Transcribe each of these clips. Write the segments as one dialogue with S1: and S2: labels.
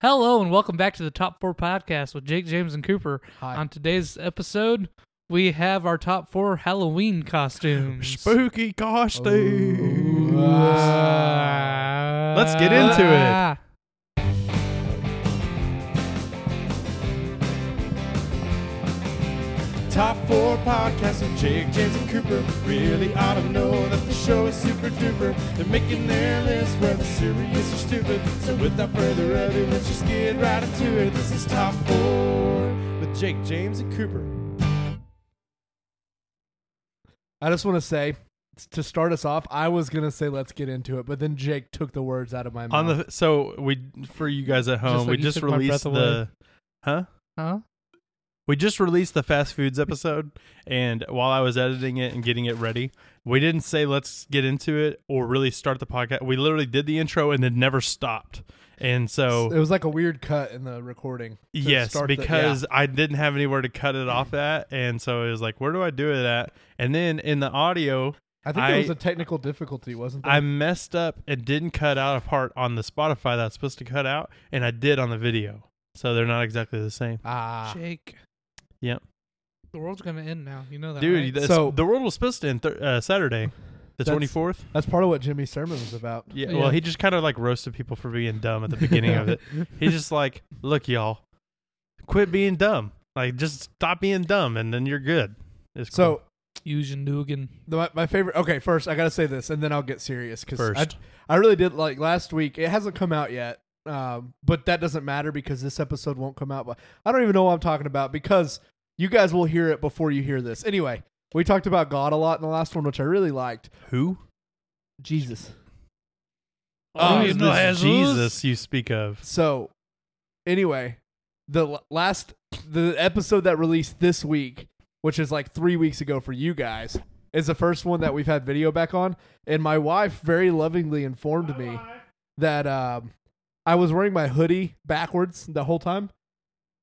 S1: Hello and welcome back to the Top Four Podcast with Jake, James, and Cooper.
S2: Hi.
S1: On today's episode, we have our top four Halloween costumes.
S3: Spooky costumes.
S1: Uh,
S3: Let's get into it. Top four podcasts with Jake, James, and Cooper. Really ought to know that the show is super duper. They're making their list whether serious or stupid. So without further ado, let's just get right into it. This is Top Four with Jake, James, and Cooper.
S2: I just want to say to start us off, I was gonna say let's get into it, but then Jake took the words out of my mouth.
S3: On the so we for you guys at home,
S1: like
S3: we
S1: you
S3: just
S1: took my
S3: released
S1: breath away.
S3: the huh.
S1: Huh?
S3: We just released the fast foods episode, and while I was editing it and getting it ready, we didn't say let's get into it or really start the podcast. We literally did the intro and then never stopped. And so,
S2: it was like a weird cut in the recording. to
S3: yes,
S2: start the-
S3: because
S2: yeah.
S3: I didn't have anywhere to cut it off at. And so it was like, where do I do it at? And then in the audio,
S2: I think there was
S3: I-
S2: a technical difficulty, wasn't there?
S3: I messed up and didn't cut out a part on the Spotify that I was supposed to cut out, and I did on the video. So they're not exactly the same.
S2: ah,
S1: Jake.
S3: Yep.
S1: The world's gonna end now. You know that,
S3: Dude,
S1: right?
S3: that's-
S2: So-
S3: the world was supposed to end th- uh, Saturday, the
S2: That's-
S3: 24th.
S2: that's part of what Jimmy's sermon was about.
S3: Yeah,
S1: Yeah.
S3: well, he just kind of like roasted people for being dumb at the beginning of it. He's just like, "Look, y'all, quit being dumb. Like, just stop being dumb, and then you're good." It's
S2: So
S1: Fusion Dugan.
S2: the, my, my favorite. Okay, first I gotta say this, and then I'll get serious
S3: cool.
S2: because I,
S3: first,
S2: I really did like last week. It hasn't come out yet, um, but that doesn't matter because this episode won't come out. But I don't even know what I'm talking about because you guys will hear it before you hear this. Anyway, we talked about God a lot in the last one, which I really liked.
S3: who?
S2: Jesus.
S3: Oh,
S2: Oh,
S3: is
S2: you
S1: know Jesus.
S3: this Jesus you speak of?
S2: So, anyway, the l- last the episode that released this week, which is like three weeks ago for you guys, is the first one that we've had video back on. And my wife very lovingly informed me that um, I was wearing my hoodie backwards the whole time.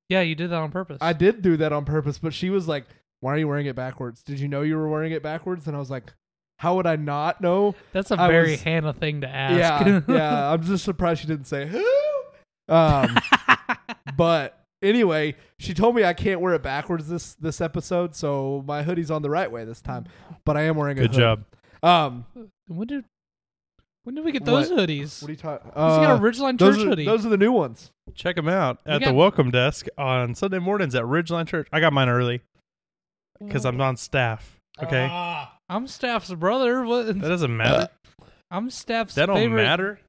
S1: Yeah, you did that on purpose.
S2: I did do that on purpose, but she was like, "Why are you wearing it backwards? Did you know you were wearing it backwards?" And I was like, "How would I not know?"
S1: that's a
S2: I
S1: very
S2: was-
S1: Hannah thing to ask.
S2: Yeah, yeah. I'm just surprised she didn't say who. Um, but anyway, she told me I can't wear it backwards this this episode, so my hoodie's on the right way this time. But I am wearing a
S3: Good
S2: hood.
S3: job.
S2: Um,
S1: when did when did we get those hoodies?
S2: what are
S1: He's
S2: you talking?
S1: got a Ridgeline
S2: those,
S1: Church
S2: are,
S1: hoodie.
S2: those are the new ones.
S3: Check them out
S1: We
S3: at the
S1: got-
S3: welcome desk on Sunday mornings at Ridgeline Church. I got mine early
S1: Oh.
S3: because I'm on staff. Okay,
S2: Uh,
S1: I'm Staff's brother. What?
S3: that doesn't matter.
S1: I'm Staff's
S3: that don't
S1: favorite
S3: matter.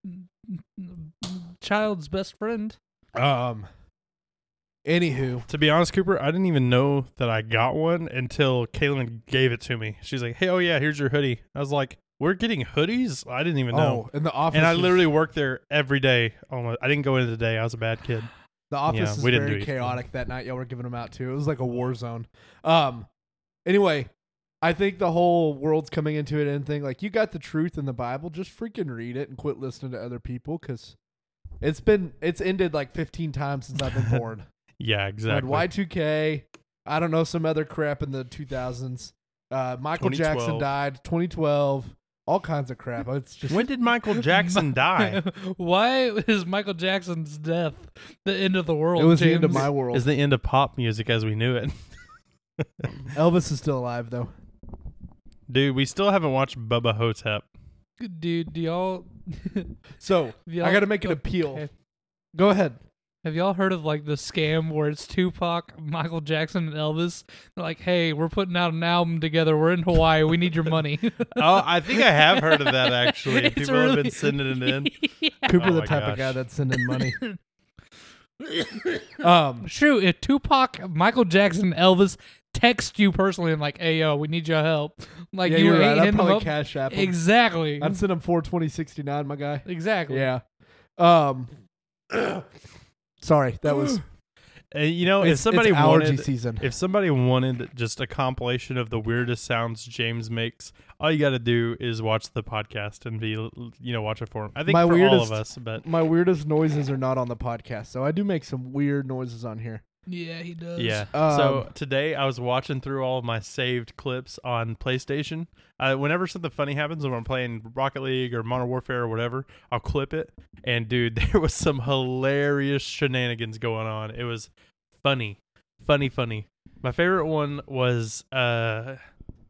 S1: child's best friend.
S2: Um, anywho,
S3: To be honest, Cooper, I didn't even know that I got one until Kaylin gave it to me. She's like, "Hey, oh yeah, here's your hoodie." I was like, "We're getting hoodies?" I didn't even know.
S2: oh, and the office.
S3: and I
S2: is-
S3: literally worked there every day. Almost, I didn't go in today. I was a bad kid.
S2: The office
S3: Yeah,
S2: is
S3: we didn't do
S2: very
S3: it.
S2: chaotic that night. Y'all were giving them out too. It was like a war zone. Um, anyway, I think the whole world's coming into it and thing. Like you got the truth in the Bible, just freaking read it and quit listening to other people because it's been it's ended like fifteen times since I've been born.
S3: Yeah, exactly.
S2: Y two K. I don't know some other crap in the two thousands. Uh, Michael Jackson
S3: 2012.
S2: died twenty twelve. All kinds of crap. It's just
S3: when did Michael Jackson die?
S1: Why is Michael Jackson's death the end of the world?
S2: it was
S1: James?
S2: the end of my world.
S3: Is the end of pop music as we knew it,
S2: Elvis is still alive though.
S3: dude? We still haven't watched Bubba Hotep.
S1: dude. Do y'all?
S2: So
S1: y'all
S2: I got to make an appeal.
S1: okay.
S2: Go ahead.
S1: Have y'all heard of like the scam where it's Tupac, Michael Jackson, and Elvis? They're like, hey, we're putting out an album together. We're in Hawaii. We need your money.
S3: Oh, I think I have heard of that actually.
S1: It's
S3: People have
S1: really-
S3: been sending it in.
S2: Cooper,
S3: Oh
S2: the
S3: my
S2: type
S3: gosh.
S2: of guy that's sending money. um,
S1: Shoot, if Tupac, Michael Jackson, Elvis text you personally and like, hey yo, we need your help. Like
S2: yeah,
S1: you
S2: you
S1: ain't
S2: are right. I'd
S1: hitting them
S2: probably
S1: up.
S2: cash app him.
S1: Exactly.
S2: I'd send him four twenty sixty nine, my guy.
S1: exactly.
S2: Yeah. Um, sorry, that was
S3: And, you know, Oh, if
S2: it's,
S3: somebody
S2: it's allergy
S3: wanted,
S2: season.
S3: If somebody wanted just a compilation of the weirdest sounds James makes, all you got to do is watch the podcast and be, you know, watch it for him. I think
S2: My
S3: for all
S2: weirdest-
S3: of us, but
S2: my weirdest noises are not on the podcast, so I do make some weird noises on here.
S1: Yeah, he does.
S3: Yeah.
S2: Um,
S3: so today I was watching through all of my saved clips on PlayStation. Uh, whenever something funny happens, when I'm playing Rocket League or Modern Warfare or whatever, I'll clip it. And dude, there was some hilarious shenanigans going on. It was funny, funny, funny. My favorite one was uh,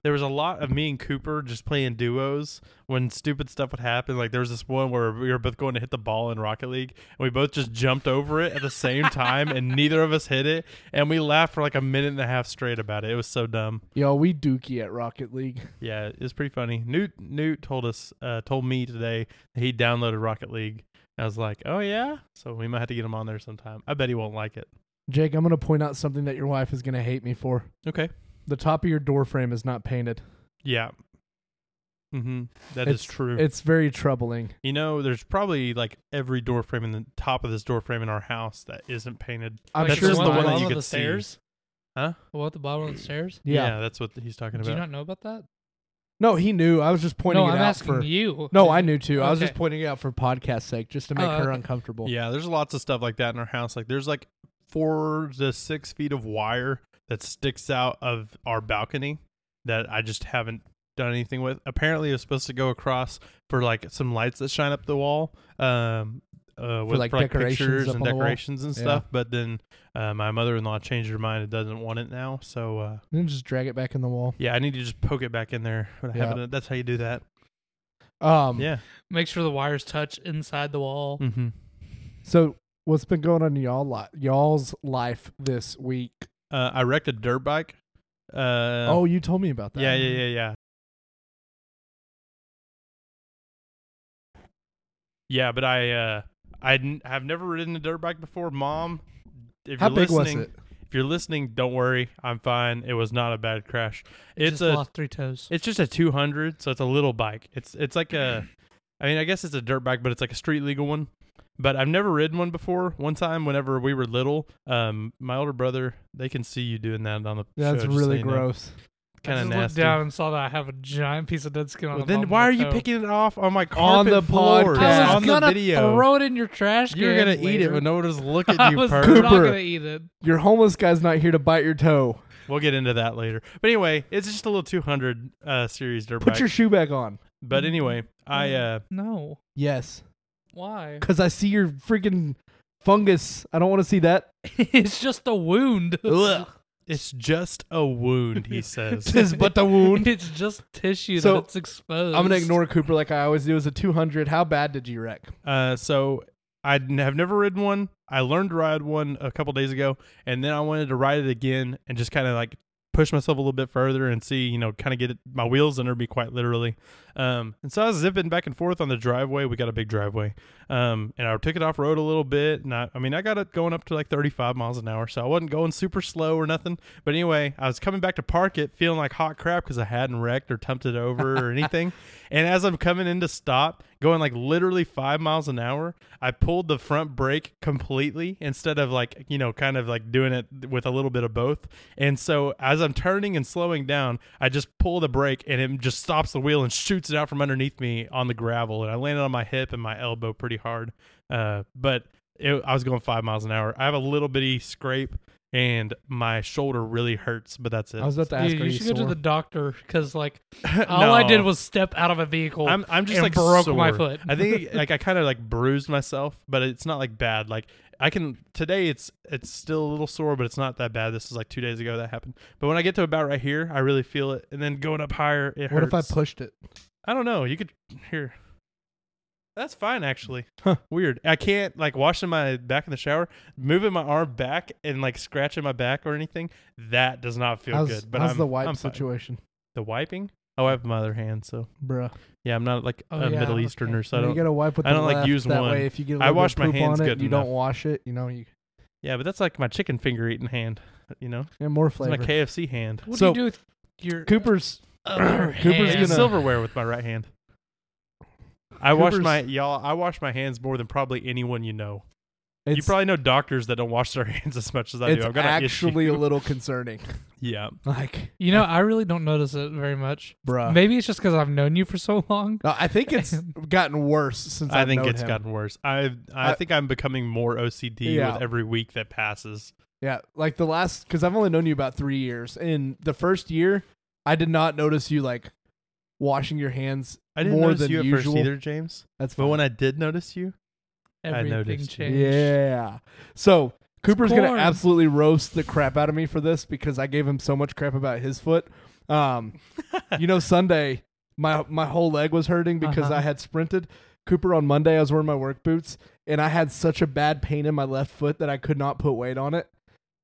S3: there was a lot of me and Cooper just playing duos when stupid stuff would happen. Like there was this one where we were both going to hit the ball in Rocket League, and we both just jumped over it at the same time, and neither of us hit it, and we laughed for like a minute and a half straight about it. It was so dumb.
S2: Yo, we dookie at Rocket League.
S3: Yeah, it was pretty funny. Newt Newt told us, uh, told me today that he downloaded Rocket League. I was like, oh yeah, so we might have to get him on there sometime. I bet he won't like it.
S2: Jake, I'm gonna point out something that your wife is gonna hate me for.
S3: Okay.
S2: The top of your door frame is not painted.
S3: Yeah. Mm-hmm. That is
S2: It's-
S3: true.
S2: It's very troubling.
S3: You know, there's probably like every door frame in the top of this door frame in our house that isn't painted.
S2: I'm
S3: That's
S2: sure
S3: just the
S1: at
S3: one that
S1: bottom
S3: you
S1: of
S3: could
S1: the
S3: see.
S1: Stairs?
S3: Huh?
S1: The one at the bottom of the stairs?
S2: Yeah.
S3: that's what he's talking
S1: Do you
S3: about.
S1: not know about that?
S2: No, he knew. I was just pointing
S1: no,
S2: it
S1: I'm
S2: out
S1: asking
S2: for.
S1: you.
S2: No, I knew too. I was
S1: Okay.
S2: just pointing it out for podcast sake, just to make
S1: Oh,
S2: her
S1: okay.
S2: uncomfortable.
S3: yeah, there's lots of stuff like that in our house. Like there's like four to six feet of wire that sticks out of our balcony that I just haven't done anything with. Apparently, it was supposed to go across for like some lights that shine up the wall. Um. Uh, with,
S2: like, decorations
S3: pictures
S2: up
S3: and
S2: on the wall?
S3: decorations and
S2: Yeah.
S3: stuff, but then uh, my mother-in-law changed her mind and doesn't want it now. So uh,
S2: Then just drag it back in the wall.
S3: Yeah, I need to just poke it back in there. But I
S2: Yeah.
S3: haven't. That's how you do that.
S2: Um.
S3: Yeah.
S1: Make sure the wires touch inside the wall.
S3: Mm-hmm.
S2: So what's been going on in y'all li- y'all's life this week?
S3: Uh, I wrecked a dirt bike. Uh,
S2: oh, you told me about that.
S3: yeah, yeah, yeah, yeah. Yeah, but I, uh, I didn't- I've never ridden a dirt bike before. Mom, if
S2: How
S3: you're
S2: big was
S3: listening,
S2: it?
S3: if you're listening, don't worry, I'm fine. It was not a bad crash.
S1: It
S3: It's
S1: just
S3: a
S1: lost three toes.
S3: It's just a 200, so it's a little bike. It's it's like a, I mean, I guess it's a dirt bike, but it's like a street legal one. But I've never ridden one before. One time, whenever we were little, um, my older brother, they can see you doing that on the
S2: That's really gross.
S3: kind
S1: I
S3: of
S1: just
S3: nasty.
S1: looked down and saw that I have a giant piece of dead skin on
S3: Well,
S1: the
S3: then
S1: bottom
S3: why
S1: of
S3: are
S1: my
S3: you
S1: toe.
S3: picking it off on my
S2: On
S3: carpet
S2: the
S3: floor?
S2: podcast.
S1: I was
S3: on the
S1: gonna
S3: video?
S1: throw it in your trash can.
S3: you were gonna eat it,
S1: later.
S3: but no one was looking at
S1: I
S3: you.
S1: was
S3: perv.
S2: Cooper.
S1: not gonna eat it.
S2: Your homeless guy's not here to bite your toe.
S3: We'll get into that later. But anyway, it's just a little 200 uh, series dirt
S2: Put
S3: bike.
S2: your shoe back on.
S3: but anyway, I uh,
S1: No.
S2: Yes,
S1: Why?
S2: because I see your freaking fungus. I don't want to see that.
S1: it's just a wound.
S3: Ugh. it's just a wound. He says.
S2: Tis but the wound.
S1: It's just tissue
S2: So,
S1: that's exposed.
S2: I'm gonna ignore Cooper like I always do. As a 200, how bad did you wreck?
S3: Uh, so I n- have never ridden one. I learned to ride one a couple days ago, and then I wanted to ride it again and just kind of like push myself a little bit further and see, you know, kind of get it, my wheels under me quite literally. Um, and so I was zipping back and forth on the driveway. We got a big driveway. Um, and I took it off road a little bit. And I, I mean, I got it going up to like 35 miles an hour. So I wasn't going super slow or nothing. But anyway, I was coming back to park it feeling like hot crap because I hadn't wrecked or tumped it over or anything. And as I'm coming in to stop, going like literally five miles an hour, I pulled the front brake completely instead of like, you know, kind of like doing it with a little bit of both. And so as I'm turning and slowing down, I just pull the brake and it just stops the wheel and shoots it out from underneath me on the gravel. And I landed on my hip and my elbow pretty hard. Uh, but it, I was going five miles an hour. I have a little bitty scrape and my shoulder really hurts, but that's it.
S2: I was about to ask.
S1: Dude,
S2: are
S1: you
S2: you
S1: should go to
S2: sore?
S1: the doctor because, like, all I
S3: No.
S1: did was step out of a vehicle.
S3: I'm, I'm just
S1: and
S3: like
S1: broke
S3: sore.
S1: my foot.
S3: I think like I kind of like bruised myself, but it's not like bad. Like I can today, it's it's still a little sore, but it's not that bad. This is like two days ago that happened. But when I get to about right here, I really feel it, and then going up higher, it
S2: What
S3: hurts.
S2: if I pushed it?
S3: I don't know. You could here. That's fine actually.
S2: Huh.
S3: Weird. I can't like washing my back in the shower, moving my arm back and like scratching my back or anything. That does not feel
S2: how's
S3: good. But
S2: how's
S3: I'm,
S2: the wipe
S3: I'm fine.
S2: situation,
S3: The wiping. Oh, I have my other hand, so
S2: bruh?
S3: yeah, I'm not like
S1: Oh,
S3: a
S1: yeah,
S3: Middle
S1: okay.
S3: Easterner, so I
S2: You know,
S3: don't
S2: you gotta wipe with
S3: I
S2: the
S3: don't, like,
S2: left.
S3: use
S2: that
S3: one.
S2: way. If you get a
S3: I
S2: little bit
S3: wash
S2: of
S3: my
S2: poop
S3: hands
S2: on it,
S3: good
S2: and you
S3: enough.
S2: don't wash it. You know, you
S3: Yeah, but that's like my chicken finger eating hand, you know?
S2: and more
S3: It's my
S2: flavor.
S3: KFC hand.
S1: What
S2: So-
S1: do you do with your
S2: Cooper's
S1: other
S3: It's
S2: Cooper's
S1: hand?
S2: gonna-
S3: silverware with my right hand. I wash
S2: Cooper's-
S3: my y'all I wash my hands more than probably anyone you know.
S2: It's,
S3: you probably know doctors that don't wash their hands as much as I
S2: it's
S3: do. I've got an issue.
S2: actually a little concerning.
S3: yeah.
S2: Like,
S1: You know, I really don't notice it very much.
S2: bruh.
S1: Maybe it's just because I've known you for so long.
S2: No, I think it's gotten worse since
S3: I
S2: I've
S3: think
S2: known
S3: it's
S2: him.
S3: gotten worse. I I
S2: I-
S3: think I'm becoming more OCD
S2: Yeah.
S3: with every week that passes.
S2: Yeah, like the last because I've only known you about three years. In the first year, I did not notice you like washing your hands
S3: I didn't
S2: more
S3: notice
S2: than
S3: you at
S2: usual.
S3: first either, James.
S2: That's
S3: But when
S2: fine.
S3: I did notice you, I
S1: Everything
S3: noticed.
S1: changed.
S2: yeah. So Cooper's gonna
S1: corn.
S2: absolutely roast the crap out of me for this because I gave him so much crap about his foot. Um, you know, Sunday my my whole leg was hurting because
S1: Uh-huh.
S2: I had sprinted. Cooper on Monday I was wearing my work boots and I had such a bad pain in my left foot that I could not put weight on it.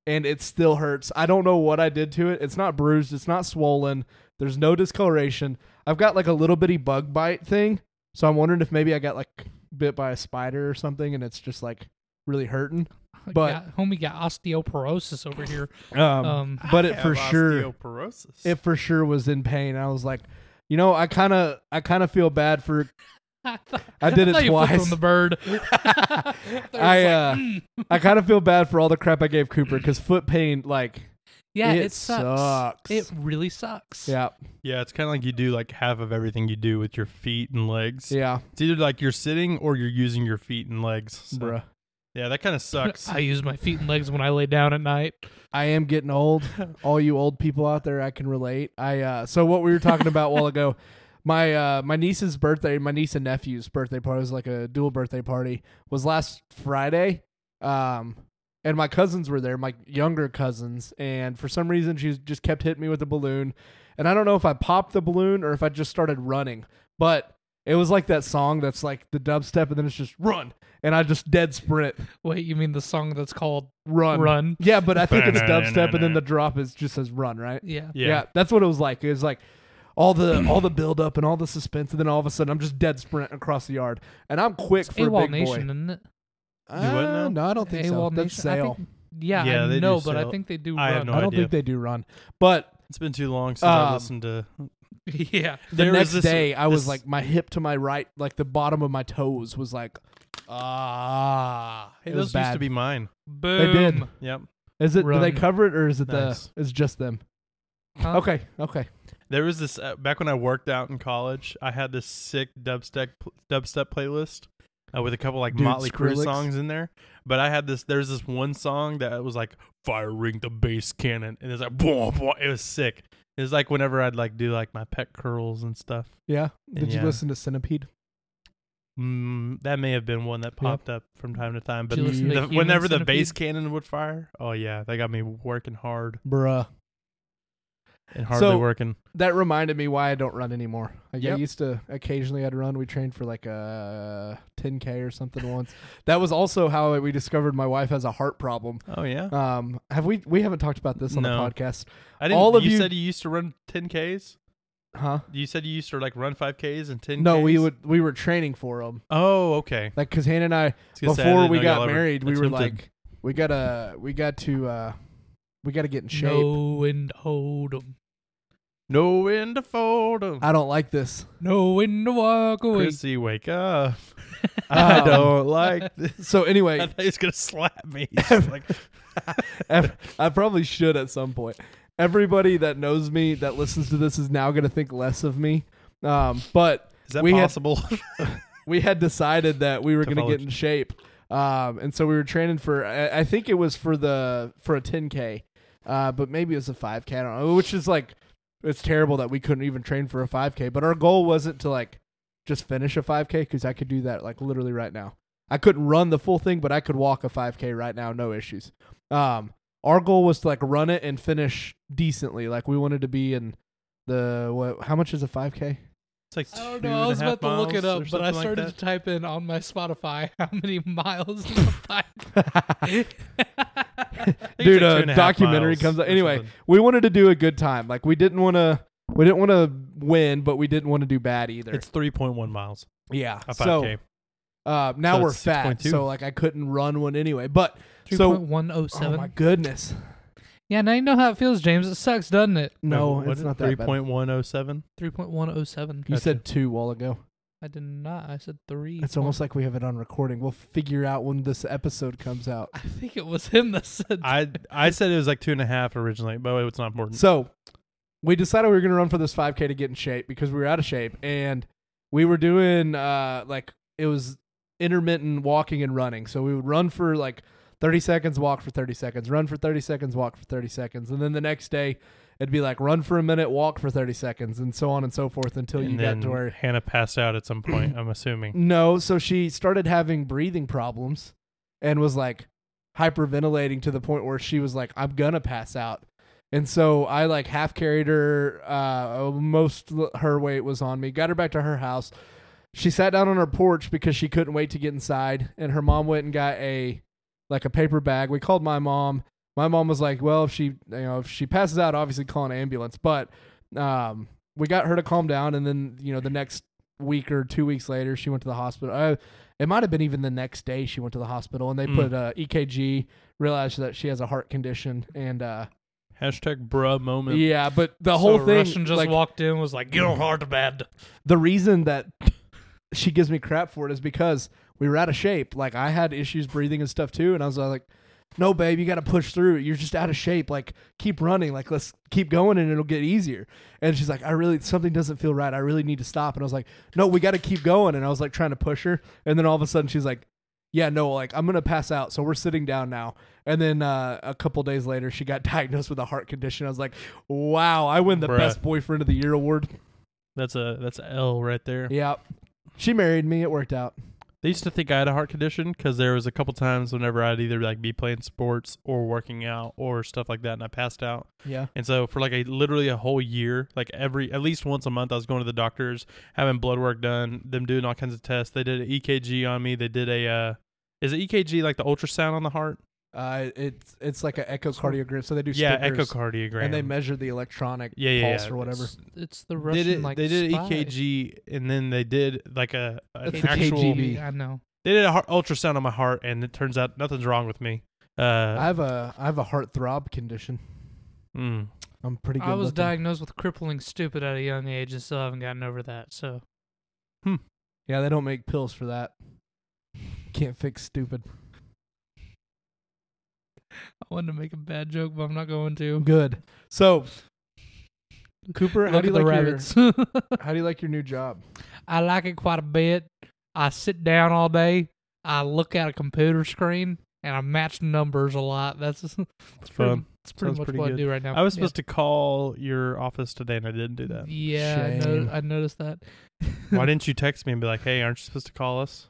S2: And it still hurts. I don't know what I did to it. It's not bruised, it's not swollen. There's no discoloration. I've got like a little bitty bug bite thing. So I'm wondering if maybe I got like bit by a spider or something and it's just like really hurting. But-
S1: Got- homie got osteoporosis over here.
S2: Um,
S1: Um,
S2: but it for sure
S3: Osteoporosis.
S2: it for sure was in pain. I was like, you know, I kind of I kind of feel bad for
S1: I, thought,
S2: I did it
S1: thought you flipped
S2: twice.
S1: on the bird.
S2: I uh,
S1: mm.
S2: I kind of feel bad for all the crap I gave Cooper because foot pain, like,
S1: yeah,
S2: it
S1: it, sucks.
S2: sucks.
S1: It really sucks.
S2: yeah,
S3: yeah, it's kind of like you do like half of everything you do with your feet and legs.
S2: yeah,
S3: It's either like you're sitting or you're using your feet and legs. So,
S2: bruh.
S3: Yeah, that kind of sucks.
S1: I use my feet and legs when I lay down at night.
S2: I am getting old. All you old people out there, I can relate. I uh, so what we were talking about a while ago. My uh, my niece's birthday, my niece and nephew's birthday party was like a dual birthday party. Was last Friday, um, and my cousins were there, my younger cousins, and for some reason she just kept hitting me with a balloon, and I don't know if I popped the balloon or if I just started running, but it was like that song that's like the dubstep, and then it's just run, and I just dead sprint,
S1: Wait, you mean the song that's called
S2: run,
S1: Run?
S2: Yeah, but I think it's dubstep, and then the drop is just says run, right?
S1: Yeah.
S3: yeah.
S2: that's what it was like. It was like all the all the build up and all the suspense, and then all of a sudden I'm just dead sprinting across the yard, and I'm quick for a
S1: AWOL
S2: big
S1: Nation,
S2: boy.
S1: isn't it?
S3: You what now?
S2: Uh, no, I don't think so.
S1: AWOL
S2: That's
S1: Nation. I
S2: sale.
S1: think- yeah,
S3: Yeah,
S1: I
S3: they do
S1: know, but I
S3: sell.
S1: think they do
S3: I have
S1: run.
S3: no
S2: I don't
S3: idea.
S2: think they do run, but
S3: It's been too long since
S2: Um,
S3: I listened to.
S1: yeah.
S2: the
S3: There was
S2: next
S3: this-
S2: day I was
S3: this-
S2: like my hip to my right, like the bottom of my toes was like ah.
S3: Hey,
S2: it was
S3: those used to
S2: bad.
S3: be mine.
S1: Boom.
S2: did.
S3: Yep.
S2: Is it? Do they
S1: Run.
S2: cover it or is it
S3: Nice.
S2: the? Is just them?
S1: Huh?
S2: Okay, okay.
S3: There was this uh, back when I worked out in college. I had this sick dubstep dubstep playlist uh, with a couple like
S2: Dude,
S3: Motley Crue
S2: Skrillex.
S3: songs in there. But I had this. There's this one song that was like firing the bass cannon, and it's like boom, boom. It was sick. It was like whenever I'd like do like my pet curls and stuff.
S2: Yeah. Did you
S3: Yeah.
S2: listen to Centipede?
S3: Mm, that may have been one that
S2: Yeah.
S3: popped up from time to time. But
S1: Did you listen to
S3: the,
S1: Human
S3: whenever the bass
S1: Centipede?
S3: cannon would fire, oh yeah, they got me working hard
S2: Bruh.
S3: and hardly
S2: So-
S3: working.
S2: That reminded me why I don't run anymore. Like, I
S3: Yep.
S2: used to occasionally I'd run. We trained for like a 10k or something once. That was also how we discovered my wife has a heart problem.
S3: Oh yeah,
S2: Um, have we we haven't talked about this on
S3: No.
S2: the podcast,
S3: I didn't.
S2: all of
S3: you,
S2: you-
S3: said you used to run 10ks.
S2: huh?
S3: You said you used to like run 5ks and 10.
S2: No, we would we were training for them.
S3: Oh, okay.
S2: Like cuz Hannah and I
S3: I was gonna say, I
S2: before
S3: didn't
S2: we
S3: know
S2: got
S3: y'all ever
S2: married, we were
S3: attempted-
S2: like we got to we got to uh we got to get in shape.
S1: No and hold 'em.
S3: no when to fold 'em.
S2: I don't like this.
S1: No and walk away.
S3: Chrissy, wake up! I
S2: Um,
S3: don't like this.
S2: So anyway,
S3: I thought he was gonna slap me. He's just like,
S2: Ev- I probably should at some point. Everybody that knows me that listens to this is now going to think less of me. Um, but
S3: is that
S2: We had-
S3: possible?
S2: we had decided that we were going to get
S3: Pathology.
S2: in shape, um, and so we were training for. I, I think it was for the for a 10k, uh, but maybe it was a 5k. I don't know. Which is like, it's terrible that we couldn't even train for a 5k. But our goal wasn't to like just finish a 5k because I could do that like literally right now. I couldn't run the full thing, but I could walk a 5k right now, no issues. Um, our goal was to like run it and finish decently. Like we wanted to be in the what? How much is a 5k?
S3: it's like
S1: I don't
S3: two
S1: know. I
S3: and a
S1: was
S3: half
S1: about to look
S3: miles
S1: it
S3: or
S1: up, but I
S3: something like
S1: started
S3: that.
S1: to type in on my Spotify how many miles in the bike.
S3: I think it's like two
S2: dude a
S3: and a half
S2: documentary
S3: miles
S2: comes out
S3: or
S2: anyway
S3: something.
S2: we wanted to do a good time like we didn't want to we didn't want to win but we didn't want to do bad either
S3: It's 3.1 miles.
S2: yeah
S3: A 5K.
S2: so uh, now
S3: So
S2: we're
S3: it's
S2: fat
S3: 6.2.
S2: so like i couldn't run one anyway but so
S1: 3.107.
S2: oh my goodness
S1: yeah, now you know how it feels, James. It sucks, doesn't it?
S2: no
S3: Wait, what
S2: it's
S3: is
S2: not
S3: it?
S2: that bad
S3: 3.107.
S1: 3.107.
S2: you
S3: Gotcha.
S2: said two a while ago
S1: I did not. I said three.
S2: It's almost like we have it on recording. We'll figure out when this episode comes out.
S1: I think it was him that said.
S3: I I said it was like two and a half originally, but it's not important.
S2: So we decided we were going to run for this 5K to get in shape because we were out of shape and we were doing uh, like it was intermittent walking and running. So we would run for like 30 seconds, walk for 30 seconds, run for 30 seconds, walk for 30 seconds. And then the next day it'd be like run for a minute, walk for 30 seconds, and so on and so forth until
S3: and
S2: you
S3: then
S2: got to where.
S3: Hannah passed out at some point. I'm assuming.
S2: No, so she started having breathing problems and was like hyperventilating to the point where she was like, I'm gonna pass out. And so I like half carried her. Uh, most l- her weight was on me. Got her back to her house. She sat down on her porch because she couldn't wait to get inside. And her mom went and got a like a paper bag. We called my mom. My mom was like, "Well, if she you know if she passes out, obviously call an ambulance." But um, we got her to calm down. And then you know the next week or two weeks later, she went to the hospital. Uh, it might have been even the next day she went to the hospital, and they
S1: Hmm.
S3: Mm.
S2: put uh, EKG. Realized that she has a heart condition, and uh,
S3: Hashtag bruh moment.
S2: yeah, but the whole thing,
S1: Russian just
S2: like,
S1: walked in, was like, "Get hard to bed."
S2: the reason that she gives me crap for it is because we were out of shape. Like I had issues breathing and stuff too, and I was uh, like, "No, babe, you got to push through. You're just out of shape. Like keep running. Like let's keep going, and it'll get easier." And she's like, "I really something doesn't feel right. I really need to stop." And I was like, "No, we got to keep going." And I was like trying to push her, and then all of a sudden she's like. Yeah, no, like I'm gonna pass out, so we're sitting down now. And then uh, a couple days later, she got diagnosed with a heart condition. I was like, "Wow, I win the
S3: Bruh.
S2: best boyfriend of the year award."
S3: That's a that's a L right there.
S2: Yeah. She married me. It worked out.
S3: They used to think I had a heart condition because there was a couple times whenever I'd either like be playing sports or working out or stuff like that, and I passed out.
S2: Yeah.
S3: And so for like a literally a whole year, like every at least once a month, I was going to the doctors, having blood work done, them doing all kinds of tests. They did an EKG on me. They did a uh, is it EKG like the ultrasound on the heart?
S2: Uh, it's it's like an echocardiogram. So they do
S3: yeah,
S2: stickers,
S3: echocardiogram.
S2: and they measure the electronic
S3: yeah, yeah,
S2: pulse
S3: yeah.
S2: or whatever.
S3: It's-
S1: It's the
S3: They
S1: Russian
S3: did,
S1: like
S3: they did E
S1: spy.
S3: EKG and then they did like a an
S2: That's the
S1: E
S3: actual.
S2: KGB.
S1: I know.
S3: They did a heart, ultrasound on my heart, and it turns out nothing's wrong with me.
S2: I
S3: Uh,
S2: have a I have a heart throb condition.
S3: mm.
S2: I'm pretty good.
S1: I was
S2: looking.
S1: diagnosed with crippling stupid at a young age, and still haven't gotten over that. So
S2: Yeah, they don't make pills for that. Can't fix stupid.
S1: I wanted to make a bad joke, but I'm not going to.
S2: Good. So, Cooper, how
S1: Look
S2: do you
S1: at the
S2: like
S1: rabbits.
S2: your How do you like your new job?
S1: I like it quite a bit. I sit down all day. I look at a computer screen and I match numbers a lot. That's that's pretty,
S3: fun.
S1: that's pretty
S3: Sounds
S1: much
S3: pretty
S1: what
S3: good.
S1: I do right now.
S3: I was supposed to call your office today, and I didn't do that.
S1: Yeah, I,
S2: Shame.
S1: know, I noticed that.
S3: Why didn't you text me and be like, "Hey, aren't you supposed to call us?"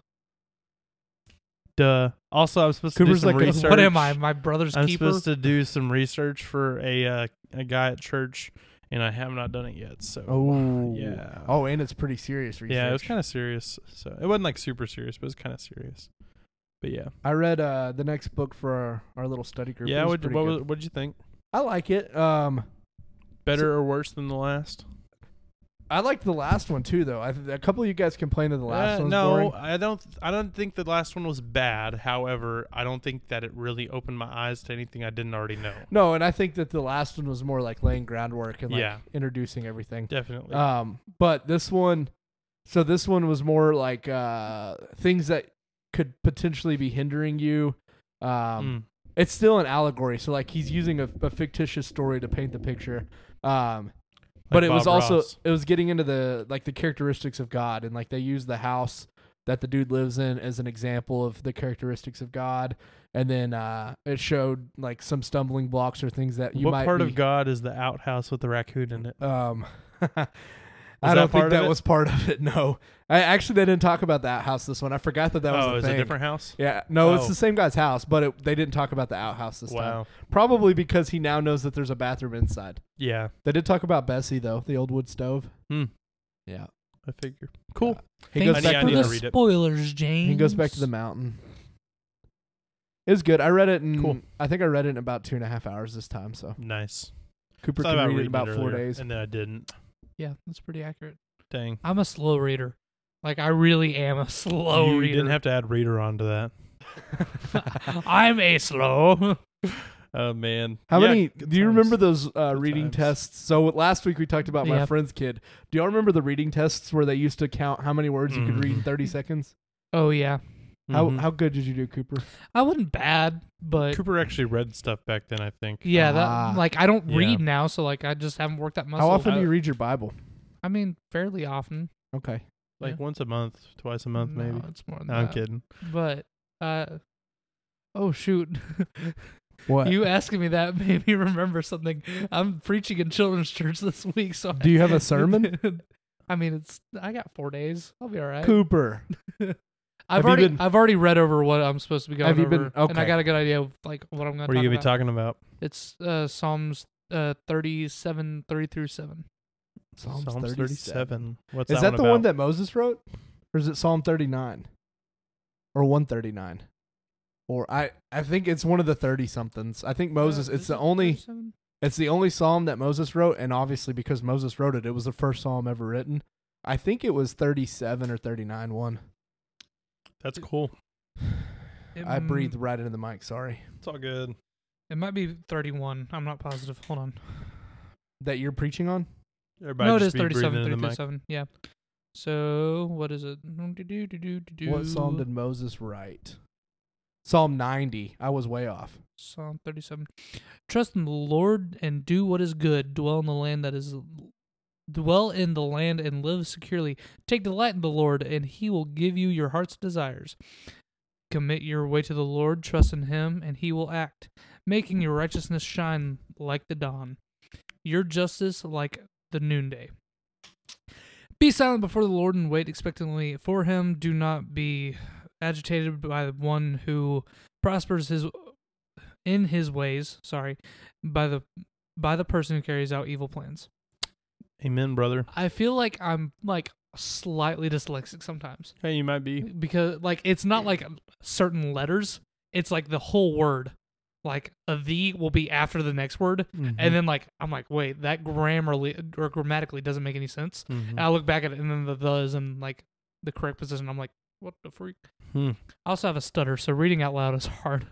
S3: Duh. Also, I'm supposed
S2: Cooper's
S3: to do some
S2: like,
S3: research.
S1: What am I? My brother's
S3: I'm
S1: keeper.
S3: supposed to do some research for a uh, a guy at church, and I have not done it yet. So,
S2: Oh
S3: yeah,
S2: Oh, and it's pretty serious research.
S3: yeah, it was kind of serious. So it wasn't like super serious, but it was kind of serious. But yeah,
S2: I read uh, the next book for our, our little study group.
S3: yeah.
S2: It was
S3: What
S2: pretty
S3: what
S2: good.
S3: was, what'd you think?
S2: I like it. Um,
S3: Better or worse than the last?
S2: I liked the last one too, though. I th- a couple of you guys complained that the last
S3: Uh,
S2: one.
S3: no,
S2: boring.
S3: I don't. I don't think the last one was bad. However, I don't think that it really opened my eyes to anything I didn't already know.
S2: No, and I think that the last one was more like laying groundwork and like
S3: Yeah.
S2: introducing everything.
S3: Definitely.
S2: Um, but this one, so this one was more like uh things that could potentially be hindering you. Um,
S3: Mm.
S2: it's still an allegory, so like he's using a, a fictitious story to paint the picture. Um, but
S3: Like
S2: it was
S3: Bob
S2: also
S3: Ross.
S2: it was getting into the like the characteristics of God and like they use the house that the dude lives in as an example of the characteristics of God, and then uh, it showed like some stumbling blocks or things that you
S3: Hmm. what
S2: might
S3: part
S2: be,
S3: of God is the outhouse with the raccoon in it?
S2: um, I
S3: that part
S2: don't think
S3: of
S2: that
S3: it?
S2: was part of it. No, I actually they didn't talk about that house this one. I forgot that that was
S3: oh,
S2: a
S3: is
S2: thing.
S3: it a different house?
S2: yeah, no,
S3: Oh.
S2: it's the same guy's house, but it, they didn't talk about the outhouse this time.
S3: Wow.
S2: Probably because he now knows that there's a bathroom inside.
S3: Yeah,
S2: They did talk about Bessie though, the old wood stove.
S3: Hmm.
S2: Yeah,
S3: I figure. Cool.
S2: he
S1: Thank
S2: goes
S1: you
S2: back
S3: I
S1: for
S3: need
S2: to
S1: the
S3: to read it.
S1: spoilers, James.
S2: He goes back to the mountain. It was good. I read it in
S3: Cool.
S2: I think I read it in about two and a half hours this time. So
S3: Nice.
S2: Cooper
S3: Thought
S2: can
S3: about
S2: read it
S3: reading
S2: in about four
S3: earlier,
S2: days.
S3: and then I didn't.
S1: Yeah, that's pretty accurate.
S3: Dang.
S1: I'm a slow reader. Like I really am a slow
S3: you
S1: reader.
S3: didn't have to add reader onto that.
S1: I'm a slow.
S3: Oh man.
S2: How
S3: Yeah,
S2: many?
S3: good
S2: Do you
S3: times.
S2: remember those uh,
S3: Good
S2: reading
S3: times.
S2: tests? So last week we talked about my
S1: Yeah.
S2: friend's kid. Do y'all remember the reading tests where they used to count how many words you could read in
S3: Mhm.
S2: thirty seconds?
S1: Oh yeah,
S2: How
S3: Mhm.
S2: how good did you do, Cooper?
S1: I wasn't bad, but
S3: Cooper actually read stuff back then, I think.
S1: yeah,
S2: Ah.
S1: that like I don't
S3: Yeah.
S1: read now, so like I just haven't worked that muscle.
S2: How often
S1: I,
S2: do you read your Bible?
S1: I mean, fairly often.
S2: Okay,
S3: Like once a month, twice a month
S1: No,
S3: maybe.
S1: it's more than
S3: No,
S1: that.
S3: I'm kidding.
S1: But uh, oh shoot,
S2: what
S1: you asking me that made me remember something. I'm preaching in children's church this week, so
S2: do you have
S1: I-
S2: a sermon,
S1: I mean, it's I got four days. I'll be all right.
S2: Cooper? have
S1: I've
S2: you
S1: already
S2: been-
S1: I've already read over what I'm supposed to be going
S2: Have you
S1: over,
S2: been-
S1: and I
S2: okay.
S1: got a good idea of like what I'm going
S3: What
S1: to talk
S3: are you gonna
S1: about.
S3: be talking about?
S1: It's uh, Psalms uh, 37, 3 through 7.
S2: Psalms
S3: 37. What's
S2: Is
S3: that,
S2: that
S3: one
S2: the one
S3: about?
S2: that Moses wrote, or is it Psalm thirty nine, or one thirty nine, or I I think it's one of the thirty somethings. I think Moses.
S1: Uh,
S2: It's
S1: is
S2: the
S1: it
S2: only.
S1: 37?
S2: It's the only psalm that Moses wrote, and obviously because Moses wrote it, it was the first psalm ever written. I think it was 37 or 39 one.
S3: That's cool.
S1: It
S2: I
S1: m-
S2: breathed right into the mic, sorry.
S3: It's all good.
S1: It might be 31. I'm not positive. Hold on.
S2: That you're preaching on?
S3: Everybody
S1: no, it
S3: just
S1: is
S3: be breathing
S1: 37, 3
S3: in
S1: through
S3: the mic.
S1: 7. Yeah. So, what is it? Do-do-do-do-do-do.
S2: What psalm did Moses write? Psalm 90. I was way off.
S1: Psalm 37. Trust in the Lord and do what is good. Dwell in the land that is dwell in the land and live securely. Take delight in the Lord and he will give you your heart's desires. Commit your way to the Lord, trust in him and he will act, making your righteousness shine like the dawn. Your justice like the noonday. Be silent before the Lord and wait expectantly for him. Do not be agitated by the one who prospers his in his ways, sorry, by the by the person who carries out evil plans.
S3: Amen, brother.
S1: I feel like I'm like slightly dyslexic sometimes
S3: Hey, you might be.
S1: because like it's not like certain letters, it's like the whole word. Like a the will be after the next word,
S3: Mm-hmm.
S1: and then like I'm like, wait, that grammarly or grammatically doesn't make any sense.
S3: Mhm.
S1: And I look back at it, and then the the is in like the correct position. I'm like, what the freak?
S3: Hmm.
S1: I also have a stutter, so reading out loud is hard.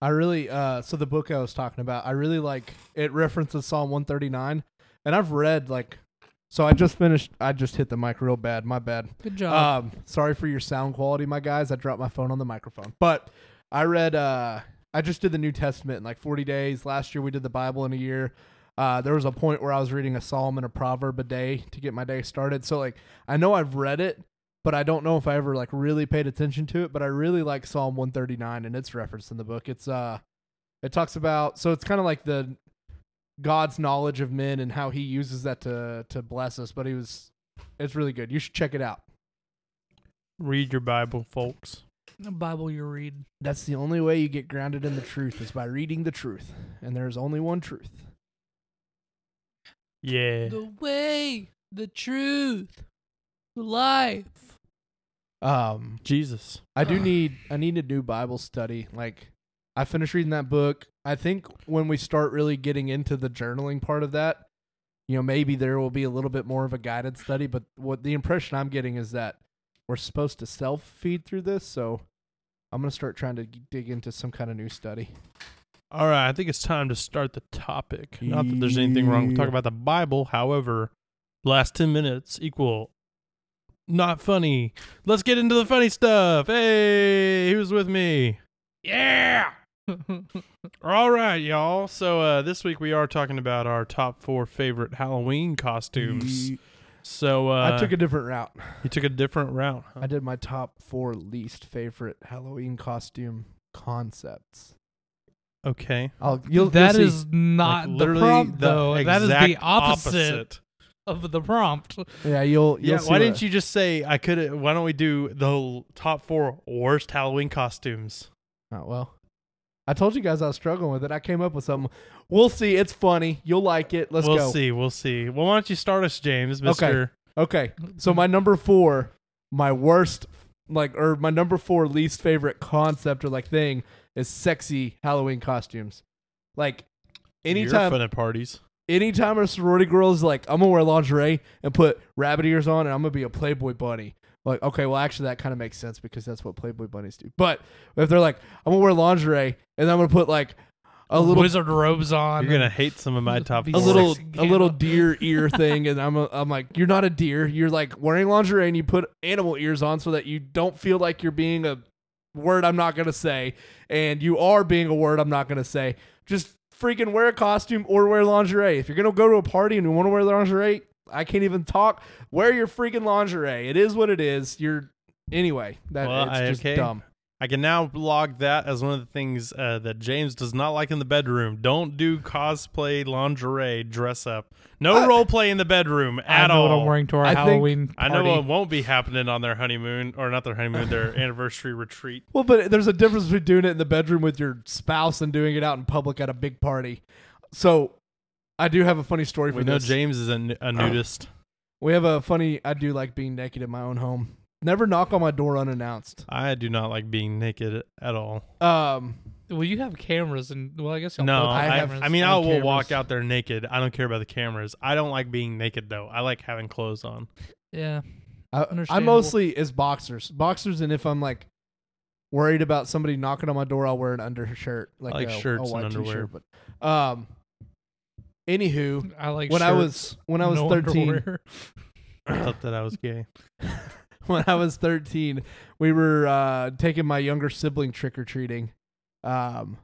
S2: I really uh so the book I was talking about, I really like it references Psalm 139 and I've read like so I just finished I just hit the mic real bad, my bad.
S1: Good job.
S2: Um, sorry for your sound quality, my guys. I dropped my phone on the microphone. But I read. Uh, I just did the New Testament in like 40 days. Last year we did the Bible in a year. Uh, there was a point where I was reading a psalm and a proverb a day to get my day started. So like I know I've read it, but I don't know if I ever like really paid attention to it. But I really like Psalm 139 and it's referenced in the book. It's uh, it talks about so it's kind of like the God's knowledge of men and how He uses that to to bless us. But he was, it's really good. You should check it out.
S3: Read your Bible, folks.
S1: Bible you read.
S2: That's the only way you get grounded in the truth is by reading the truth. And there's only one truth.
S3: Yeah.
S1: The way, the truth, the life.
S2: Um
S3: Jesus.
S2: I do need I need a new Bible study. Like I finished reading that book. I think when we start really getting into the journaling part of that, you know, maybe there will be a little bit more of a guided study, but what the impression I'm getting is that we're supposed to self-feed through this, so I'm going to start trying to g- dig into some kind of new study.
S3: All right, I think it's time to start the topic. Not that there's anything wrong with talking about the Bible. However, last 10 minutes equal not funny. Let's get into the funny stuff. Hey, who's with me? Yeah. All right, y'all. So uh, this week we are talking about our top four favorite Halloween costumes. So uh,
S2: I took a different route.
S3: you took a different route. huh?
S2: I did my top four least favorite Halloween costume concepts.
S3: Okay.
S2: I'll you'll
S1: That
S2: you'll see.
S1: is not
S3: Like,
S1: the prompt, though. That is the
S3: exact
S1: opposite, of the prompt.
S2: yeah you'll, you'll
S3: Yeah,
S2: see
S3: why
S2: what-
S3: didn't you just say I could? Why don't we do the l- top four worst Halloween costumes?
S2: oh well I told you guys I was struggling with it I came up with something we'll see it's funny you'll like it let's
S3: we'll
S2: go
S3: see. We'll see. Well, why don't you start us, James?
S2: Okay.
S3: Mister.
S2: okay so my number four my worst like or my number four least favorite concept or like thing is sexy Halloween costumes like anytime
S3: fun at parties.
S2: anytime a sorority girl is like, I'm gonna wear lingerie and put rabbit ears on and I'm gonna be a Playboy bunny. Like, okay, well, actually, that kind of makes sense because that's what Playboy bunnies do. But if they're like, I'm gonna wear lingerie and I'm gonna put like, a little
S1: wizard robes on.
S3: You're gonna hate some of my top.
S1: A
S2: a
S3: four.
S2: little
S1: Sexy
S2: a
S1: gamma.
S2: little deer ear thing and I'm a, I'm like you're not a deer you're like wearing lingerie and you put animal ears on so that you don't feel like you're being a word I'm not going to say and you are being a word I'm not going to say just freaking wear a costume or wear lingerie if you're going to go to a party and you want to wear lingerie I can't even talk wear your freaking lingerie it is what it is you're anyway that
S3: Well,
S2: it's
S3: I-
S2: just
S3: okay.
S2: dumb
S3: I can now log that as one of the things uh, that James does not like in the bedroom. Don't do cosplay, lingerie, dress up. No
S2: Uh,
S3: role play in the bedroom
S1: I
S3: at
S1: know
S3: all.
S1: what I'm wearing to our
S2: I think-
S1: Halloween
S3: I
S1: party.
S3: know it won't be happening on their honeymoon, or not their honeymoon, their anniversary retreat.
S2: Well, but there's a difference between doing it in the bedroom with your spouse and doing it out in public at a big party. So, I do have a funny story for
S3: We know
S2: this.
S3: James is a, nu- a nudist.
S2: we have a funny. I do like being naked in my own home. Never knock on my door unannounced.
S3: I do not like being naked at all.
S2: Um,
S1: Well, you have cameras, and well, I guess y'all
S3: No,
S1: both
S3: I,
S1: have
S2: have-
S1: cameras.
S3: I mean,
S2: on
S3: I will
S2: cameras.
S3: walk out there naked. I don't care about the cameras. I don't like being naked though. I like having clothes on.
S1: yeah,
S2: I, I
S1: Understandable.
S2: mostly is boxers, boxers, and if I'm like worried about somebody knocking on my door, I'll wear an undershirt, like,
S3: like
S2: a,
S3: shirts
S2: a
S3: and
S2: white
S3: underwear.
S2: T-shirt. But, um, anywho,
S1: I like
S2: when I
S1: shirts,
S2: was when I was
S1: no
S2: 13,
S1: underwear.
S3: I thought that I was gay.
S2: when I was 13, we were uh, taking my younger sibling trick or treating. Um,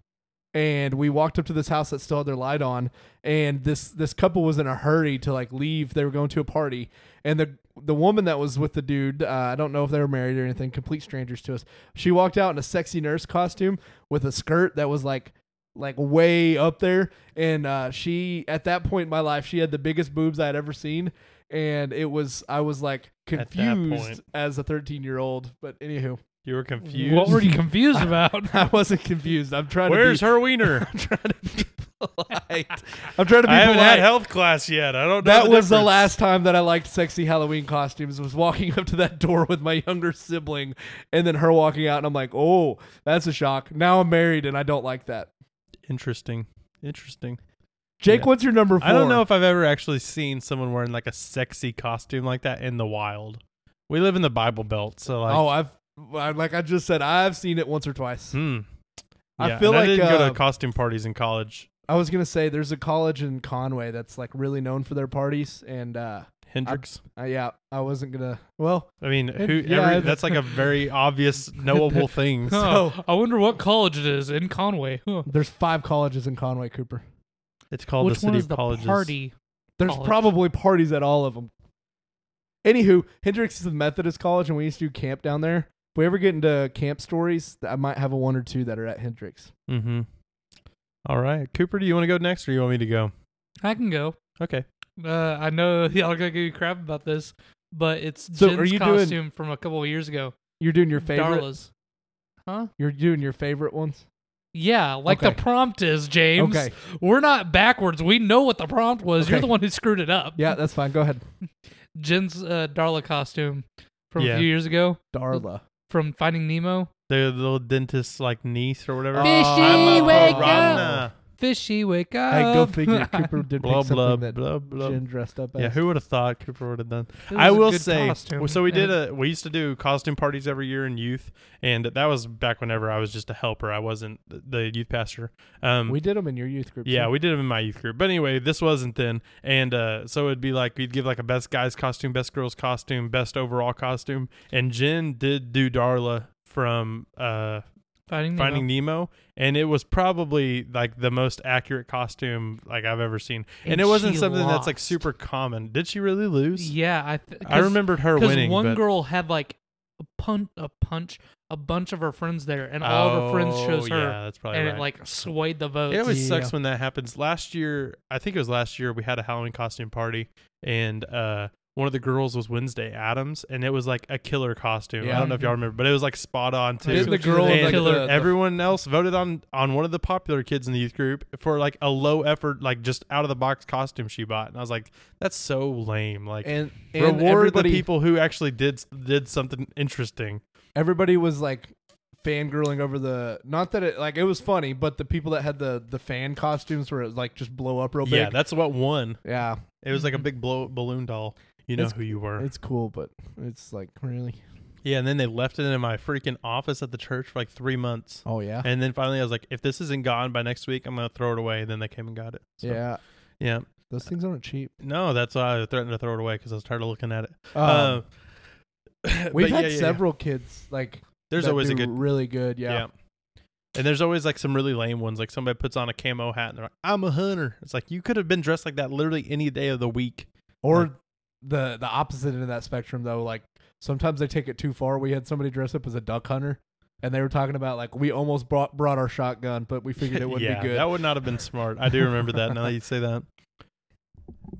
S2: and we walked up to this house that still had their light on, and this this couple was in a hurry to like leave. They were going to a party, and the the woman that was with the dude, uh, I don't know if they were married or anything, complete strangers to us. She walked out in a sexy nurse costume with a skirt that was like like way up there, and uh, she at that point in my life, she had the biggest boobs I had ever seen, and it was I was like
S3: At that point.
S2: confused as a 13 year old. But anywho,
S3: You were confused.
S1: What were you confused about?
S2: I wasn't confused. I'm trying
S3: Where's
S2: to
S3: her wiener?
S2: be, her? I'm trying to be polite. I'm trying to be
S3: I haven't had
S2: polite.
S3: health class yet. I don't know.
S2: that
S3: the
S2: was the
S3: difference.
S2: last time that I liked sexy Halloween costumes. Was walking up to that door with my younger sibling, and then her walking out, and I'm like, "Oh, that's a shock." Now I'm married, and I don't like that.
S3: Interesting. Interesting.
S2: Jake,
S3: Yeah.
S2: what's your number four?
S3: I don't know if I've ever actually seen someone wearing like a sexy costume like that in the wild. We live in the Bible Belt, so like,
S2: oh, I've I- like I just said, I've seen it once or twice.
S3: hmm.
S2: I
S3: Yeah,
S2: feel
S3: and
S2: like,
S3: I didn't go
S2: uh,
S3: to costume parties in college.
S2: I was gonna say there's a college in Conway that's like really known for their parties, and uh,
S3: Hendrix.
S2: I, yeah, I wasn't gonna. Well,
S3: I, mean, who?
S2: yeah,
S3: every,
S2: I've-
S3: that's like a very obvious, knowable thing.
S1: Huh. I wonder what college it is in Conway. Huh.
S2: There's five colleges in Conway Cooper.
S3: It's called
S1: Which
S3: the City
S1: one is the
S3: of Colleges.
S1: party?
S2: There's
S1: College.
S2: probably parties at all of them. Anywho, Hendrix is the Methodist college, and we used to do camp down there. If we ever get into camp stories, I might have a one or two that are at Hendrix.
S3: Mm-hmm. All right, Cooper, do you want to go next, or you want me to go?
S1: I can go.
S3: Okay.
S1: Uh, I know y'all gonna give you crap about this, but it's
S2: So,
S1: Jen's
S2: are you doing-
S1: costume from a couple of years ago.
S2: You're doing your favorite.
S1: Darla's. Huh?
S2: You're doing your favorite ones.
S1: Yeah, like
S2: Okay.
S1: the prompt is, James.
S2: Okay.
S1: We're not backwards. We know what the prompt was. You're
S2: Okay.
S1: the one who screwed it up.
S2: Yeah, that's fine. Go ahead,
S1: Jen's uh, Darla costume from
S3: Yeah.
S1: a few years ago
S2: Darla.
S1: from Finding Nemo.
S3: The little dentist, like niece or whatever.
S1: Fishy,
S3: I'm a
S1: wake
S3: piranha.
S1: up! Um, Fishy, wake up.
S2: Hey, go figure. Cooper did
S3: Blah
S2: pick something
S3: blah
S2: that
S3: blah blah.
S2: Jen dressed up as.
S3: Yeah, who would have thought Cooper would have done?
S1: It
S3: I
S1: was a
S3: will
S1: good
S3: say.
S1: costume.
S3: So we did
S1: And-
S3: a. We used to do costume parties every year in youth, and that was back whenever I was just a helper. I wasn't the youth pastor. Um,
S2: We did them in your youth group.
S3: yeah,
S2: too.
S3: we did them in my youth group. But anyway, this wasn't then. And uh, so it'd be like we'd give like a best guy's costume, best girl's costume, best overall costume. And Jen did do Darla from uh,
S1: Finding Nemo.
S3: Finding Nemo, and it was probably like the most accurate costume like I've ever seen. And,
S1: And
S3: it wasn't
S1: she
S3: something that's like
S1: lost.
S3: super common. Did she really lose?
S1: Yeah, I. Th-
S3: I remembered her
S1: because
S3: winning.
S1: one
S3: but,
S1: girl had like a punch, a punch, a bunch of her friends there, and all of her friends chose
S3: Oh,
S1: her,
S3: Yeah, that's probably
S1: and
S3: right.
S1: it like swayed the votes.
S3: It always
S2: Yeah.
S3: sucks when that happens. Last year, I think it was last year, we had a Halloween costume party, and uh, one of the girls was Wednesday Adams, and it was like a killer costume. I
S2: Yeah.
S3: don't know if y'all remember, but it was like spot on too.
S2: Didn't the girl
S1: And
S2: like,
S1: killer-
S2: the- the-
S3: Everyone else voted on on one of the popular kids in the youth group for like a low effort, like just out of the box costume she bought, and I was like, "That's so lame!" Like,
S2: and, and
S3: reward the
S2: everybody-
S3: people who actually did did something interesting.
S2: everybody was like fangirling over the not that it like it was funny, but the people that had the the fan costumes where it was like just blow up real big.
S3: Yeah, that's what won.
S2: yeah,
S3: It was like a
S1: Mhm.
S3: big blow balloon doll. You know
S2: It's-
S3: who you were.
S2: it's cool, but it's like really
S3: Yeah, and then they left it in my freaking office at the church for like three months.
S2: Oh yeah,
S3: And then finally, I was like, if this isn't gone by next week, I'm gonna throw it away. then they came and got it. So,
S2: yeah.
S3: yeah.
S2: Those things aren't cheap.
S3: No, that's why I threatened to throw it away because I was tired of looking at it.
S2: Um,
S3: Uh,
S2: we've
S3: but
S2: had
S3: yeah, yeah, yeah.
S2: several kids like
S3: There's
S2: that
S3: always a
S2: do
S3: good
S2: really good. Yeah.
S3: And there's always like some really lame ones. Like somebody puts on a camo hat and they're like, "I'm a hunter." It's like you could have been dressed like that literally any day of the week.
S2: Or the the opposite end of that spectrum though, like sometimes they take it too far. We had somebody dress up as a duck hunter, and they were talking about like we almost brought brought our shotgun, but we figured it wouldn't
S3: yeah,
S2: be good.
S3: that would not have been smart. I do remember that now that you say that.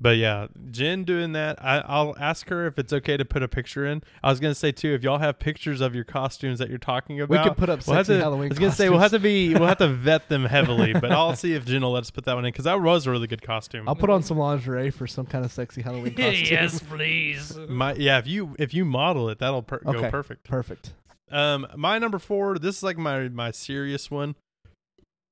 S3: But yeah, Jen doing that. I, I'll ask her if it's okay to put a picture in. I was gonna say too, if y'all have pictures of your costumes that you're talking about,
S2: we could put up sexy
S3: We'll have to, I
S2: Halloween.
S3: was gonna say we'll have to
S2: costumes.
S3: be we'll have to vet them heavily, but I'll see if Jen will let us put that one in because that was a really good costume.
S2: I'll put on some lingerie for some kind of sexy Halloween costume.
S1: yes, please.
S3: my yeah, if you if you model it, that'll per- go
S2: Okay.
S3: perfect.
S2: Perfect.
S3: Um, my number four. This is like my my serious one,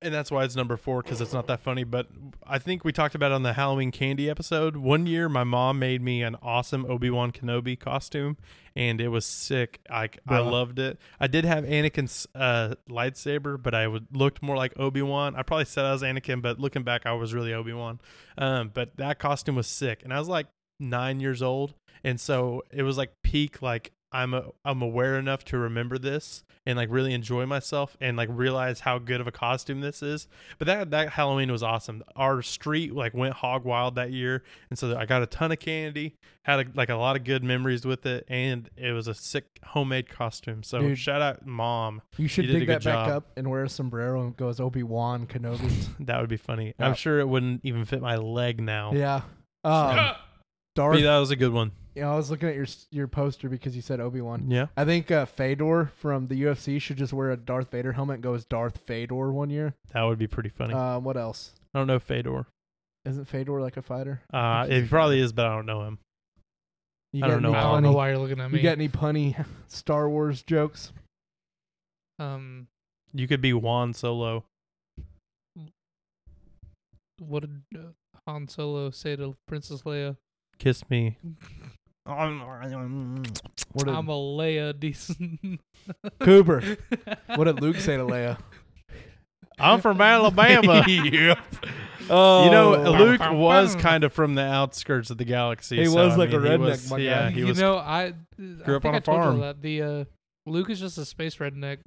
S3: and that's why it's number four because it's not that funny. But I think we talked about it on the Halloween candy episode. One year, my mom made me an awesome Obi Wan Kenobi costume, and it was sick. I I
S2: Bruh.
S3: loved it. I did have Anakin's uh, lightsaber, but I would, looked more like Obi Wan. I probably said I was Anakin, but looking back, I was really Obi Wan. Um, but that costume was sick, and I was like nine years old, and so it was like peak like I'm a, I'm aware enough to remember this and like really enjoy myself and like realize how good of a costume this is. But that that Halloween was awesome. Our street like went hog wild that year, and so I got a ton of candy, had a, like a lot of good memories with it, and it was a sick homemade costume. So
S2: Dude.
S3: shout out mom,
S2: You should
S3: You did a
S2: dig
S3: good
S2: that back
S3: job.
S2: up and wear a sombrero and go as Obi Wan Kenobi.
S3: that would be funny.
S2: Yeah.
S3: I'm sure it wouldn't even fit my leg now.
S2: yeah. Um,
S3: But
S2: Darth.
S3: that was a good one.
S2: You know, I was looking at your s- your poster because you said Obi Wan.
S3: Yeah,
S2: I think uh, Fedor from the UFC should just wear a Darth Vader helmet and go as Darth Fedor one year.
S3: that would be pretty funny.
S2: Um, what else?
S3: I don't know Fedor.
S2: Isn't Fedor like a fighter?
S3: Uh,
S2: think
S3: it
S2: he's-
S3: probably is, but I don't know him.
S2: You
S3: I
S2: got
S3: don't know.
S1: I
S2: Any
S1: don't
S2: punny,
S1: know why you're looking at me.
S2: You got any punny Star Wars jokes?
S1: um,
S3: You could be Juan Solo.
S1: what did uh, Han Solo say to Princess Leia?
S3: Kiss me.
S2: What did
S1: I'm a Leia decent.
S2: Cooper? what did Luke say to Leia?
S3: I'm from Alabama.
S1: yep.
S2: Oh,
S3: You know, Luke
S1: Bum, bum,
S3: was
S1: bum.
S3: kind of from the outskirts of the galaxy.
S2: He
S3: so,
S2: was
S3: I
S2: like
S3: mean,
S2: a
S3: he
S2: redneck,
S3: was-
S2: my guy.
S3: Yeah, he
S1: you
S3: was.
S1: know, I
S3: Grew
S1: I
S3: up
S1: think
S3: on a
S1: I told y'all
S3: farm.
S1: That the uh, Luke is just a space redneck.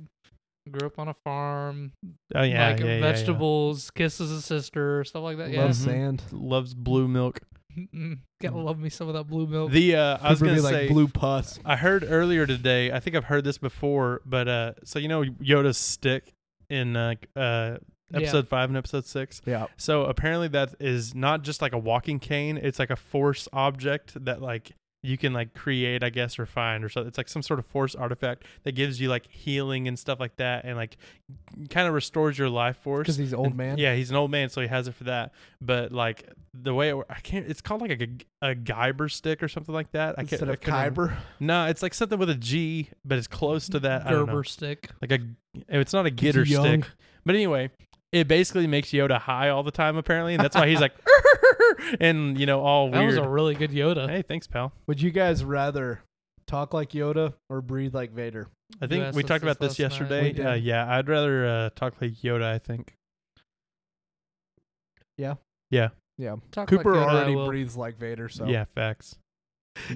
S1: Grew up on a farm.
S3: oh yeah,
S1: like
S3: yeah, yeah, yeah.
S1: vegetables, kisses his sister, stuff like that.
S2: Love
S1: Yeah, Mm-hmm.
S3: Loves-
S2: sand.
S3: Loves blue milk.
S1: Mm-mm. gotta love me some of that blue milk.
S3: The uh, I was gonna
S2: Cooper be
S3: say.
S2: like blue pus.
S3: I heard earlier today. I think I've heard this before, but uh, so you know Yoda's stick in uh, uh
S1: Yeah.
S3: episode five and episode six.
S2: Yeah.
S3: So apparently that is not just like a walking cane, it's like a force object that like you can like create, I guess, or find or so it's like some sort of force artifact that gives you like healing and stuff like that and like kind of restores your life
S2: Because
S3: force.
S2: he's an old man.
S3: Yeah, he's an old man, so he has it for that. But like the way it, wor- I can't, it's called like a, a Guyber stick or something like that. I can't,
S2: Instead
S3: I
S2: of
S3: couldn't remember.
S2: Kyber.
S3: No, it's like something with a G, but it's close to that. I don't know
S1: Gerber stick.
S3: like a it's not a gitter
S2: young.
S3: stick but anyway it basically makes yoda high all the time apparently and that's why he's like and you know all
S1: That was
S3: weird
S1: a really good Yoda.
S3: hey thanks pal
S2: Would you guys rather talk like Yoda or breathe like Vader?
S3: i think
S1: asked
S3: we
S1: us
S3: talked
S1: this
S3: about this
S1: last night. We
S3: yesterday
S2: did.
S3: uh, yeah i'd rather uh, talk like yoda i think
S1: Talk
S2: Cooper
S1: like Yoda, I
S2: already
S1: will.
S2: breathes like Vader, so
S3: yeah facts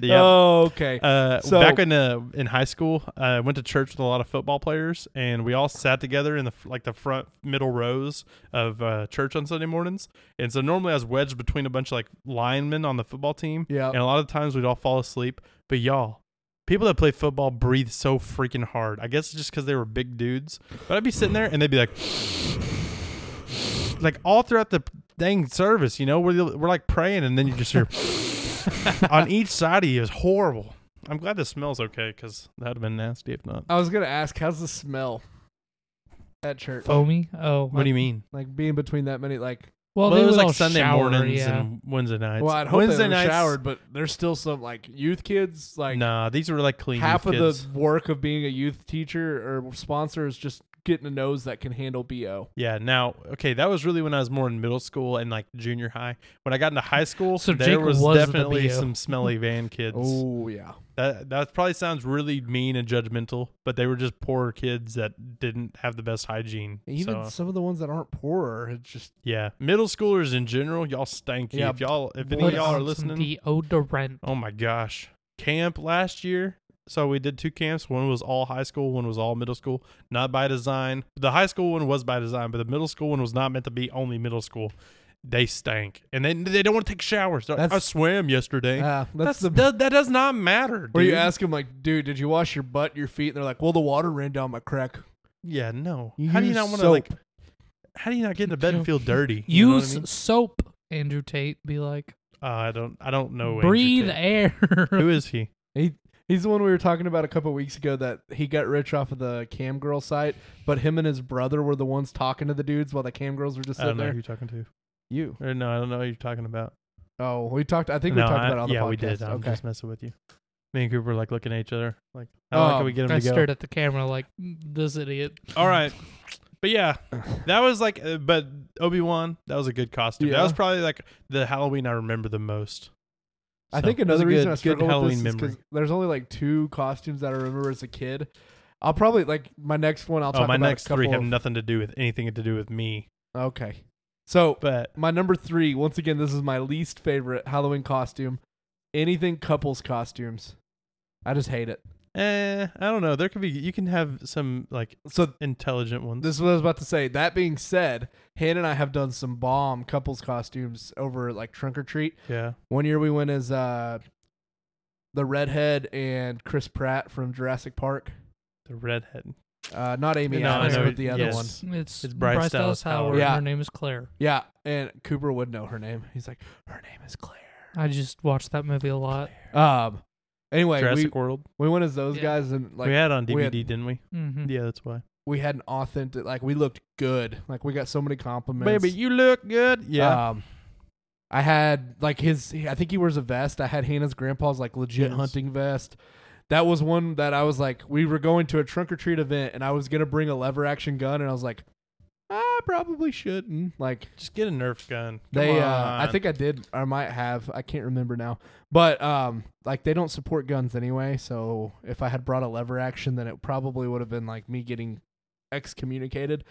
S3: yeah
S2: Oh, okay.
S3: Uh,
S2: So-
S3: back in uh, in high school, I went to church with a lot of football players, and we all sat together in the f- like the front middle rows of uh, church on Sunday mornings. And so normally I was wedged between a bunch of like linemen on the football team,
S2: Yeah.
S3: and a lot of times we'd all fall asleep. But y'all, people that play football breathe so freaking hard. I guess it's just because they were big dudes. But I'd be sitting there and they'd be like, like all throughout the dang service, you know, we're, we're like praying and then you just hear on each side of you is horrible. I'm glad this smells okay because that would have been nasty if not.
S2: I was gonna ask, how's the smell at church?
S1: Foamy. Oh,
S3: What do you mean?
S2: Like being between that many, like
S1: Well,
S3: Well,
S1: they
S3: it was
S1: would
S3: like
S1: all
S3: Sunday
S1: shower,
S3: mornings
S1: yeah.
S3: and Wednesday nights.
S2: well, I'd hope
S3: Wednesday
S2: they were
S3: nights,
S2: showered, but there's still some like youth kids, like
S3: nah, these were like clean.
S2: half of
S3: kids.
S2: the work of being a youth teacher or sponsor is just getting a nose that can handle bo.
S3: Yeah. Now, okay, that was really when I was more in middle school and like junior high. When I got into high school,
S1: So
S3: there
S1: Jake
S3: was,
S1: was the
S3: definitely
S1: BO.
S3: some smelly van kids.
S2: Oh yeah,
S3: That that probably sounds really mean and judgmental, but they were just poor kids that didn't have the best hygiene.
S2: Even
S3: So,
S2: some of the ones that aren't poorer, it's just
S3: yeah, middle schoolers in general, y'all stanky.
S2: Yeah,
S3: if y'all, if any
S1: Put
S3: of y'all are
S1: on some
S3: listening,
S1: Deodorant.
S3: oh my gosh, camp last year. So we did two camps. One was all high school. One was all middle school. Not by design. The high school one was by design, but the middle school one was not meant to be only middle school. They stank, and they they don't want to take showers. They're like, I
S2: That's-
S3: swam yesterday.
S2: ah, that's,
S3: That's,
S2: the.
S3: that, that does not matter.
S2: Where you
S3: dude.
S2: ask them like, dude, did you wash your butt, your feet? And they're like, well, the water ran down my crack.
S3: Yeah, no.
S2: You
S3: how do you
S2: use
S3: not want to
S2: soap.
S3: like? How do you not get into bed and feel dirty? You know what
S1: Use soap, Andrew Tate. Be like,
S3: I, mean? uh, I don't. I don't know. Andrew
S1: breathe
S3: Tate.
S1: air.
S3: Who is he?
S2: He he's the one we were talking about a couple weeks ago that he got rich off of the cam girl site, but him and his brother were the ones talking to the dudes while the cam girls were just
S3: I don't
S2: sitting
S3: know who
S2: there.
S3: you're talking to.
S2: You.
S3: Or no, I don't know who you're talking about.
S2: Oh, we talked. I think
S3: no,
S2: we talked
S3: I-
S2: about it on the
S3: yeah,
S2: podcast.
S3: we did. I'm
S2: okay.
S3: just messing with you. Me and Cooper were like looking at each other. Like, how oh,
S2: Oh,
S3: can we get him
S1: I
S3: to go?
S1: stared at the camera like this idiot.
S3: All right. But yeah, that was like, uh, but Obi Wan, that was a good costume. That
S2: Yeah.
S3: was probably like the Halloween I remember the most.
S2: I
S3: So,
S2: think
S3: it was a
S2: another reason
S3: good,
S2: I
S3: good
S2: struggle with
S3: Halloween
S2: this
S3: memory.
S2: is because there's only like two costumes that I remember as a kid. I'll probably like my next one. I'll
S3: oh,
S2: talk
S3: my
S2: about
S3: next
S2: a couple
S3: three have
S2: of-
S3: nothing to do with anything to do with me.
S2: okay, so
S3: But
S2: my number three. Once again, this is my least favorite Halloween costume. Anything couples costumes, I just hate it.
S3: eh, I don't know. There could be you can have some like
S2: So
S3: intelligent ones.
S2: this is what I was about to say. That being said, Hannah and I have done some bomb couples costumes over like trunk or treat.
S3: yeah.
S2: One year we went as uh, the redhead and Chris Pratt from Jurassic Park.
S3: The redhead.
S2: Uh, not Amy
S1: No, I
S2: Adams,
S1: know-
S2: but the other
S3: yes.
S2: one.
S1: It's,
S3: It's
S1: Bryce,
S3: Bryce
S1: Dallas
S3: Dallas
S1: Howard.
S2: Howard.
S1: and
S2: Yeah.
S1: Her name is Claire.
S2: Yeah, and Cooper would know her name. He's like, her name is Claire.
S1: I just watched that movie a lot.
S2: Um. Anyway, we,
S3: Uh, Jurassic World.
S2: we went as those
S1: Yeah.
S2: guys, and like
S3: we had it on
S2: we
S3: DVD,
S2: had-
S3: didn't we?
S1: hmm
S3: Yeah, that's why.
S2: we had an authentic, like we looked good. Like we got so many compliments.
S3: Baby, uh, you look good. Yeah.
S2: Um, I had like his. I think he wears a vest. I had Hannah's grandpa's like legit
S3: Yes.
S2: hunting vest. That was one that I was like, we were going to a trunk or treat event, and I was gonna bring a lever action gun, and I was like, I probably shouldn't. Like
S3: Just get a Nerf gun. Come
S2: they, uh, I
S3: on.
S2: think I did. I might have. I can't remember now. But um, like they don't support guns anyway. So if I had brought a lever action, then it probably would have been like me getting excommunicated.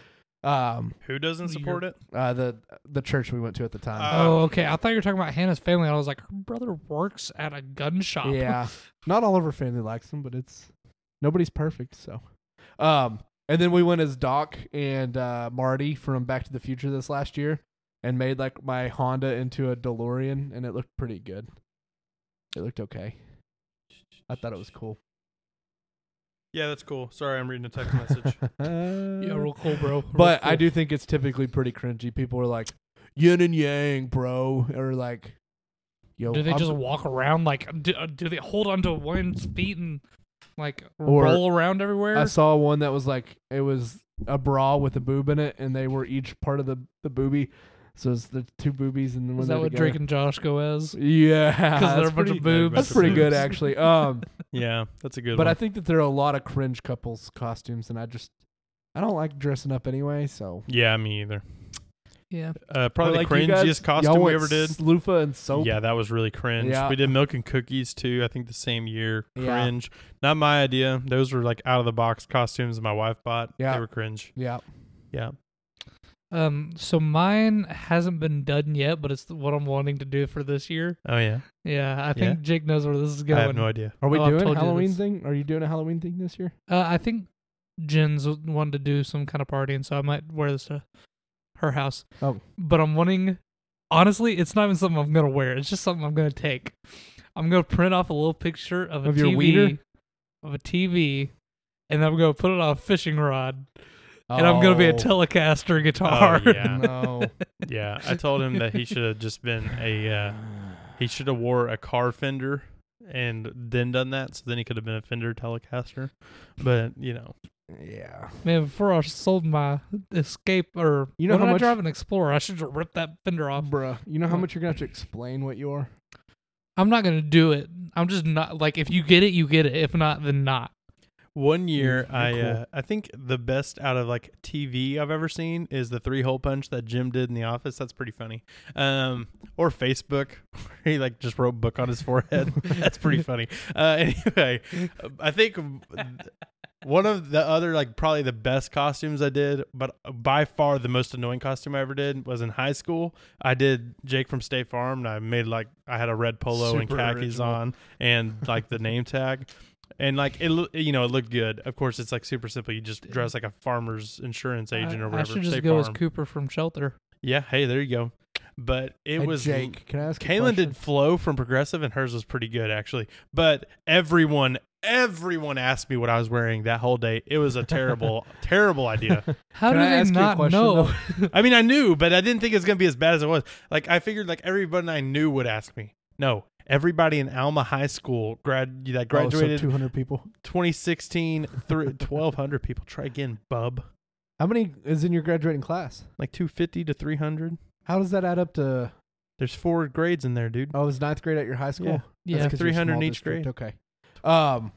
S2: Um,
S3: who doesn't support it?
S2: uh, the the church we went to at the time.
S3: Uh,
S1: Oh, okay. I thought you were talking about Hannah's family. I was like, her brother works at a gun shop.
S2: Yeah. Not all of her family likes them, but it's nobody's perfect, so. Um and then we went as Doc and uh Marty from Back to the Future this last year and made like my Honda into a DeLorean and it looked pretty good. It looked okay. I thought it was cool.
S3: Yeah, that's cool. Sorry, I'm reading a text message.
S1: yeah, real cool, bro. Real
S2: but I
S1: cool.
S2: do think it's typically pretty cringy. People are like yin and yang, bro, or like yo
S1: Do they
S2: I'm-
S1: just walk around like? Do, uh, do they hold onto one's feet and like
S2: Or-
S1: roll around everywhere?
S2: I saw one that was like it was a bra with a boob in it, and they were each part of the the boobie. So it's the two boobies, and then when
S1: Is
S2: they're
S1: that what
S2: together-
S1: Drake and Josh go as?
S2: Yeah,
S1: Because they're a
S2: that's
S1: bunch
S2: pretty,
S1: of boobs.
S2: that's pretty good
S1: Boobs.
S2: actually. Um,
S3: yeah, that's a good
S2: but I
S3: one.
S2: think that there are a lot of cringe couples costumes, and I just I don't like dressing up anyway. So
S3: yeah, me either.
S1: Yeah.
S3: Uh, probably
S2: But,
S3: the
S2: like, you
S3: cringiest
S2: guys-
S3: costume
S2: y'all
S3: we
S2: went
S3: ever did.
S2: Sloofa and soap.
S3: Yeah, that was really cringe.
S2: Yeah.
S3: We did milk and cookies too. I think the same year.
S2: Yeah.
S3: Cringe. Not my idea. Those were like out of the box costumes my wife bought.
S2: Yeah.
S3: They were cringe.
S2: yeah.
S3: Yeah.
S1: Um. So mine hasn't been done yet, but it's the- what I'm wanting to do for this year.
S3: Oh yeah.
S1: Yeah. I
S3: Yeah.
S1: think Jake knows where this is going.
S3: I have no idea.
S2: Are we
S1: Oh, I've
S2: doing
S1: told
S2: a
S1: you
S2: Halloween
S1: this.
S2: thing? Are you doing a Halloween thing this year?
S1: Uh, I think Jen's wanted to do some kind of party, and so I might wear this to her house.
S2: Oh.
S1: But I'm wanting, honestly, it's not even something I'm gonna wear. It's just something I'm gonna take. I'm gonna print off a little picture of a
S2: Of your
S1: TV,
S2: wiener?
S1: of a TV, and I'm gonna put it on a fishing rod, and I'm gonna be a
S2: Oh,
S1: Telecaster guitar.
S3: Oh, yeah.
S2: No.
S3: Yeah. I told him that he should have just been a. Uh, he should have wore a car fender and then done that. So then he could have been a Fender Telecaster. But you know,
S2: yeah.
S1: Man, before I sold my Escape or
S2: You know
S1: when
S2: how
S1: I
S2: much-
S1: drive an Explorer, I should just rip that fender off.
S2: Bruh, you know how
S1: What?
S2: much you're gonna have to explain what you are.
S1: I'm not gonna do it. I'm just not like if you get it, you get it. If not, then not.
S3: One year,
S2: you're
S3: I
S2: cool.
S3: uh, I think the best out of like TV I've ever seen is the three hole punch that Jim did in the office. That's pretty funny. Um, or Facebook, where he like just wrote book on his forehead. That's pretty funny. Uh, anyway, I think one of the other like probably the best costumes I did, but by far the most annoying costume I ever did was in high school. I did Jake from State Farm, and I made like I had a red polo and
S2: Super
S3: khakis
S2: original.
S3: on, and like the name tag, and like it, loo- you know, it looked good. Of course, it's like super simple. You just dress like a farmer's insurance agent
S1: I,
S3: or
S1: I
S3: whatever.
S1: should just
S3: State
S1: go as
S3: Farm.
S1: Cooper from Shelter.
S3: yeah, hey, there you go. But it
S2: Hey,
S3: was
S2: Jake. Can I ask? a
S3: Kaylin
S2: question?
S3: did Flow from Progressive, and hers was pretty good actually. But everyone, everyone asked me what I was wearing that whole day. It was a terrible, terrible idea.
S1: How
S2: Can
S1: do
S2: I
S1: they
S2: ask you a
S1: not
S2: question,
S1: know?
S2: though?
S3: I mean, I knew, but I didn't think it was gonna be as bad as it was. Like I figured, like everyone I knew would ask me. No, everybody in Alma High School grad that
S2: Oh,
S3: graduated
S2: so 200 people.
S3: 2016 through 1200 people. Try again, bub.
S2: How many is in your graduating class?
S3: Like 250 to 300.
S2: How does that add up to?
S3: There's four grades in there, dude.
S2: Oh, it was ninth grade at your high school.
S3: Yeah.
S2: That's
S1: Yeah.
S2: 'cause you're a
S3: 300 in
S2: small
S3: each
S2: district. Okay. Um.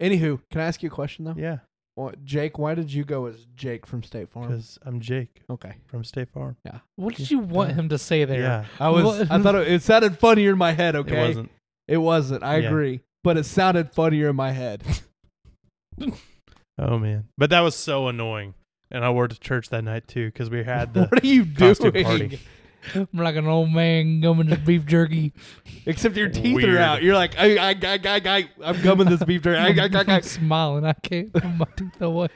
S2: Anywho, can I ask you a question though?
S3: Yeah,
S2: Well, Jake, why did you go as Jake from State Farm?
S3: because I'm Jake
S2: Okay.
S3: from State Farm.
S1: What did you want
S2: Yeah.
S1: him to say there?
S3: Yeah,
S2: I was.
S1: What-
S2: I thought it, it sounded funnier in my head. Okay.
S3: it wasn't.
S2: It wasn't, I
S3: Yeah.
S2: agree, but it sounded funnier in my head.
S3: Oh man, but that was so annoying. And I wore it to church that night too because we had the
S2: what are you
S3: costume
S2: doing?
S3: party.
S1: I'm like an old man gumming his beef jerky.
S2: Except your teeth
S3: Weird.
S2: are out. You're like, I, I, I, I, I, I'm gumming this beef jerky. I, I, I, I.
S1: I'm smiling. I can't put my teeth away.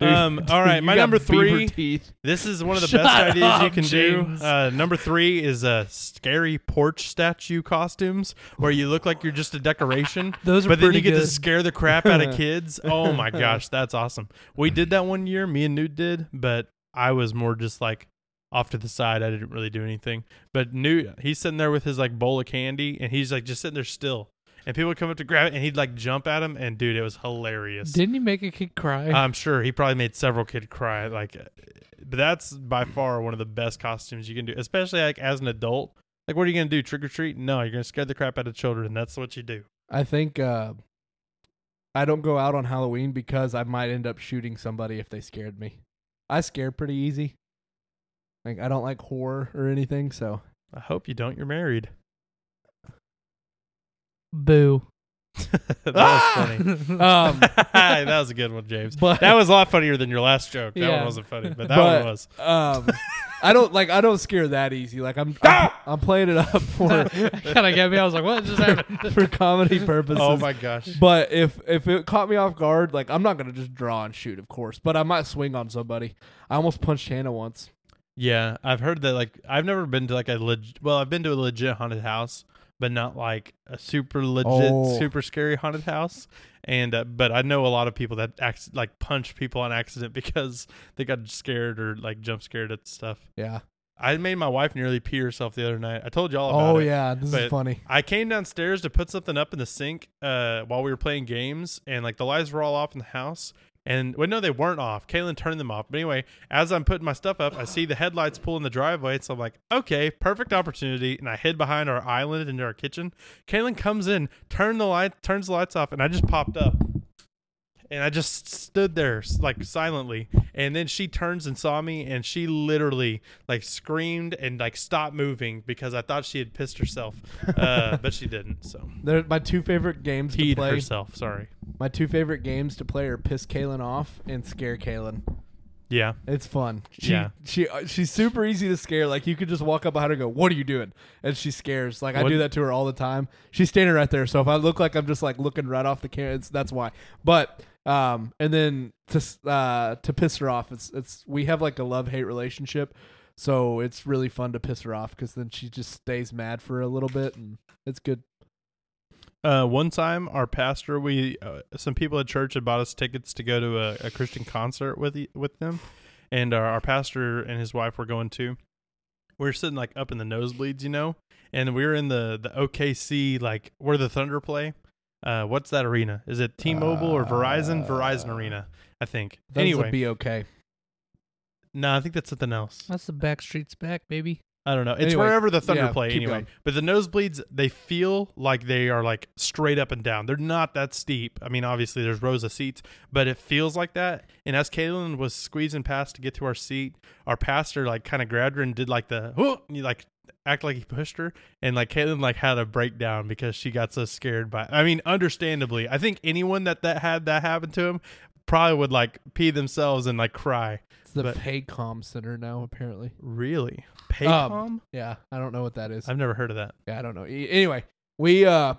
S3: Um, all right,
S2: You
S3: my
S2: got
S3: number
S2: beaver
S3: three.
S2: Teeth.
S3: This is one of the
S1: Shut
S3: best ideas you
S1: up,
S3: can
S1: James.
S3: do. Uh, number three is uh, scary porch statue costumes where you look like you're just a decoration.
S1: Those are
S3: but then
S1: pretty
S3: you get
S1: good.
S3: to scare the crap out of kids. Oh my gosh, that's awesome. We did that one year, me and Newt did, but I was more just like off to the side. I didn't really do anything. But Newt, he's sitting there with his like bowl of candy and he's like just sitting there still. And people would come up to grab it and he'd like jump at him and dude, it was hilarious.
S1: Didn't you make a kid cry?
S3: I'm sure he probably made several kids cry. Like, uh, but that's by far one of the best costumes you can do, especially like as an adult. Like, what are you gonna do? Trick or treat? No, you're gonna scare the crap out of children. That's what you do.
S2: I think uh, I don't go out on Halloween because I might end up shooting somebody if they scared me. I scare pretty easy. Like I don't like horror or anything, so
S3: I hope you don't. You're married.
S1: Boo.
S3: that was funny.
S2: um,
S3: that was a good one, James.
S2: but
S3: That was a lot funnier than your last joke. That
S1: Yeah.
S3: one wasn't funny, but that
S2: But-
S3: one was.
S2: um, I don't like I don't scare that easy. Like I'm I'm, I'm playing it up for
S1: kind of got me. I was like, what just happened?
S2: for comedy purposes.
S3: Oh my gosh.
S2: But if if it caught me off guard, like I'm not gonna just draw and shoot, of course, but I might swing on somebody. I almost punched Hannah once.
S3: Yeah, I've heard that. Like, I've never been to like a legit. Well, I've been to a legit haunted house, but not like a super legit,
S2: Oh.
S3: super scary haunted house. And uh, but I know a lot of people that ac- like punch people on accident because they got scared or like jump scared at stuff.
S2: Yeah.
S3: I made my wife nearly pee herself the other night. I told y'all about
S2: Oh
S3: it.
S2: yeah, this is
S3: But-
S2: funny.
S3: I came downstairs to put something up in the sink uh, while we were playing games, and like the lights were all off in the house. And well, no, they weren't off. Kaylin turned them off. But anyway, as I'm putting my stuff up, I see the headlights pull in the driveway. So I'm like, okay, perfect opportunity. And I hid behind our island into our kitchen. Kaylin comes in, turn the light, turns the lights off, and I just popped up. And I just stood there s- like silently. And then she turns and saw me, and she literally like screamed and like stopped moving because I thought she had pissed herself, uh, but she didn't. So
S2: They're my two favorite games to
S3: peed
S2: play.
S3: herself. Sorry.
S2: My two favorite games to play are piss Kalen off and scare Kalen.
S3: Yeah.
S2: It's fun. She,
S3: Yeah.
S2: She uh, she's super easy to scare. Like you could just walk up behind her and go, "What are you doing?" And she scares. Like I
S3: What-
S2: do that to her all the time. She's standing right there. So if I look like I'm just like looking right off the camera, it's, that's why. But um, and then to s- uh to piss her off, it's it's we have like a love hate relationship. So it's really fun to piss her off because then she just stays mad for a little bit, and it's good.
S3: Uh, one time, our pastor, we uh, some people at church had bought us tickets to go to a, a Christian concert with the, with them, and uh, our, our pastor and his wife were going too. We were sitting like up in the nosebleeds, you know, and we were in the the OKC like where the Thunder play. Uh, what's that arena? Is it T-Mobile or Verizon?
S2: Uh,
S3: Verizon Arena, I think.
S2: Those
S3: anyway,
S2: would be okay.
S3: no, I think that's something else.
S1: That's the Backstreet's back, baby.
S3: I don't know. It's
S2: Anyway,
S3: wherever the thunder
S2: yeah,
S3: play
S2: keep
S3: anyway.
S2: going.
S3: But the nosebleeds, they feel like they are like straight up and down. They're not that steep. I mean, obviously there's rows of seats, but it feels like that. And as Caitlin was squeezing past to get to our seat, our pastor like kind of grabbed her and did like the "Whoa," and he like act like he pushed her and like Caitlin like had a breakdown because she got so scared by I mean understandably I think anyone that that had that happen to him probably would like pee themselves and like cry
S2: It's the
S3: But-
S2: Paycom Center now, apparently.
S3: really
S2: Um,
S3: Paycom
S2: Yeah, I don't know what that is.
S3: I've never heard of that
S2: Yeah, I don't know. E- Anyway, we uh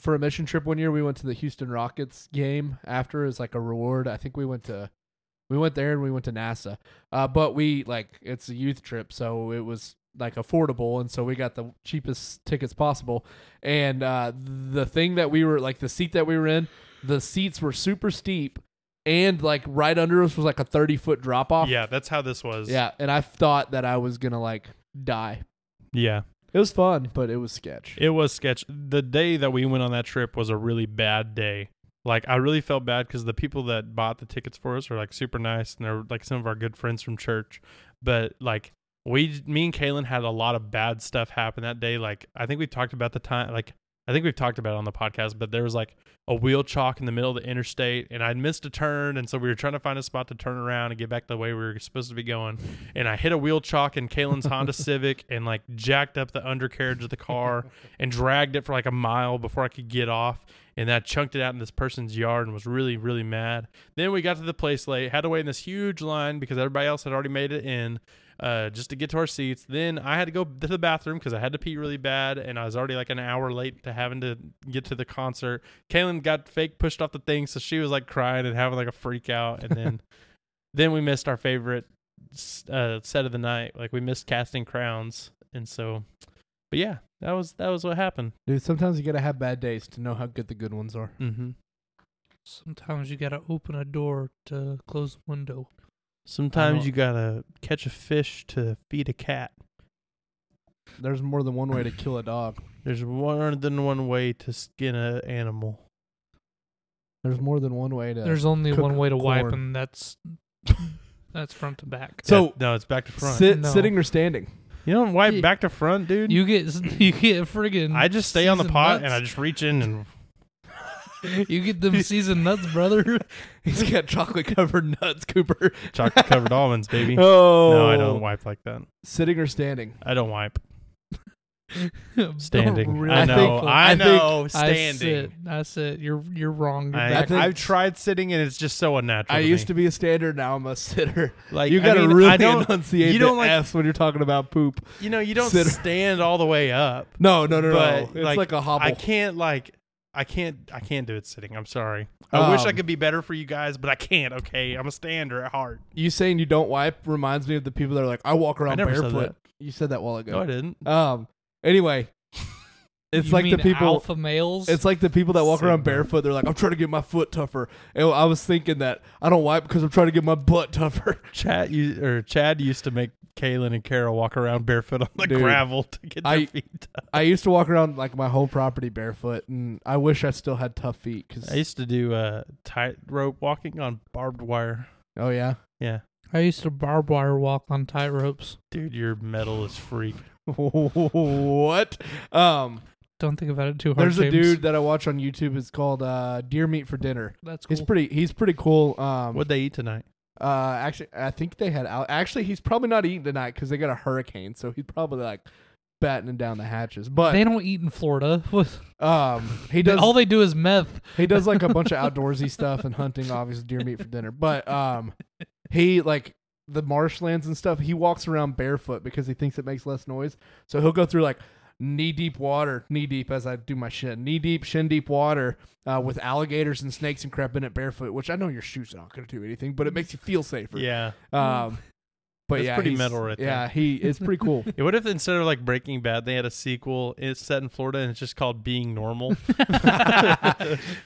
S2: for a mission trip one year we went to the Houston Rockets game after as like a reward. I think we went to we went there and we went to NASA. Uh but we like it's a youth trip, so it was like affordable and so we got the cheapest tickets possible. And uh the thing that we were like the seat that we were in, the seats were super steep and like right under us was like a 30 foot drop off.
S3: yeah that's how this was
S2: Yeah, and I thought that I was going to like die.
S3: yeah
S2: It was fun, but it was sketch.
S3: It was sketch. The day that we went on that trip was a really bad day. Like I really felt bad because the people that bought the tickets for us are like super nice and they're like some of our good friends from church. But like we, me and Kaylin had a lot of bad stuff happen that day. Like I think we talked about the time. Like I think we've talked about it on the podcast, but there was like a wheel chalk in the middle of the interstate, and I missed a turn, and so we were trying to find a spot to turn around and get back the way we were supposed to be going. And I hit a wheel chalk in Kalen's Honda Civic, and like jacked up the undercarriage of the car, and dragged it for like a mile before I could get off. And I chunked it out in this person's yard and was really, really mad. Then we got to the place late, had to wait in this huge line because everybody else had already made it in uh, just to get to our seats. Then I had to go to the bathroom because I had to pee really bad, and I was already like an hour late to having to get to the concert. Kaylin got fake pushed off the thing, so she was like crying and having like a freak out. And then, then we missed our favorite s- uh, set of the night. Like we missed casting crowns, and so, but yeah, that was that was what happened.
S2: Dude, sometimes you gotta have bad days to know how good the good ones are.
S3: Mm-hmm.
S1: Sometimes you gotta open a door to close the window.
S3: Sometimes
S2: don't-
S3: you gotta catch a fish to feed a cat.
S2: There's more than one way to kill a dog.
S3: There's more than one way to skin an animal.
S2: There's more than one way to.
S1: There's only
S2: Cook
S1: one way to wipe,
S2: corn.
S1: and that's that's front to back.
S2: So-
S3: Yeah, no, it's back to front.
S2: Sit,
S1: No.
S2: sitting or standing.
S3: You don't wipe
S1: Y-
S3: back to front, dude.
S1: You get you get friggin'
S3: I just stay on the
S1: seasoned
S3: pot and I
S1: nuts.
S3: just reach in and
S1: you get them seasoned nuts, brother.
S2: He's got chocolate covered nuts, Cooper.
S3: chocolate covered almonds, baby.
S2: Oh
S3: No, I don't wipe like that.
S2: Sitting or standing.
S3: I don't wipe.
S1: Don't
S3: Standing.
S1: really
S3: I
S2: I
S3: know.
S2: think-
S3: I,
S2: I think
S3: know.
S1: I
S3: standing.
S1: sit. I sit. You're you're wrong. You're
S3: I,
S1: back.
S2: think-
S3: have tried sitting and it's just so unnatural.
S2: I used to be a stander, now I'm a sitter.
S3: to like.
S2: you
S3: I
S2: gotta
S3: mean,
S2: really
S3: I don't,
S2: enunciate
S3: you don't
S2: the
S3: like-
S2: S when you're talking about poop.
S3: You know, you don't
S2: Sitter.
S3: stand all the way up.
S2: No, no, no,
S3: but
S2: no. It's like, a hobble.
S3: I can't like. I can't. I can't do it sitting. I'm sorry. I wish I
S2: Um,
S3: could be better for you guys, but I can't. Okay, I'm a stander at heart.
S2: you saying you don't wipe reminds me of the people that are like, I walk around
S3: never said
S2: barefoot. You said that a while
S3: No, I
S2: ago.
S3: didn't.
S2: um. Anyway, it's
S1: You
S2: like the
S1: mean
S2: people.
S1: alpha males.
S2: It's like the people that walk around
S3: Sigma.
S2: barefoot. They're like, I'm trying to get my foot tougher. And I was thinking that I don't wipe because I'm trying to get my butt tougher.
S3: Chad you, or Chad used to make Kaylin and Carol walk around barefoot on the
S2: Dude,
S3: gravel to get their
S2: I-
S3: feet. Up.
S2: I used to walk around like my whole property barefoot, and I wish I still had tough feet.
S3: I
S2: Cause
S3: used to do uh, tightrope walking on barbed wire.
S2: oh yeah,
S3: Yeah,
S1: I used to barbed wire walk on tight ropes.
S3: dude, your metal is freak.
S2: what? Um,
S1: Don't think about it too hard.
S2: there's a
S1: James.
S2: dude that I watch on YouTube. It's called uh, Deer Meat for Dinner.
S1: That's cool.
S2: He's pretty. He's pretty cool. Um,
S3: What'd they eat tonight?
S2: Uh, actually, I think they had out. Actually, he's probably not eating tonight because they got a hurricane, so he's probably like battening down the hatches. But
S1: they don't eat in Florida.
S2: um, he does.
S1: All they do is meth.
S2: He does like a bunch of outdoorsy stuff and hunting, obviously deer meat for dinner. But um, he like the marshlands and stuff. He walks around barefoot because he thinks it makes less noise. So he'll go through like knee deep water, knee deep as I do my shit, knee deep, shin deep water uh, with alligators and snakes and crap in it barefoot. Which I know your shoes are not going to do anything, but it makes you feel safer.
S3: Yeah.
S2: Um, but
S3: That's
S2: yeah,
S3: pretty
S2: he's-
S3: metal right there.
S2: Yeah, he it's pretty cool.
S3: Yeah, What if instead of like Breaking Bad, they had a sequel? It's set in Florida and it's just called Being Normal.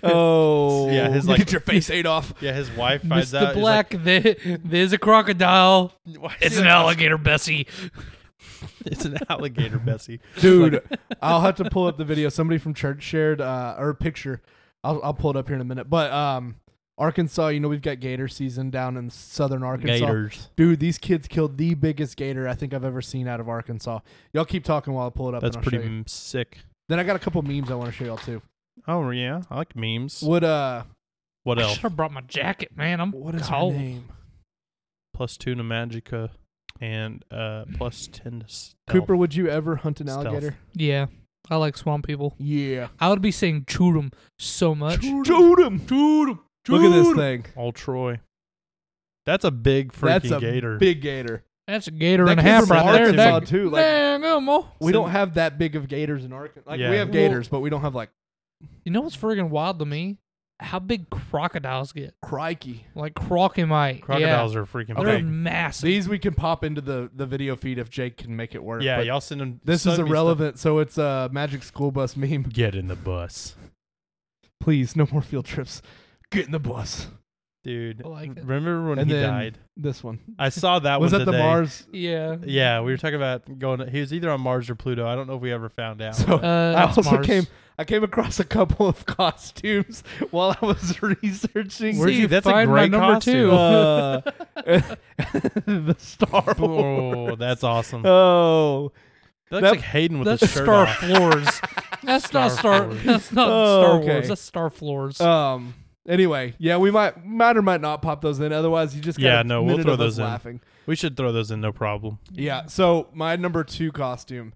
S2: oh,
S3: Yeah, his, like-
S2: get your face ate off.
S3: yeah, his wife finds out.
S1: Mr.
S3: he's like,
S1: Black, there, there's a crocodile.
S3: "Why is
S1: It's
S3: it
S1: an
S3: a-
S1: alligator, Bessie.
S3: It's an alligator, Bessie.
S2: dude i'll have to pull up the video somebody from church shared uh or picture i'll, I'll pull it up here in a minute but um Arkansas, you know, we've got gator season down in southern Arkansas.
S3: Gators.
S2: Dude, these kids killed the biggest gator I think I've ever seen out of Arkansas. Y'all keep talking while I pull it up.
S3: That's
S2: and I'll show
S3: pretty
S2: you.
S3: m- sick.
S2: Then I got a couple memes I want to show y'all too.
S3: Oh yeah, I like memes.
S2: Would uh,
S3: What
S1: I
S3: else?
S1: should have brought my jacket, man. I'm
S2: what is
S1: cold.
S2: her name?
S3: Plus two to Magica, and uh, plus ten to stealth.
S2: Cooper, would you ever hunt an
S3: Stealth.
S2: alligator?
S1: Yeah, I like swamp people.
S2: Yeah.
S1: I would be saying shoot 'em so much.
S2: Shoot him! Shoot him! Look at this
S1: Shoot 'em.
S2: thing.
S3: Old Troy. That's a big freaking
S2: That's a
S3: gator.
S2: big gator.
S1: That's a gator
S2: That
S1: and a
S2: came
S1: half
S2: from
S1: right there.
S2: Arkansas
S1: That,
S2: too. Like
S1: Dang, Elmo.
S2: we don't have that big of gators in Arkansas. Like
S3: Yeah.
S2: we have
S1: Well-
S2: gators, but we don't have like
S1: You know what's friggin' wild to me? How big crocodiles get.
S2: crikey.
S1: Like crocodile.
S3: Crocodiles are freaking
S1: yeah. They're
S3: big.
S1: massive.
S2: These we can pop into the the video feed if Jake can make it work.
S3: Yeah,
S2: but
S3: y'all send them.
S2: This
S3: send
S2: is
S3: me stuff.
S2: irrelevant, so it's a magic school bus meme.
S3: Get in the bus,
S2: Please, no more field trips. Get in the bus.
S3: dude.
S1: I like it.
S3: remember when
S2: And
S3: he
S2: then-
S3: died?
S2: This one
S3: I saw that
S2: was
S3: one
S2: that the
S3: today.
S2: Mars.
S1: yeah.
S3: Yeah, we were talking about going. He was either on Mars or Pluto. I don't know if we ever found out.
S2: So
S1: Uh,
S2: I
S1: that's
S2: also
S1: Mars.
S2: came. I came across a couple of costumes while I was researching.
S1: Where'd
S3: See,
S1: you
S3: that's a
S1: find my
S3: great
S1: number
S3: costume.
S1: two?
S2: Uh, the Star
S3: oh, that's awesome.
S2: Oh,
S3: That looks
S2: that-
S3: like Hayden with
S1: That's
S3: his shirt
S1: star
S3: off.
S1: floors. That's not
S3: Star
S1: star.
S3: floors.
S1: That's not
S2: Oh,
S1: Star
S2: okay.
S1: Wars. That's Star Floors.
S3: Uh,
S2: um. Anyway, yeah, we might might or might not pop those in. Otherwise, you just got
S3: Yeah,
S2: a
S3: no, we'll
S2: minute
S3: throw
S2: of
S3: those in.
S2: us Laughing.
S3: We should throw those in, no problem.
S2: Yeah. So my number two costume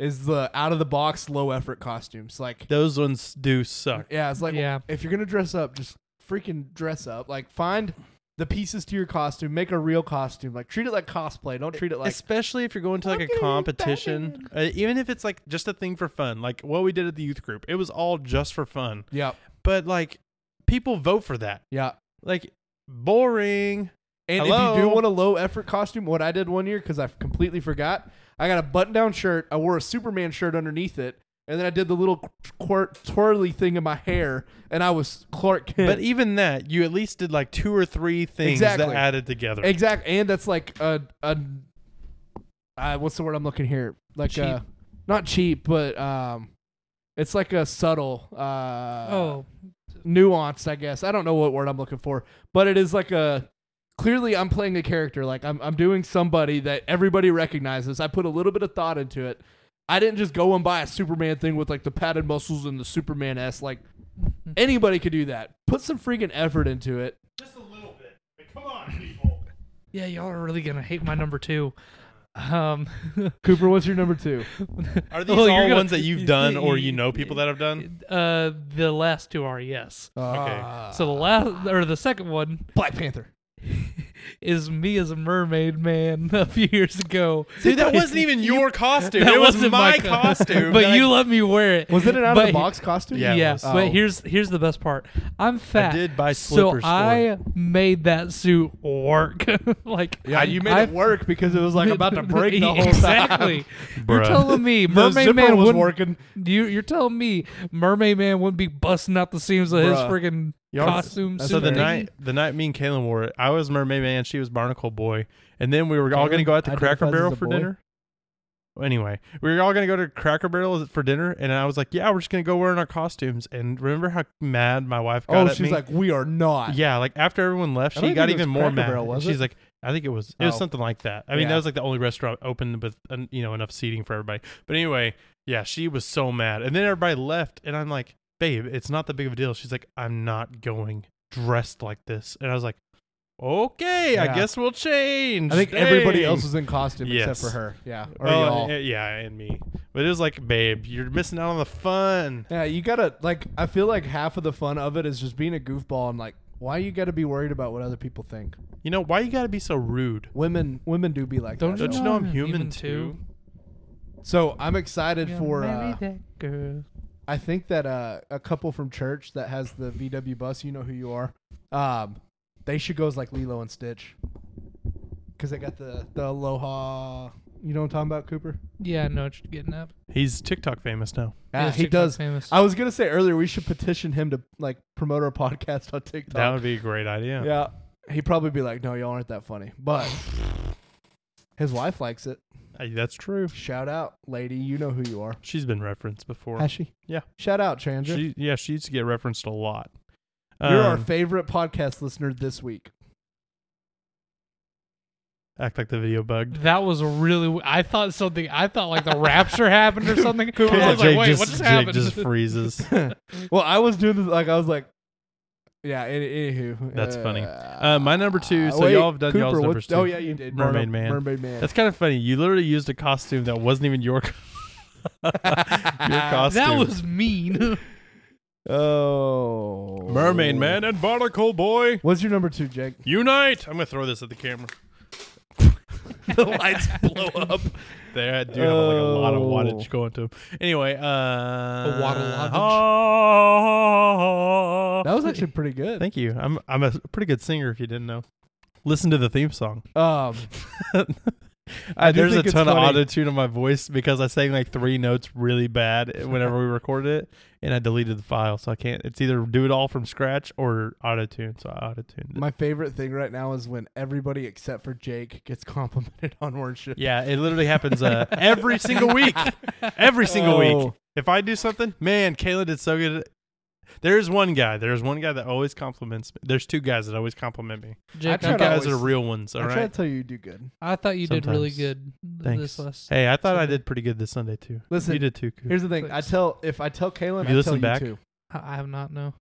S2: is the out of the box low effort costumes. Like,
S3: Those ones do suck.
S2: yeah, it's like
S1: Yeah.
S2: if you're gonna dress up, just freaking dress up. Like, find the pieces to your costume, make a real costume. Like, treat it like cosplay. Don't treat it like
S3: especially if you're going to like
S2: I'm
S3: a
S2: getting
S3: competition uh, even if it's like just a thing for fun like what we did at the youth group it was all just for fun
S2: yeah,
S3: but like people vote for that
S2: yeah.
S3: like boring
S2: And if you do
S3: Hello?
S2: want a low effort costume, what I did one year because I completely forgot, I got a button down shirt. I wore a Superman shirt underneath it, and then I did the little twir- twirly thing in my hair, and I was Clark Kent.
S3: but even that you at least did like two or three things
S2: Exactly.
S3: that added together
S2: exactly, and that's like a a uh, what's the word I'm looking here? Like
S1: Cheap.
S2: uh not cheap, but um, it's like a subtle uh
S1: oh,
S2: nuanced, I guess. I don't know what word I'm looking for, but it is like a clearly I'm playing a character. Like I'm I'm doing somebody that everybody recognizes. I put a little bit of thought into it. I didn't just go and buy a Superman thing with like the padded muscles and the Superman s. Like anybody could do that. Put some freaking effort into it.
S3: just a little bit come on people
S1: yeah. Y'all are really gonna hate my number two. Um,
S2: Cooper, what's your number two?
S3: are these
S1: Well, you're
S3: all
S1: gonna-
S3: ones that you've done or you know people that have done
S1: uh, the last two are yes.
S2: Ah,
S1: So the last or the second one
S2: Black Panther.
S1: is me as a mermaid man a few years ago.
S3: dude that wasn't even your costume
S1: That
S3: it was
S1: wasn't
S3: my
S1: co-
S3: costume
S1: but
S3: that I-
S1: you let me wear it.
S2: Was it an out of the
S1: But-
S2: box costume?
S3: Yeah,
S1: Yeah,
S3: it was.
S1: but
S2: Oh.
S1: here's here's the best part. I'm fat.
S3: did buy
S1: so
S3: slippers for
S1: I made that suit work. like
S2: Yeah, you made
S1: I-
S2: it work because it was like about to break the whole time.
S1: exactly. You're
S3: Bruh.
S1: telling me
S2: The
S1: Mermaid
S2: zipper
S1: Man
S2: was
S1: wouldn't
S2: working.
S1: You, you're telling me Mermaid Man wouldn't be busting out the seams of his
S2: Bruh.
S1: friggin'
S2: Y'all-
S1: costume
S2: that's
S1: suit.
S3: So the
S2: Very-
S3: night, the night me and Kaylin wore it, I was Mermaid Man, she was Barnacle Boy, and then we were all going to go out to
S2: Kaylin
S3: Cracker
S2: identifies
S3: Barrel
S2: as a
S3: for
S2: boy?
S3: dinner. Well, Anyway, we were all going to go to Cracker Barrel for dinner, and I was like, "Yeah, we're just going to go wearing our costumes." And remember how mad my wife got
S2: Oh,
S3: at
S2: she's
S3: me?
S2: like, we are not.
S3: "Yeah." Like after everyone left,
S2: I
S3: she
S2: don't
S3: got
S2: think it
S3: even
S2: was
S3: more
S2: Cracker
S3: mad.
S2: Barrel, was
S3: she's
S2: it?
S3: like, "I think it was it was
S2: Oh.
S3: something like that." I mean,
S2: Yeah.
S3: that was like the only restaurant open with uh, you know enough seating for everybody. But anyway, yeah, she was so mad, and then everybody left, and I'm like, "Babe, it's not that big of a deal." She's like, "I'm not going dressed like this," and I was like, "Okay,
S2: Yeah.
S3: I guess we'll change."
S2: I think everybody
S3: Dang.
S2: else was in costume
S3: Yes.
S2: except for her. Yeah. Or
S3: Well,
S2: y'all.
S3: uh, yeah, and me. But it was like, "Babe, you're missing out on the fun."
S2: yeah, you gotta like I feel like half of the fun of it is just being a goofball and like why you gotta be worried about what other people think.
S3: You know why you got to be so rude?
S2: Women women do be like
S1: Don't
S2: that.
S3: Don't you
S2: though.
S3: know I'm
S1: I'm
S3: human,
S1: human
S3: too?
S1: too.
S2: So I'm excited for
S1: Marry
S2: uh,
S1: that girl.
S2: I think that uh, a couple from church that has the VW bus, you know who you are. Um they should go as like Lilo and Stitch. Cause they got the the Aloha you know what I'm talking about, Cooper?
S1: yeah, I know what you're getting at.
S3: He's TikTok famous now.
S2: Yeah,
S1: Yes,
S2: he
S1: TikTok
S2: does.
S1: famous.
S2: I was gonna say earlier we should petition him to like promote our podcast on TikTok.
S3: That would be a great idea.
S2: yeah, he'd probably be like, "No, y'all aren't that funny," but his wife likes it.
S3: Hey, that's true.
S2: Shout out, lady, you know who you are.
S3: She's been referenced before.
S2: Has she?
S3: Yeah.
S2: Shout out, Chandra.
S3: She, yeah, she used to get referenced a lot.
S2: You're our
S3: Um,
S2: favorite podcast listener this week.
S3: act like the video bugged.
S1: That was really. w- I thought something. I thought like the rapture happened or something. I
S3: Yeah,
S1: was like,
S3: Jake
S1: wait,
S3: just,
S1: what just
S3: Jake
S1: happened?
S3: just freezes.
S2: Well, I was doing this like I was like, yeah. Any, anywho,
S3: That's funny.
S2: Uh,
S3: my number two, so
S2: wait,
S3: y'all have done
S2: Cooper,
S3: y'all's
S2: what's-
S3: numbers too.
S2: Oh yeah, you did.
S3: Mermaid Man.
S2: Mermaid Man.
S3: That's kind of funny. You literally used a costume that wasn't even your, co- your costume.
S1: that was mean.
S2: oh,
S3: Mermaid Man and Barnacle Boy
S2: What's your number two, Jake?
S3: unite. I'm gonna throw this at the camera. the lights blow up. There, dude, uh, have like a lot of
S2: Oh.
S3: wattage going to him. Anyway, uh, a
S1: wad of wattage?
S2: That was actually pretty good.
S3: Thank you. I'm I'm a pretty good singer. If you didn't know, listen to the theme song.
S2: Um,
S3: I,
S2: I do
S3: there's a
S2: think it's
S3: ton of
S2: funny.
S3: auto tune on my voice because I sang like three notes really bad whenever we recorded it, and I deleted the file, so I can't. It's either do it all from scratch or auto tune. So I auto tuned.
S2: my favorite thing right now is when everybody except for Jake gets complimented on worship.
S3: Yeah, it literally happens uh, every single week. Every single week.
S2: Oh.
S3: If I do something, man, Kayla did so good. There's one guy. There's one guy that always compliments me. There's two guys that always compliment me.
S1: Jake,
S2: tried
S1: I,
S3: You
S2: to
S1: thought-
S3: guys
S2: always-
S3: are real ones, all
S2: I try to
S3: right?
S2: tell you, you do good.
S1: I thought you did really good
S3: Sometimes.
S1: this
S3: Thanks.
S1: last.
S3: Hey, I thought I
S1: Sunday.
S3: did pretty good this Sunday too.
S2: Listen,
S3: you did too. Coop.
S2: Here's the thing. I
S1: Thanks.
S2: tell if I tell
S3: Have
S2: Kalen, I
S3: you
S2: tell
S3: listened back?
S2: you too.
S1: I I have not no.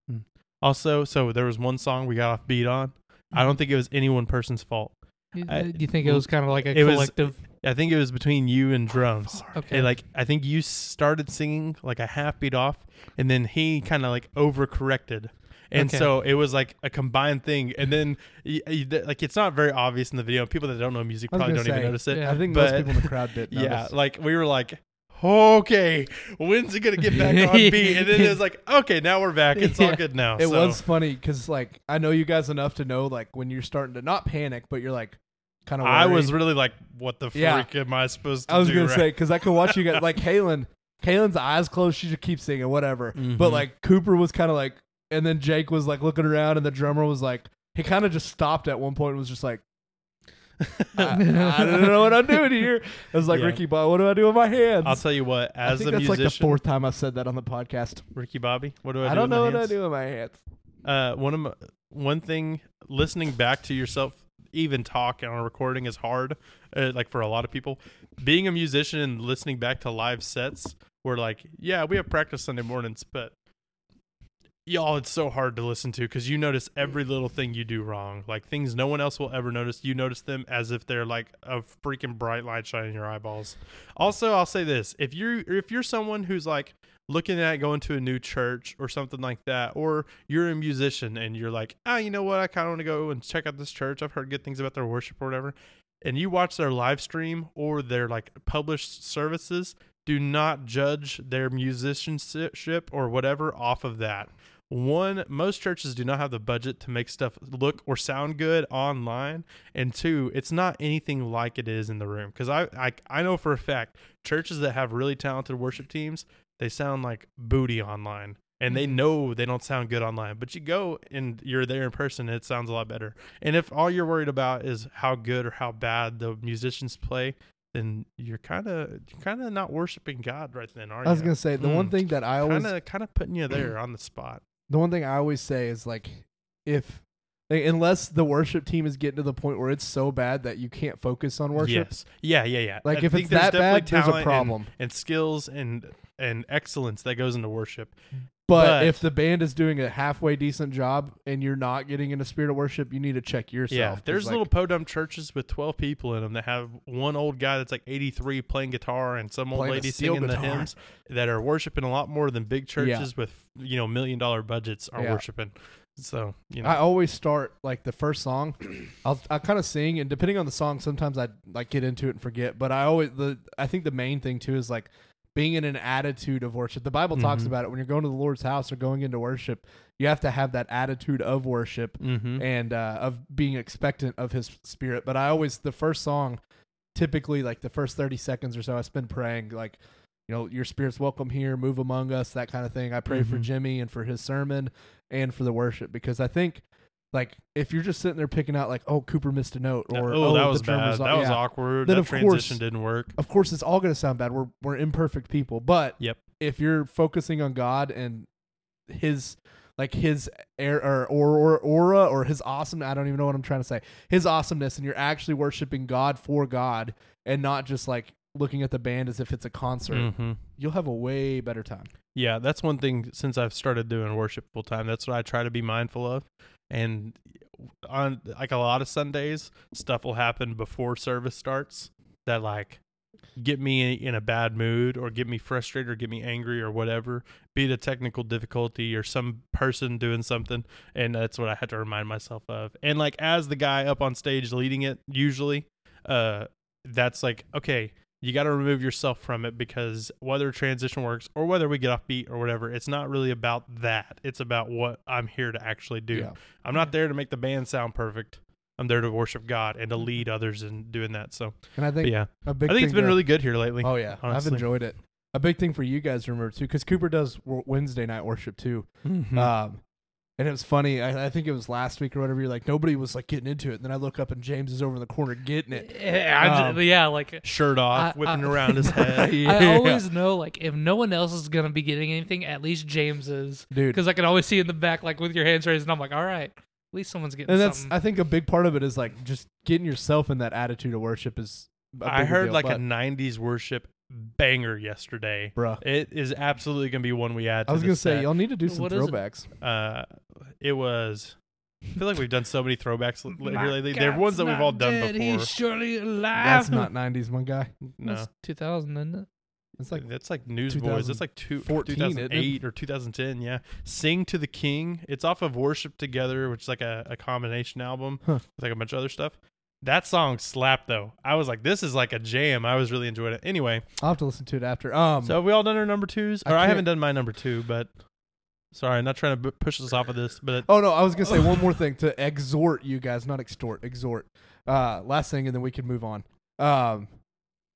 S3: Also, so there was one song we got off beat on. I don't think it was any one person's fault.
S1: Do you,
S3: I-
S1: do you think it was kind of like a
S3: it was-
S1: collective?
S3: I think it was between you and drums.
S1: okay.
S3: And, like I think you started singing like a half beat off, and then he kind of like overcorrected, and
S1: Okay.
S3: so it was like a combined thing. And then y- y- th- like it's not very obvious in the video. People that don't know music
S2: I was
S3: probably don't
S2: gonna
S3: even
S2: say,
S3: notice it.
S1: yeah.
S2: I think
S3: But-
S2: most people in the crowd did.
S3: Yeah,
S2: notice.
S3: like we were like, okay, when's it gonna get back on beat? And then it was like, okay, now we're back. It's all
S1: Yeah.
S3: good now.
S2: It
S3: so.
S2: was funny because like I know you guys enough to know like when you're starting to not panic, but you're like kind of.
S3: I was really like, what the freak
S2: Yeah.
S3: am I supposed to?
S2: I was
S3: do
S2: gonna
S3: right?
S2: say because I could watch you guys like Kalen. Kalen's eyes closed. She just keeps singing whatever.
S3: Mhm.
S2: But like Cooper was kind of like, and then Jake was like looking around, and the drummer was like, he kind of just stopped at one point and was just like. I, I don't know what I'm doing here. I was like
S3: Yeah.
S2: Ricky Bob. What do I do with my hands?
S3: I'll tell you what,
S2: I
S3: as
S2: think
S3: a
S2: that's
S3: musician,
S2: like the fourth time I've said that on the podcast.
S3: Ricky Bobby, what do I,
S2: I,
S3: do with
S2: don't
S3: my
S2: know what I
S3: hands?
S2: do with my hands.
S3: uh, one of my, one thing listening back to yourself even talk on a recording is hard uh, like for a lot of people being a musician and listening back to live sets we're like yeah we have practice sunday mornings but y'all it's so hard to listen to because you notice every little thing you do wrong like things no one else will ever notice you notice them as if they're like a freaking bright light shining in your eyeballs also i'll say this if you if you're someone who's like looking at going to a new church or something like that or you're a musician and you're like ah you know what i kind of want to go and check out this church i've heard good things about their worship or whatever and you watch their live stream or their like published services do not judge their musicianship or whatever off of that one most churches do not have the budget to make stuff look or sound good online and two it's not anything like it is in the room because I, I i know for a fact churches that have really talented worship teams they sound like booty online and
S2: Mm-hmm.
S3: they know they don't sound good online but you go and you're there in person it sounds a lot better and if all you're worried about is how good or how bad the musicians play then you're kind of you're kind of not worshiping god right then are
S2: I was
S3: you
S2: gonna say the
S3: Mm.
S2: one thing that I always
S3: kind of kind of putting you there on the spot
S2: the one thing I always say is like if like, unless the worship team is getting to the point where it's so bad that you can't focus on worship.
S3: Yes. Yeah, yeah, yeah.
S2: Like,
S3: I
S2: if
S3: think
S2: it's
S3: there's
S2: that
S3: definitely
S2: bad, there's a
S3: talent and-
S2: problem.
S3: And, skills and and excellence that goes into worship.
S2: But,
S3: But-
S2: if the band is doing a halfway decent job and you're not getting in a spirit of worship, you need to check yourself.
S3: Yeah.
S2: 'Cause,
S3: There's
S2: like,
S3: little podum churches with 12 people in them that have one old guy that's like 83 playing guitar and some old
S2: Playing a
S3: lady
S2: steel
S3: singing the
S2: guitar.
S3: hymns that are worshiping a lot more than big churches with, you know, million dollar budgets are
S2: Yeah.
S3: worshiping. So, you know.
S2: I always start like the first song. I'll I kind of sing, and depending on the song, sometimes I like get into it and forget. But I always the I think the main thing too is like being in an attitude of worship. The Bible talks
S3: Mhm.
S2: about it when you're going to the Lord's house or going into worship. You have to have that attitude of worship
S3: Mhm.
S2: and uh, of being expectant of His Spirit. But I always the first song, typically like the first thirty seconds or so, I spend praying like. You know, your spirit's welcome here, move among us, that kind of thing. I pray for
S3: Mhm.
S2: Jimmy and for his sermon and for the worship because I think like if you're just sitting there picking out like oh Cooper missed a note or
S3: oh, that was
S2: the
S3: bad.
S2: drummer's
S3: That
S2: off,"
S3: was
S2: yeah.
S3: awkward.
S2: Then
S3: that
S2: of course-
S3: transition didn't work.
S2: Of course, it's all going to sound bad. We're we're imperfect people, but
S3: Yep.
S2: if you're focusing on God and His like his air or, or, or aura or his awesome I don't even know what I'm trying to say his awesomeness and you're actually worshiping God for God and not just like looking at the band as if it's a concert
S3: Mm-hmm.
S2: you'll have a way better time
S3: Yeah, that's one thing since I've started doing worship full time. That's what I try to be mindful of. And on like a lot of Sundays, stuff will happen before service starts that like get me in a bad mood or get me frustrated or get me angry or whatever, be it a technical difficulty or some person doing something. And that's what I had to remind myself of. And like as the guy up on stage leading it, usually, uh, that's like, okay, you got to remove yourself from it because whether transition works or whether we get off beat or whatever, it's not really about that. It's about what I'm here to actually do.
S2: Yeah.
S3: I'm not there to make the band sound perfect. I'm there to worship God and to lead others in doing that. So,
S2: and I
S3: but
S2: think
S3: yeah,
S2: a Mm-hmm. big
S3: I think
S2: thing
S3: it's been
S2: to-
S3: really good here lately.
S2: Oh yeah,
S3: honestly.
S2: I've enjoyed it. A big thing for you guys to remember too, because Cooper does w- Wednesday night worship too.
S1: Mm-hmm.
S3: Hmm.
S2: Um, and it was funny. I, I think it was last week or whatever. You're like nobody was like getting into it, and then I look up and James is over in the corner getting it.
S1: Yeah, I
S2: Um,
S1: ju- yeah, like
S3: Shirt off,
S1: I-
S3: whipping
S1: I-
S3: around his head.
S1: I always know like if no one else is gonna be getting anything, at least James is,
S2: Dude.
S1: Because I can always see in the back, like with your hands raised, and I'm like, all right, at least someone's getting
S2: And that's
S1: something.
S2: I think a big part of it is like just getting yourself in that attitude of worship is. a
S3: I
S2: bigger
S3: heard
S2: deal,
S3: like a
S2: but,
S3: 90s worship banger yesterday.
S2: bruh.
S3: It is absolutely going to be one we add. To
S2: I was
S3: this
S2: gonna say
S3: set.
S2: y'all need to do some
S1: What is it?
S2: throwbacks.
S3: uh, it was. I feel like weeve done so many throwbacks l-
S1: My
S3: here lately. They're
S1: God's
S3: ones that we've
S1: not
S3: all done
S1: dead,
S3: before.
S1: He's surely alive.
S2: That's not '90s, my guy.
S3: no,
S1: That's 2000, isn't it?
S2: It's like
S3: that's like Newsboys. That's like two,
S2: 2014, isn't it?
S3: 2008 or 2010. Yeah, Sing to the King. It's off of Worship Together, which is like a, a combination album
S2: Huh.
S3: with like a bunch of other stuff. That song slapped though. I was like, this is like a jam. I was really enjoying it. Anyway,
S2: I'll have to listen to it after. Um,
S3: so have we all done our number twos?
S2: I
S3: Or I,
S2: can't-
S3: haven't done my number two, but sorry, not trying to b- push us off of this, but
S2: Oh no, I was gonna say one more thing to exhort you guys, not extort, exhort. Uh, last thing, and then we can move on. Um,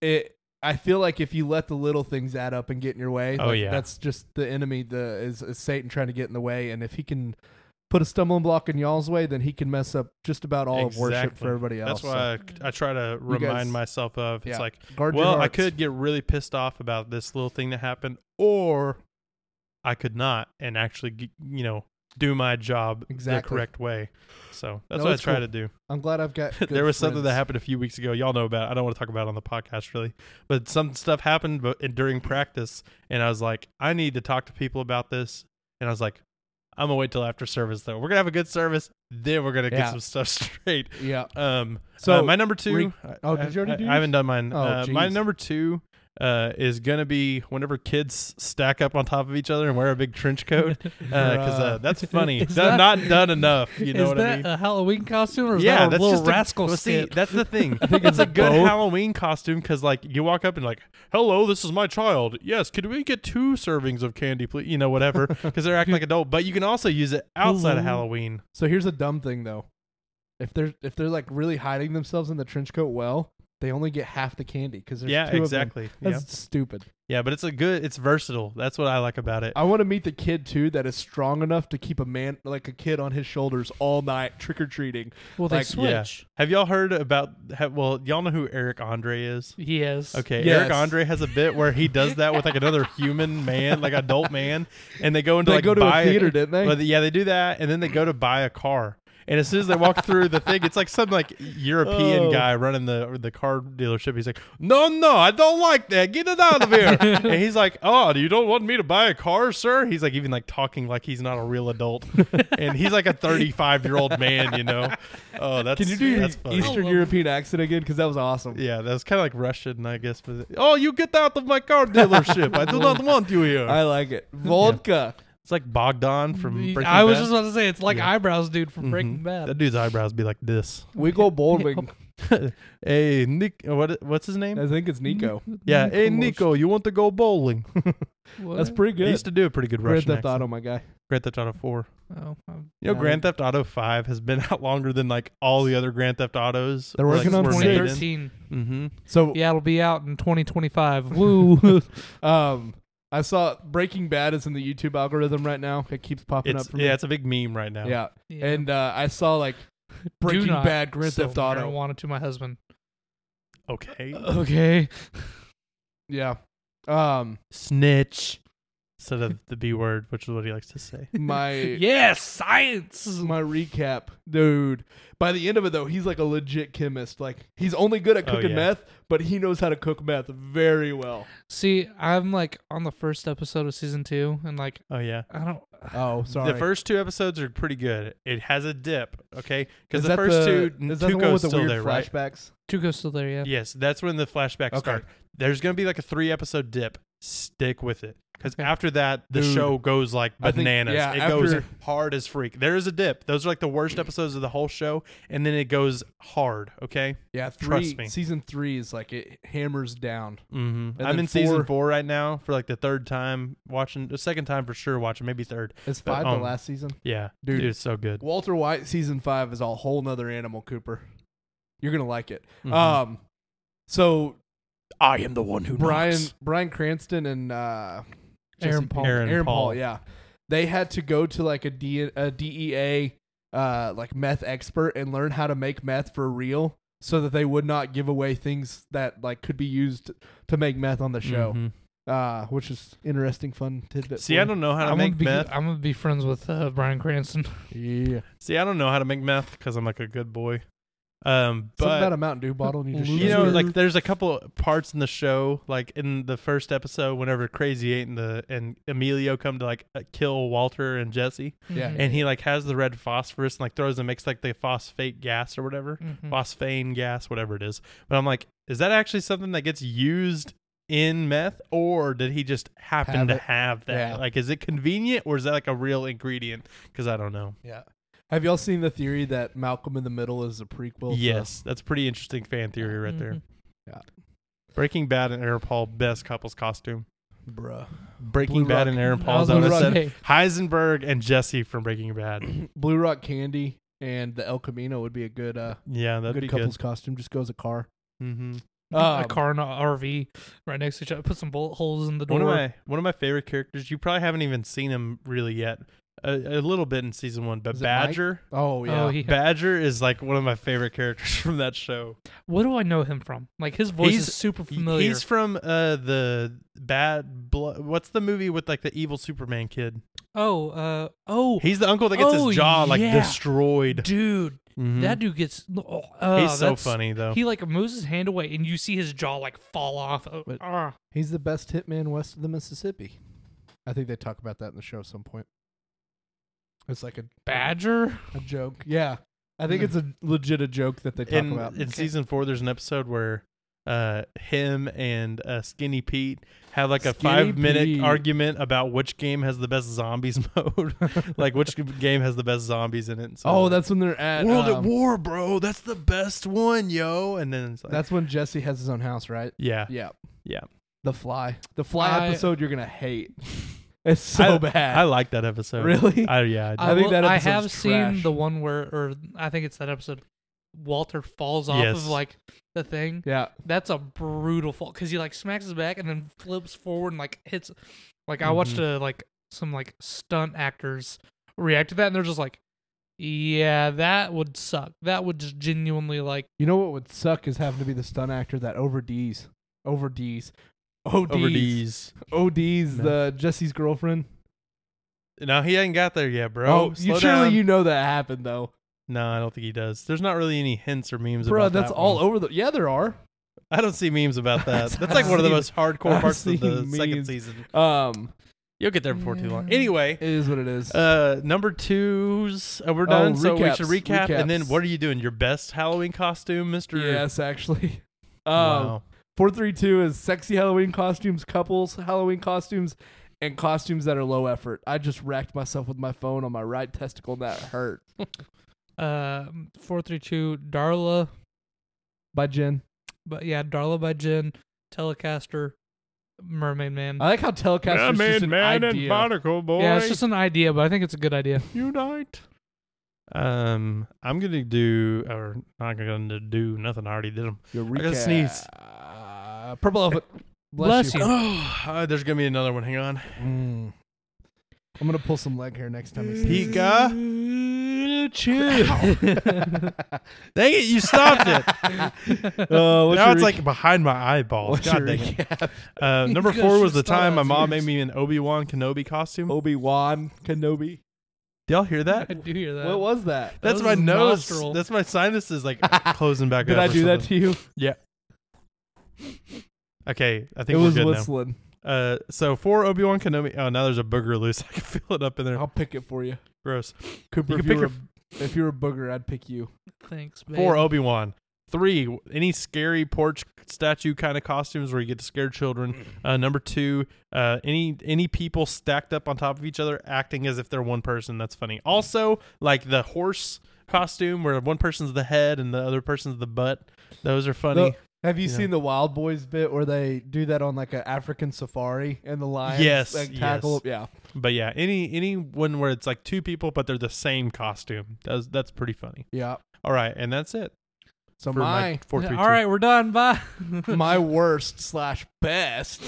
S2: it. I feel like if you let the little things add up and get in your way,
S3: Oh,
S2: like,
S3: yeah.
S2: that's just the enemy. The is, is Satan trying to get in the way, and if he can put a stumbling block in y'all's way, then he can mess up just about all of worship
S3: Exactly.
S2: for everybody else.
S3: That's why I, I try to remind
S2: guys-
S3: myself of it's
S2: yeah.
S3: like,
S2: So, guard your
S3: well, I
S2: hearts.
S3: could get really pissed off about this little thing that happened, or I could not and actually, g- you know, do my job
S2: Exactly.
S3: the correct way. So that's
S2: No,
S3: what I
S2: it's
S3: try
S2: cool.
S3: to do.
S2: I'm glad I've got. Good
S3: there was something that
S2: friends.
S3: happened a few weeks ago. Y'all know about. It. I don't want to talk about it on the podcast really, but some stuff happened bu- and during practice, and I was like, I need to talk to people about this, and I was like. I'm gonna wait till after service though. We're gonna have a good service, then we're gonna get
S2: Yeah.
S3: some stuff straight.
S2: Yeah.
S3: Um, so
S2: So,
S3: my number two.
S2: re-
S3: I-
S2: oh,
S3: I-
S2: did you already
S3: I,
S2: do
S3: I haven't done mine.
S2: Oh,
S3: uh, my
S2: jeez.
S3: number two uh, is gonna be whenever kids stack up on top of each other and wear a big trench coat because uh, 'cause, uh,
S2: Bruh.
S3: that's funny.
S1: Is that-
S3: That- not done enough. You know
S1: is
S3: what
S1: that
S3: I mean?
S1: a Halloween costume or is
S3: yeah,
S1: that a
S3: that's
S1: little
S3: just
S1: rascal
S3: a, well, see,
S1: skit?
S3: that's the thing.
S2: think
S3: it's
S2: it's
S3: a good
S2: both.
S3: Halloween costume because, like, you walk up and like, "Hello, this is my child. Yes, could we get two servings of candy, please? You know, whatever." Because they're acting like adult, but you can also use it outside of
S1: Hello.
S3: Halloween.
S2: So here's a dumb thing though. If they're if they're like really hiding themselves in the trench coat well, they only get half the candy because there's
S3: yeah,
S2: two
S3: exactly.
S2: Of them.
S3: Yeah.
S2: That's stupid.
S3: Yeah, but it's a good. It's versatile. That's what I like about it.
S2: I want to meet the kid too that is strong enough to keep a man like a kid on his shoulders all night trick or treating.
S1: well, they
S2: like,
S3: yeah.
S1: switch.
S3: Have y'all heard about? Have, well, y'all know who Eric Andre is.
S1: Yes.
S3: Okay,
S2: Yes.
S3: Eric Andre has a bit where he does that with like another human man, like adult man, and they go into
S2: They
S3: like
S2: go to
S3: buy
S2: a theater, didn't they?
S3: well, yeah, they do that, and then they go to buy a car. And as soon as they walk through the thing, it's like some like European
S2: Oh.
S3: guy running the the car dealership. He's like, "No, no, I don't like that. Get it out of here." and he's like, "Oh, you don't want me to buy a car, sir?" He's like even like talking like he's not a real adult, and he's like a thirty five year old man, you know. Oh, that's
S2: Can you do your
S3: that's funny.
S1: I love
S2: Eastern
S1: it.
S2: European accent again? Because that was awesome.
S3: Yeah, that was kind of like Russian, I guess. But oh, you get out of my car dealership! I do not want you here.
S2: I like it. Vodka.
S3: it's like Bogdan from Breaking
S1: Mm, I was
S3: Bad.
S1: just about to say it's like
S3: Yeah.
S1: eyebrows, dude, from Breaking
S3: Mhm.
S1: Bad.
S3: That dude's eyebrows be like this.
S2: We go bowling.
S3: hey Nick, uh, what what's his name?
S2: I think it's Nico.
S1: Mm-hmm.
S3: yeah, hey Nico, you want to go bowling?
S1: What?
S2: That's pretty
S3: he
S2: good.
S3: used to do a pretty good
S2: Grand
S3: Russian
S2: Theft
S3: accent.
S2: Auto, my guy.
S3: Grand Theft Auto Four.
S1: Oh, um,
S3: You know,
S2: Yeah,
S3: Grand Theft Auto Five has been out longer than like all the other Grand Theft Autos.
S2: They're
S3: like,
S2: working on
S3: were made in.
S1: 2013.
S2: Mm-hmm.
S3: Mhm.
S2: So
S1: Yeah, it'll be out in 2025. Woo.
S2: um, I saw Breaking Bad is in the YouTube algorithm right now. It keeps popping
S3: It's
S2: up for me.
S3: yeah, it's a big meme right now.
S2: Yeah.
S1: Yeah.
S2: And uh, I saw like Breaking
S1: not
S2: Bad, Grand
S1: sell
S2: Theft Auto.
S1: marijuana to my husband.
S3: Okay.
S1: Okay.
S2: Yeah. Um,
S3: Snitch. instead of the B word, which is what he likes to say.
S2: My
S1: Yes, science.
S2: my recap, dude. By the end of it though, he's like a legit chemist. Like he's only good at
S3: Oh,
S2: cooking
S3: yeah.
S2: meth, but he knows how to cook meth very well.
S1: See, I'm like on the first episode of season two, and like
S3: Oh yeah.
S1: I don't.
S2: Oh, sorry.
S3: The first two episodes are pretty good. It has a dip, okay? Because
S2: Is
S3: the
S2: that
S3: first
S2: the-
S3: two,
S2: is that the one
S3: Tuco's
S2: with the
S3: still
S2: weird
S3: there, right?
S2: flashbacks?
S1: Tuco's still there, yeah.
S3: Yes, that's when the flashbacks
S2: Okay.
S3: start. There's gonna be like a three episode dip. Stick with it, because
S1: Okay.
S3: after that, the
S2: Dude.
S3: show goes like
S2: I think-
S3: bananas.
S2: yeah,
S3: it goes
S2: after-
S3: hard as freak. There is a dip. Those are like the worst episodes of the whole show, and then it goes hard. Okay.
S2: Yeah, three.
S3: Trust me.
S2: Season three is like it hammers down.
S3: Mm-hmm.
S2: And
S3: I'm
S2: then
S3: in season
S2: four-
S3: four right now for like the third time watching, the second time for sure watching, maybe third.
S2: Is
S3: But,
S2: five
S3: um,
S2: the last season?
S3: Yeah,
S2: Dude.
S3: it's so good.
S2: Walter White season five is a whole nother animal, Cooper. You're gonna like it.
S3: Mhm.
S2: Um, so
S3: I am the one who
S2: Brian
S3: knocks.
S2: Brian Cranston and uh,
S1: Aaron
S2: Jesse-
S1: Paul.
S3: Aaron
S2: Aaron Paul.
S3: Paul.
S2: yeah, they had to go to like a, D, a DEA uh, like meth expert and learn how to make meth for real, so that they would not give away things that like could be used to make meth on the show.
S3: Mhm.
S2: Uh, which is interesting, fun tidbit.
S3: See, I don't know how to
S1: I'm gonna
S3: make
S1: be.
S3: meth.
S1: I'm gonna be friends with uh, Brian Cranston.
S2: Yeah,
S3: See, I don't know how to make meth because I'm like a good boy. Um,
S2: something
S3: but
S2: about a Mountain Dew bottle and you just
S3: you
S2: shake
S3: know,
S2: it.
S3: like there's a couple parts in the show, like in the first episode, whenever Crazy Eight and the and Emilio come to like uh, kill Walter and Jesse,
S2: Yeah.
S1: Mhm.
S3: and he like has the red phosphorus and like throws and makes like the phosphate gas or whatever,
S2: Hmm.
S1: Mhm.
S3: phosphane gas, whatever it is. But I'm like, is that actually something that gets used? In meth, or did he just happen
S2: Have
S3: to
S2: it.
S3: have that?
S2: Yeah.
S3: Like, is it convenient, or is that like a real ingredient? Because I don't know.
S2: Yeah. Have y'all seen the theory that Malcolm in the Middle is a
S1: uh,
S2: prequel? to-
S3: yes, that's pretty interesting fan theory right there.
S1: Mhm.
S3: Breaking Bad and Aaron Paul best couples costume.
S2: bruh.
S3: Breaking
S2: Blue
S3: Bad
S2: Rock.
S3: and Aaron
S1: I was
S3: Paul's own.
S1: gonna
S3: It said
S1: say,
S3: Heisenberg and Jesse from Breaking Bad.
S2: Blue Rock Candy and the El Camino would be a good uh
S3: Yeah, that'd
S2: good
S3: be
S2: couple's costume. Just go as a car.
S3: good. Mm-hmm.
S1: a
S2: Um,
S1: car and a RV right next to each other. Put some bullet holes in the door.
S3: One of my one of my favorite characters. You probably haven't even seen him really yet. A, a little bit in season one, but
S2: Is it Mike?
S3: Badger.
S2: Oh yeah.
S1: Oh, he,
S3: Badger is like one of my favorite characters from that show.
S1: what do I know him from? Like his voice
S3: He's-
S1: is super
S3: He-
S1: familiar.
S3: He's from uh the bad. Blo- what's the movie with like the evil Superman kid?
S1: oh, uh, oh,
S3: He's the uncle that gets
S1: Oh,
S3: his jaw like
S1: yeah.
S3: destroyed.
S1: dude,
S3: Mhm.
S1: that dude gets. Oh, uh,
S3: He's so
S1: that's-
S3: funny though.
S1: He like moves his hand away, and you see his jaw like fall off. Oh,
S2: But-
S1: ah.
S2: He's the best hitman west of the Mississippi. I think they talk about that in the show at some point. It's like a
S1: Badger.
S2: a joke. Yeah. I think it's a legit a joke that they talk
S3: in,
S2: about.
S3: in season four, there's an episode where uh, him and uh, Skinny Pete have like a
S2: Skinny
S3: five minute
S2: Pete.
S3: argument about which game has the best zombies mode, like which game has the best zombies in it. and so-
S2: oh, that's when they're at
S3: World at
S2: um,
S3: War, bro. That's the best one, yo. And then it's like,
S2: That's when Jesse has his own house, right?
S3: yeah,
S2: Yeah.
S3: Yeah.
S2: The Fly. The Fly
S1: I-
S2: episode you're gonna hate. It's so bad.
S3: I like that episode.
S2: really?
S3: I, yeah, I
S2: I
S3: do.
S2: think that
S1: I
S2: episode's
S1: have seen
S2: trash.
S1: the one where, or I think it's that episode. Walter falls off
S3: Yes.
S1: of like the thing.
S2: yeah.
S1: That's a brutal fall because he like smacks his back and then flips forward and like hits. Like I watched
S2: Mm-hmm.
S1: uh like some like stunt actors react to that and they're just like, yeah, that would suck. That would just genuinely like
S2: You know what would suck is having to be the stunt actor that overdees, overdees, ODs,
S3: over these.
S2: ODs the Jesse's girlfriend.
S3: No, he ain't got there yet, bro.
S2: oh,
S3: Slow
S2: you, surely
S3: down.
S2: you know that happened though,
S3: No, I don't think he does. There's not really any hints or memes
S2: bro.
S3: about
S2: That's
S3: that
S2: all
S3: one.
S2: over the. Yeah, there are.
S3: I don't see memes about that.
S2: I've
S3: That's like one of the
S2: seen-
S3: most hardcore
S2: I've
S3: parts of the
S2: seen
S3: second
S2: memes.
S3: season. Mm.
S2: Um,
S3: You'll get there before too long.
S1: Yeah.
S3: Anyway,
S2: it is what it is.
S3: uh, number two's uh, we're
S2: Oh,
S3: done, so we should
S2: recaps,
S3: recap. And then,
S2: recaps.
S3: what are you doing? Your best Halloween costume, Mister?
S2: yes, actually. Um,
S3: Wow.
S2: four three two is sexy Halloween costumes, couples Halloween costumes, and costumes that are low effort. I just racked myself with my phone on my right testicle. and That hurt.
S1: uh four three two Darla,
S2: By Jen.
S1: but yeah, Darla by Jen, Telecaster, Mermaid Man.
S2: I like how Telecaster's just an idea.
S3: Barnacle Boy
S1: yeah, it's just an idea, but I think it's a good idea.
S3: unite. Um, I'm gonna do, or not gonna do nothing. I already did them.
S2: Your
S3: I gotta sneeze.
S2: Uh, purple elephant.
S1: Bless you.
S3: Oh, uh, there's gonna be another one. Hang on.
S2: Mm. I'm gonna pull some leg hair next time. I see this.
S3: Pika. chill, chill. dang it, you stopped it.
S2: Uh,
S3: now it's like behind my eyeball. Oh, God dang it. Uh, number
S1: You guys
S3: four was
S1: should
S3: the
S1: stop
S3: time my mom made
S1: yours.
S3: me an Obi Wan Kenobi costume.
S2: Obi Wan Kenobi.
S3: Did y'all hear that?
S1: I do hear that.
S2: What was that?
S1: That
S3: That's
S1: was
S3: my
S1: his
S3: nose.
S1: nostril.
S3: That's my sinuses like closing back
S2: Did
S3: up.
S2: I
S3: or
S2: do that
S3: something.
S2: to you?
S3: Okay, I
S2: It
S3: think we're
S2: was
S3: good
S2: whistling.
S3: now. Uh, so four Obi Wan Kenobi. Oh, now there's a booger loose. I can feel it up in there.
S2: I'll pick it for you.
S3: Gross.
S2: Cooper,
S3: You
S2: if
S3: can
S2: you,
S3: pick
S2: were,
S3: your
S2: a, if you were a booger, I'd pick you.
S1: Thanks, babe.
S2: oh,
S3: Four Obi Wan. Three, any scary porch statue kind of costumes where you get to scare children. Uh, number two, uh, any any people stacked up on top of each other acting as if they're one person. That's funny. Also, like the horse costume where one person's the head and the other person's the butt. Those are funny.
S2: The- have you
S3: Yeah.
S2: seen the Wild Boys bit where they do that on like an African safari and the lions
S3: Yes,
S2: like, tackle? Yeah.
S3: But yeah, any any one where it's like two people but they're the same costume. That's that's pretty funny.
S2: Yeah.
S3: All right, and that's it.
S2: So
S3: for
S2: my
S3: four, three,
S1: All
S3: two.
S1: right, we're done. Bye.
S2: my worst slash best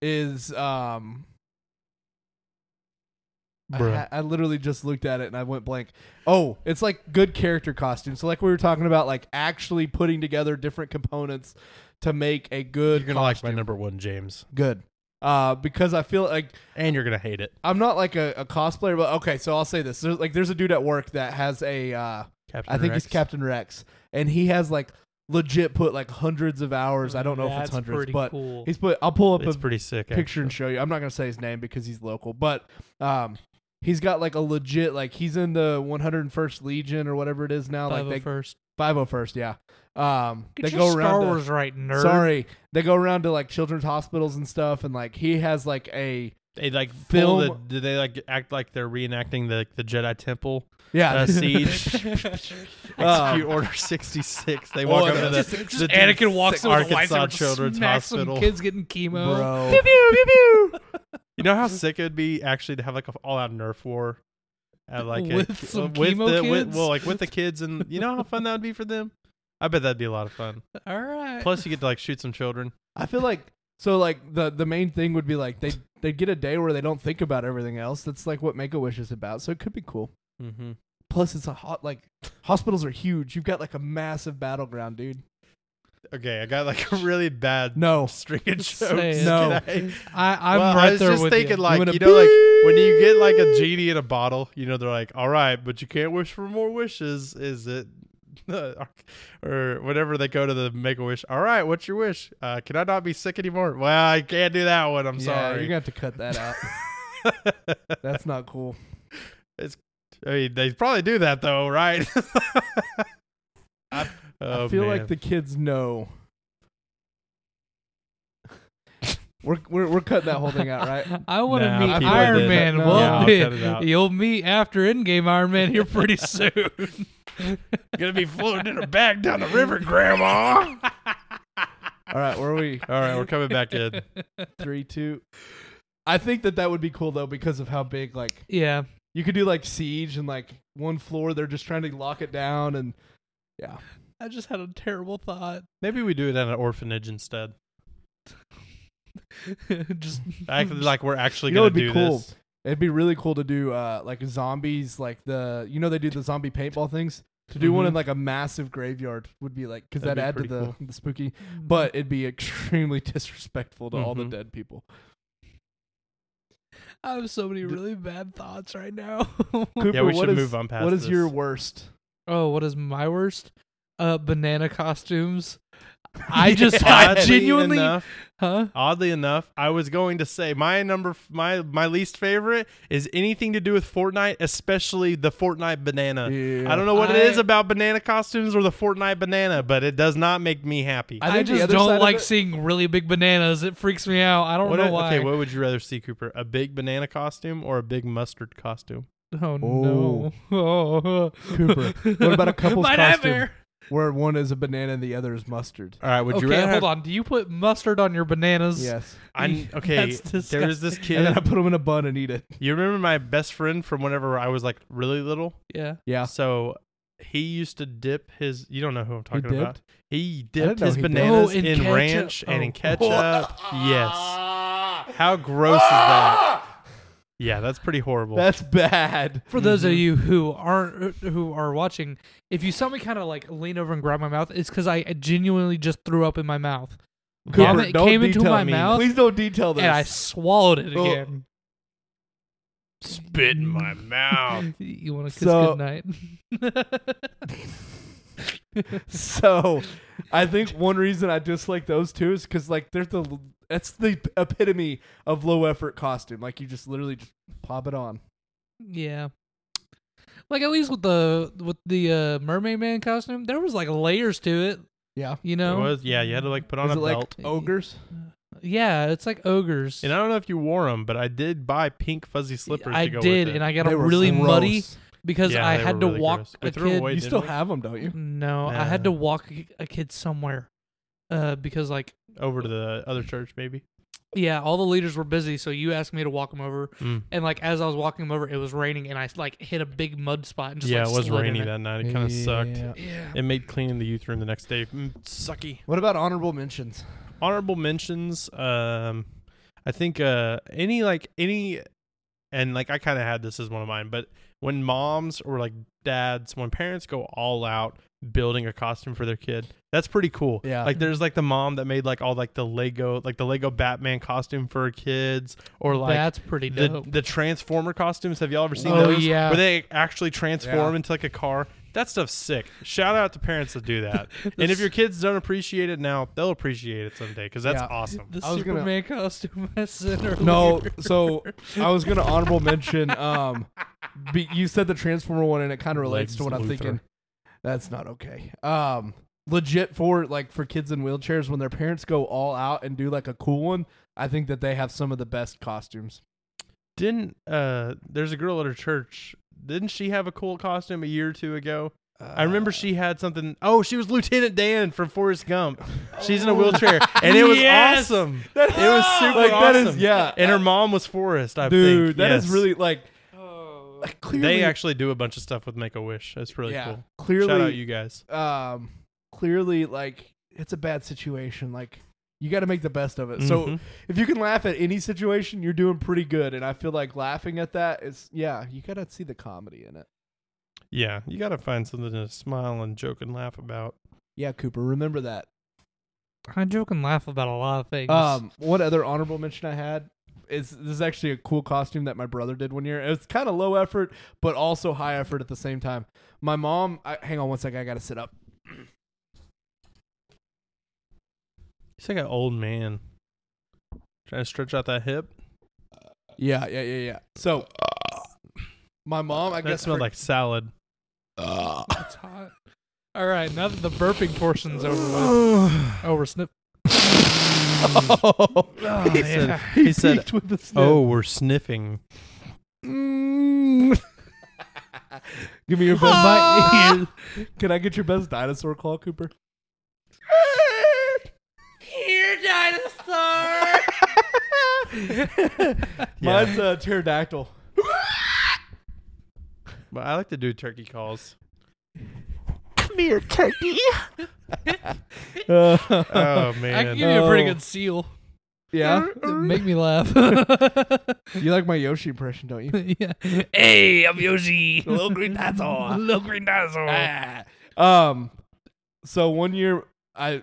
S2: is um I,
S3: Bruh.
S2: ha- I literally just looked at it and I went blank. Oh, it's like good character costumes. So like we were talking about, like actually putting together different components to make a good.
S3: You're gonna like my
S2: costume.
S3: number one, James,
S2: Good, uh, because I feel like
S3: and you're gonna hate it.
S2: I'm not like a, a cosplayer, but okay. So I'll say this: there's, like there's a dude at work that has a uh,
S3: Captain
S2: I think
S3: Rex.
S2: it's Captain Rex, and he has like legit put like hundreds of hours. I don't know if
S1: That's
S2: it's hundreds,
S1: pretty
S2: but
S1: cool.
S2: he's put. I'll pull up
S3: It's
S2: a
S3: pretty sick.
S2: picture and show you. I'm not gonna say his name because he's local, but um, he's got like a legit like he's in the 101st Legion or whatever it is now.
S1: Five oh
S2: like they,
S1: first.
S2: 501st, yeah. Um,
S1: Get your
S2: they go
S1: Star
S2: around.
S1: Wars right,
S2: to,
S1: nerd.
S2: sorry, they go around to like children's hospitals and stuff, and like he has like a
S3: They like film. The,
S2: Film-
S3: do they like act like they're reenacting the the Jedi Temple
S2: yeah.
S3: uh, siege?
S2: um,
S3: Execute Order sixty six. They walk
S2: Oh,
S3: over to the,
S2: that's
S3: the
S1: Anakin walks in with a
S3: Arkansas
S1: lightsaber,
S3: Children's
S1: smacks some
S3: Hospital.
S1: kids getting chemo.
S2: bro.
S3: You know how sick it would be actually to have like an all out Nerf war, at like a-
S1: With some
S3: with
S1: chemo
S3: the With,
S1: kids?
S3: well, like with the kids, and you know how fun that would be for them. I bet that'd be a lot of fun.
S1: All right.
S3: Plus, you get to like shoot some children.
S2: I feel like so like the the main thing would be like they they get a day where they don't think about everything else. That's like what Make a Wish is about. So it could be cool.
S3: Mm-hmm.
S2: Plus, it's a hot like hospitals are huge. You've got like a massive battleground, dude.
S3: Okay, I got like a really bad
S2: No,
S3: string of jokes.
S1: Say it.
S2: No.
S3: today.
S1: I, I'm
S3: well,
S1: right
S3: I was
S1: there
S3: just
S1: with
S3: thinking,
S1: you.
S3: like
S2: wanna
S3: you know, like when you get like a genie in a bottle, you know, they're like, "All right, but you can't wish for more wishes." Is it, or whenever they go to the Make a Wish? All right, what's your wish? Uh, can I not be sick anymore? Well, I can't do that one. I'm
S2: Yeah,
S3: sorry.
S2: You're gonna have to cut that out. That's not cool.
S3: I mean, they probably do that though, right? Oh, I,
S2: I feel like the kids know. We're, we're, we're cutting that whole thing out, right?
S1: I want to
S3: Nah,
S1: meet
S3: people
S1: Iron
S3: did.
S1: Man.
S2: No.
S1: Well,
S2: Yeah, I'll
S3: cut it out.
S1: you'll meet after in-game Iron Man here pretty soon.
S3: gonna be floating in a bag down the river, Grandma.
S2: All right, where are we?
S3: All right, we're coming back in.
S2: Three, two. I think that that would be cool though because of how big like
S1: yeah,
S2: You could do like siege and like one floor. They're just trying to lock it down, and
S1: I just had a terrible thought.
S3: Maybe we do it at an orphanage instead.
S1: just
S3: Actually, like we're actually
S2: You know
S3: gonna
S2: what'd be
S3: do
S2: cool?
S3: this.
S2: it'd be really cool to do uh, like zombies, like the you know they do the zombie paintball things. To do one
S3: Mhm.
S2: in like a massive graveyard would be like because
S3: That'd
S2: that
S3: be
S2: add to
S3: pretty
S2: the, the spooky, but it'd be extremely disrespectful to all the
S3: Mhm.
S2: dead people.
S1: I have so many really bad thoughts right now.
S2: Cooper,
S3: Yeah, we
S2: what
S3: should
S2: is-
S3: move on past.
S2: What is
S3: this.
S2: your worst?
S1: oh, what is my worst? Uh, banana costumes. I just I
S3: Oddly
S1: genuinely,
S3: enough,
S1: huh?
S3: oddly enough, I was going to say my number, f- my my least favorite is anything to do with Fortnite, especially the Fortnite banana. I don't know what
S1: I-
S3: it is about banana costumes or the Fortnite banana, but it does not make me happy.
S2: I
S1: I,
S2: think the
S1: just
S2: other side
S1: don't
S2: of
S1: like
S2: it-
S1: seeing really big bananas. It freaks me out. I don't
S3: What-
S1: know why.
S3: okay, what would you rather see, Cooper? A big banana costume or a big mustard costume?
S1: Oh no, oh.
S2: Cooper, what about a couple's
S1: My
S2: costume?
S1: nightmare.
S2: Where one is a banana and the other is mustard.
S3: All right, would
S1: okay,
S3: you rather?
S1: hold on. Do you put mustard on your bananas?
S2: Yes,
S3: I, okay,
S1: That's
S3: there is this
S2: and
S3: kid.
S2: then I put them in a bun and eat it.
S3: you remember my best friend from whenever I was like really little?
S1: Yeah.
S2: Yeah,
S3: So he used to dip his. You don't know who I'm
S2: He
S3: talking about.
S2: dipped?
S3: He
S2: didn't
S3: dipped
S2: know
S3: his
S2: he dipped.
S3: bananas
S1: Oh,
S3: in,
S1: in ketchup.
S3: ranch and in
S1: Oh.
S3: Ah! ketchup. yes. How gross is that? Yeah, that's pretty horrible.
S2: That's bad.
S1: For those
S3: Mm-hmm.
S1: of you who aren't who are watching, if you saw me kind of like lean over and grab my mouth, it's because I genuinely just threw up in my mouth,
S2: Cooper,
S1: Vomit
S2: don't
S1: came into
S2: detail
S1: my
S2: me.
S1: mouth,
S2: Please don't detail this.
S1: and I swallowed it
S2: Oh.
S1: again.
S3: Spit in my mouth.
S1: You want to kiss
S2: So-
S1: goodnight?
S2: so I think one reason I dislike those two is because like they're the that's the epitome of low effort costume. Like you just literally just pop it on.
S1: yeah. Like at least with the with the uh, mermaid man costume, there was like layers to it.
S2: Yeah.
S1: You know,
S3: It was yeah. You had to like put on
S2: Is
S3: a
S2: it like
S3: belt.
S2: ogres?
S1: yeah, it's like ogres.
S3: and I don't know if you wore them, but I did buy pink fuzzy slippers.
S1: I
S3: to go
S1: did,
S3: with it.
S1: and I got
S2: They
S1: them
S2: were
S1: really
S2: gross.
S1: muddy because
S3: Yeah,
S1: I
S3: they
S1: had
S3: were
S1: to
S3: really
S1: walk
S3: gross. We
S1: a
S3: threw 'em
S1: kid.
S3: away,
S2: You
S3: didn't
S2: still
S3: we?
S2: have them, don't you?
S1: No, I had
S3: Yeah.
S1: to walk a- a kid somewhere uh, because, like,
S3: over to the other church, maybe.
S1: yeah, all the leaders were busy, so you asked me to walk them over,
S2: Mm.
S1: and like as I was walking 'em over, it was raining, and I like hit a big mud spot and just
S3: yeah,
S1: like,
S3: it was
S1: slid in
S3: rainy
S1: it.
S3: that night. It kind of
S2: Yeah.
S3: sucked.
S1: Yeah,
S3: It made cleaning the youth room the next day mm, sucky.
S2: What about honorable mentions?
S3: honorable mentions um i think uh any like any and like i kind of had this as one of mine but when moms or like dads when parents go all out building a costume for their kid that's pretty cool
S2: Yeah.
S3: like there's like the mom that made like all like the lego like the lego batman costume for her kids or like
S1: that's pretty
S3: the,
S1: dope.
S3: the transformer costumes have y'all ever seen
S1: Oh,
S3: those
S1: yeah.
S3: where they actually transform
S2: Yeah.
S3: into like a car that stuff's sick shout out to parents that do that and if your kids don't appreciate it now they'll appreciate it someday because that's
S2: Yeah.
S3: awesome
S1: the
S2: I was gonna-
S1: Superman costume I said earlier.
S2: No, so I was gonna honorable mention. Um, be, you said the Transformer one, and it kind of relates
S3: Lex
S2: to what I'm
S3: Luthor.
S2: thinking. That's not okay. Um, legit for like for kids in wheelchairs when their parents go all out and do like a cool one. I think that they have some of the best costumes.
S3: didn't uh there's a girl at her church didn't she have a cool costume a year or two ago I
S2: Uh,
S3: remember she had something. Oh, she was Lieutenant Dan from Forrest Gump. She's in a wheelchair, and it was
S1: Yes!
S3: awesome. It was super
S2: Like, that
S3: awesome.
S2: is- yeah.
S3: and her mom was Forrest. I
S2: Dude,
S3: think.
S2: that is
S3: Yes.
S2: really like
S1: Oh.
S2: like, clearly.
S3: They actually do a bunch of stuff with Make a Wish. That's really
S2: yeah,
S3: cool.
S2: clearly
S3: Shout out you guys.
S2: um clearly like it's a bad situation like you got to make the best of it so
S3: Mhm.
S2: if you can laugh at any situation you're doing pretty good and i feel like laughing at that is yeah you got to see the comedy in it
S3: Yeah, you got to find something to smile and joke and laugh about.
S2: yeah cooper remember that
S1: I joke and laugh about a lot of things.
S2: um what other honorable mention i had is this is actually a cool costume that my brother did one year it's kind of low effort but also high effort at the same time my mom I, hang on one second i gotta sit up
S3: He's like an old man trying to stretch out that hip.
S2: yeah yeah yeah yeah so my mom i
S3: That
S2: guess
S3: smelled like salad.
S1: it's hot. All right, now that the burping portion's over, with.
S2: like
S1: oh, we're snip.
S3: he said, he said
S2: peaked with the sniff.
S3: "Oh, we're sniffing."
S2: Mm. Give me your best.
S1: Ah!
S2: Can I get your best dinosaur call, Cooper? Here, dinosaur. Mine's a pterodactyl.
S3: But I like to do turkey calls.
S2: Uh,
S3: Oh
S1: I can
S3: man,
S1: give you a pretty
S2: Oh.
S1: good seal.
S2: yeah,
S1: Make me laugh.
S2: you like my Yoshi impression, don't you?
S1: yeah. Hey, I'm Yoshi.
S2: Little green dinosaur.
S1: Little green dinosaur.
S2: um, so one year I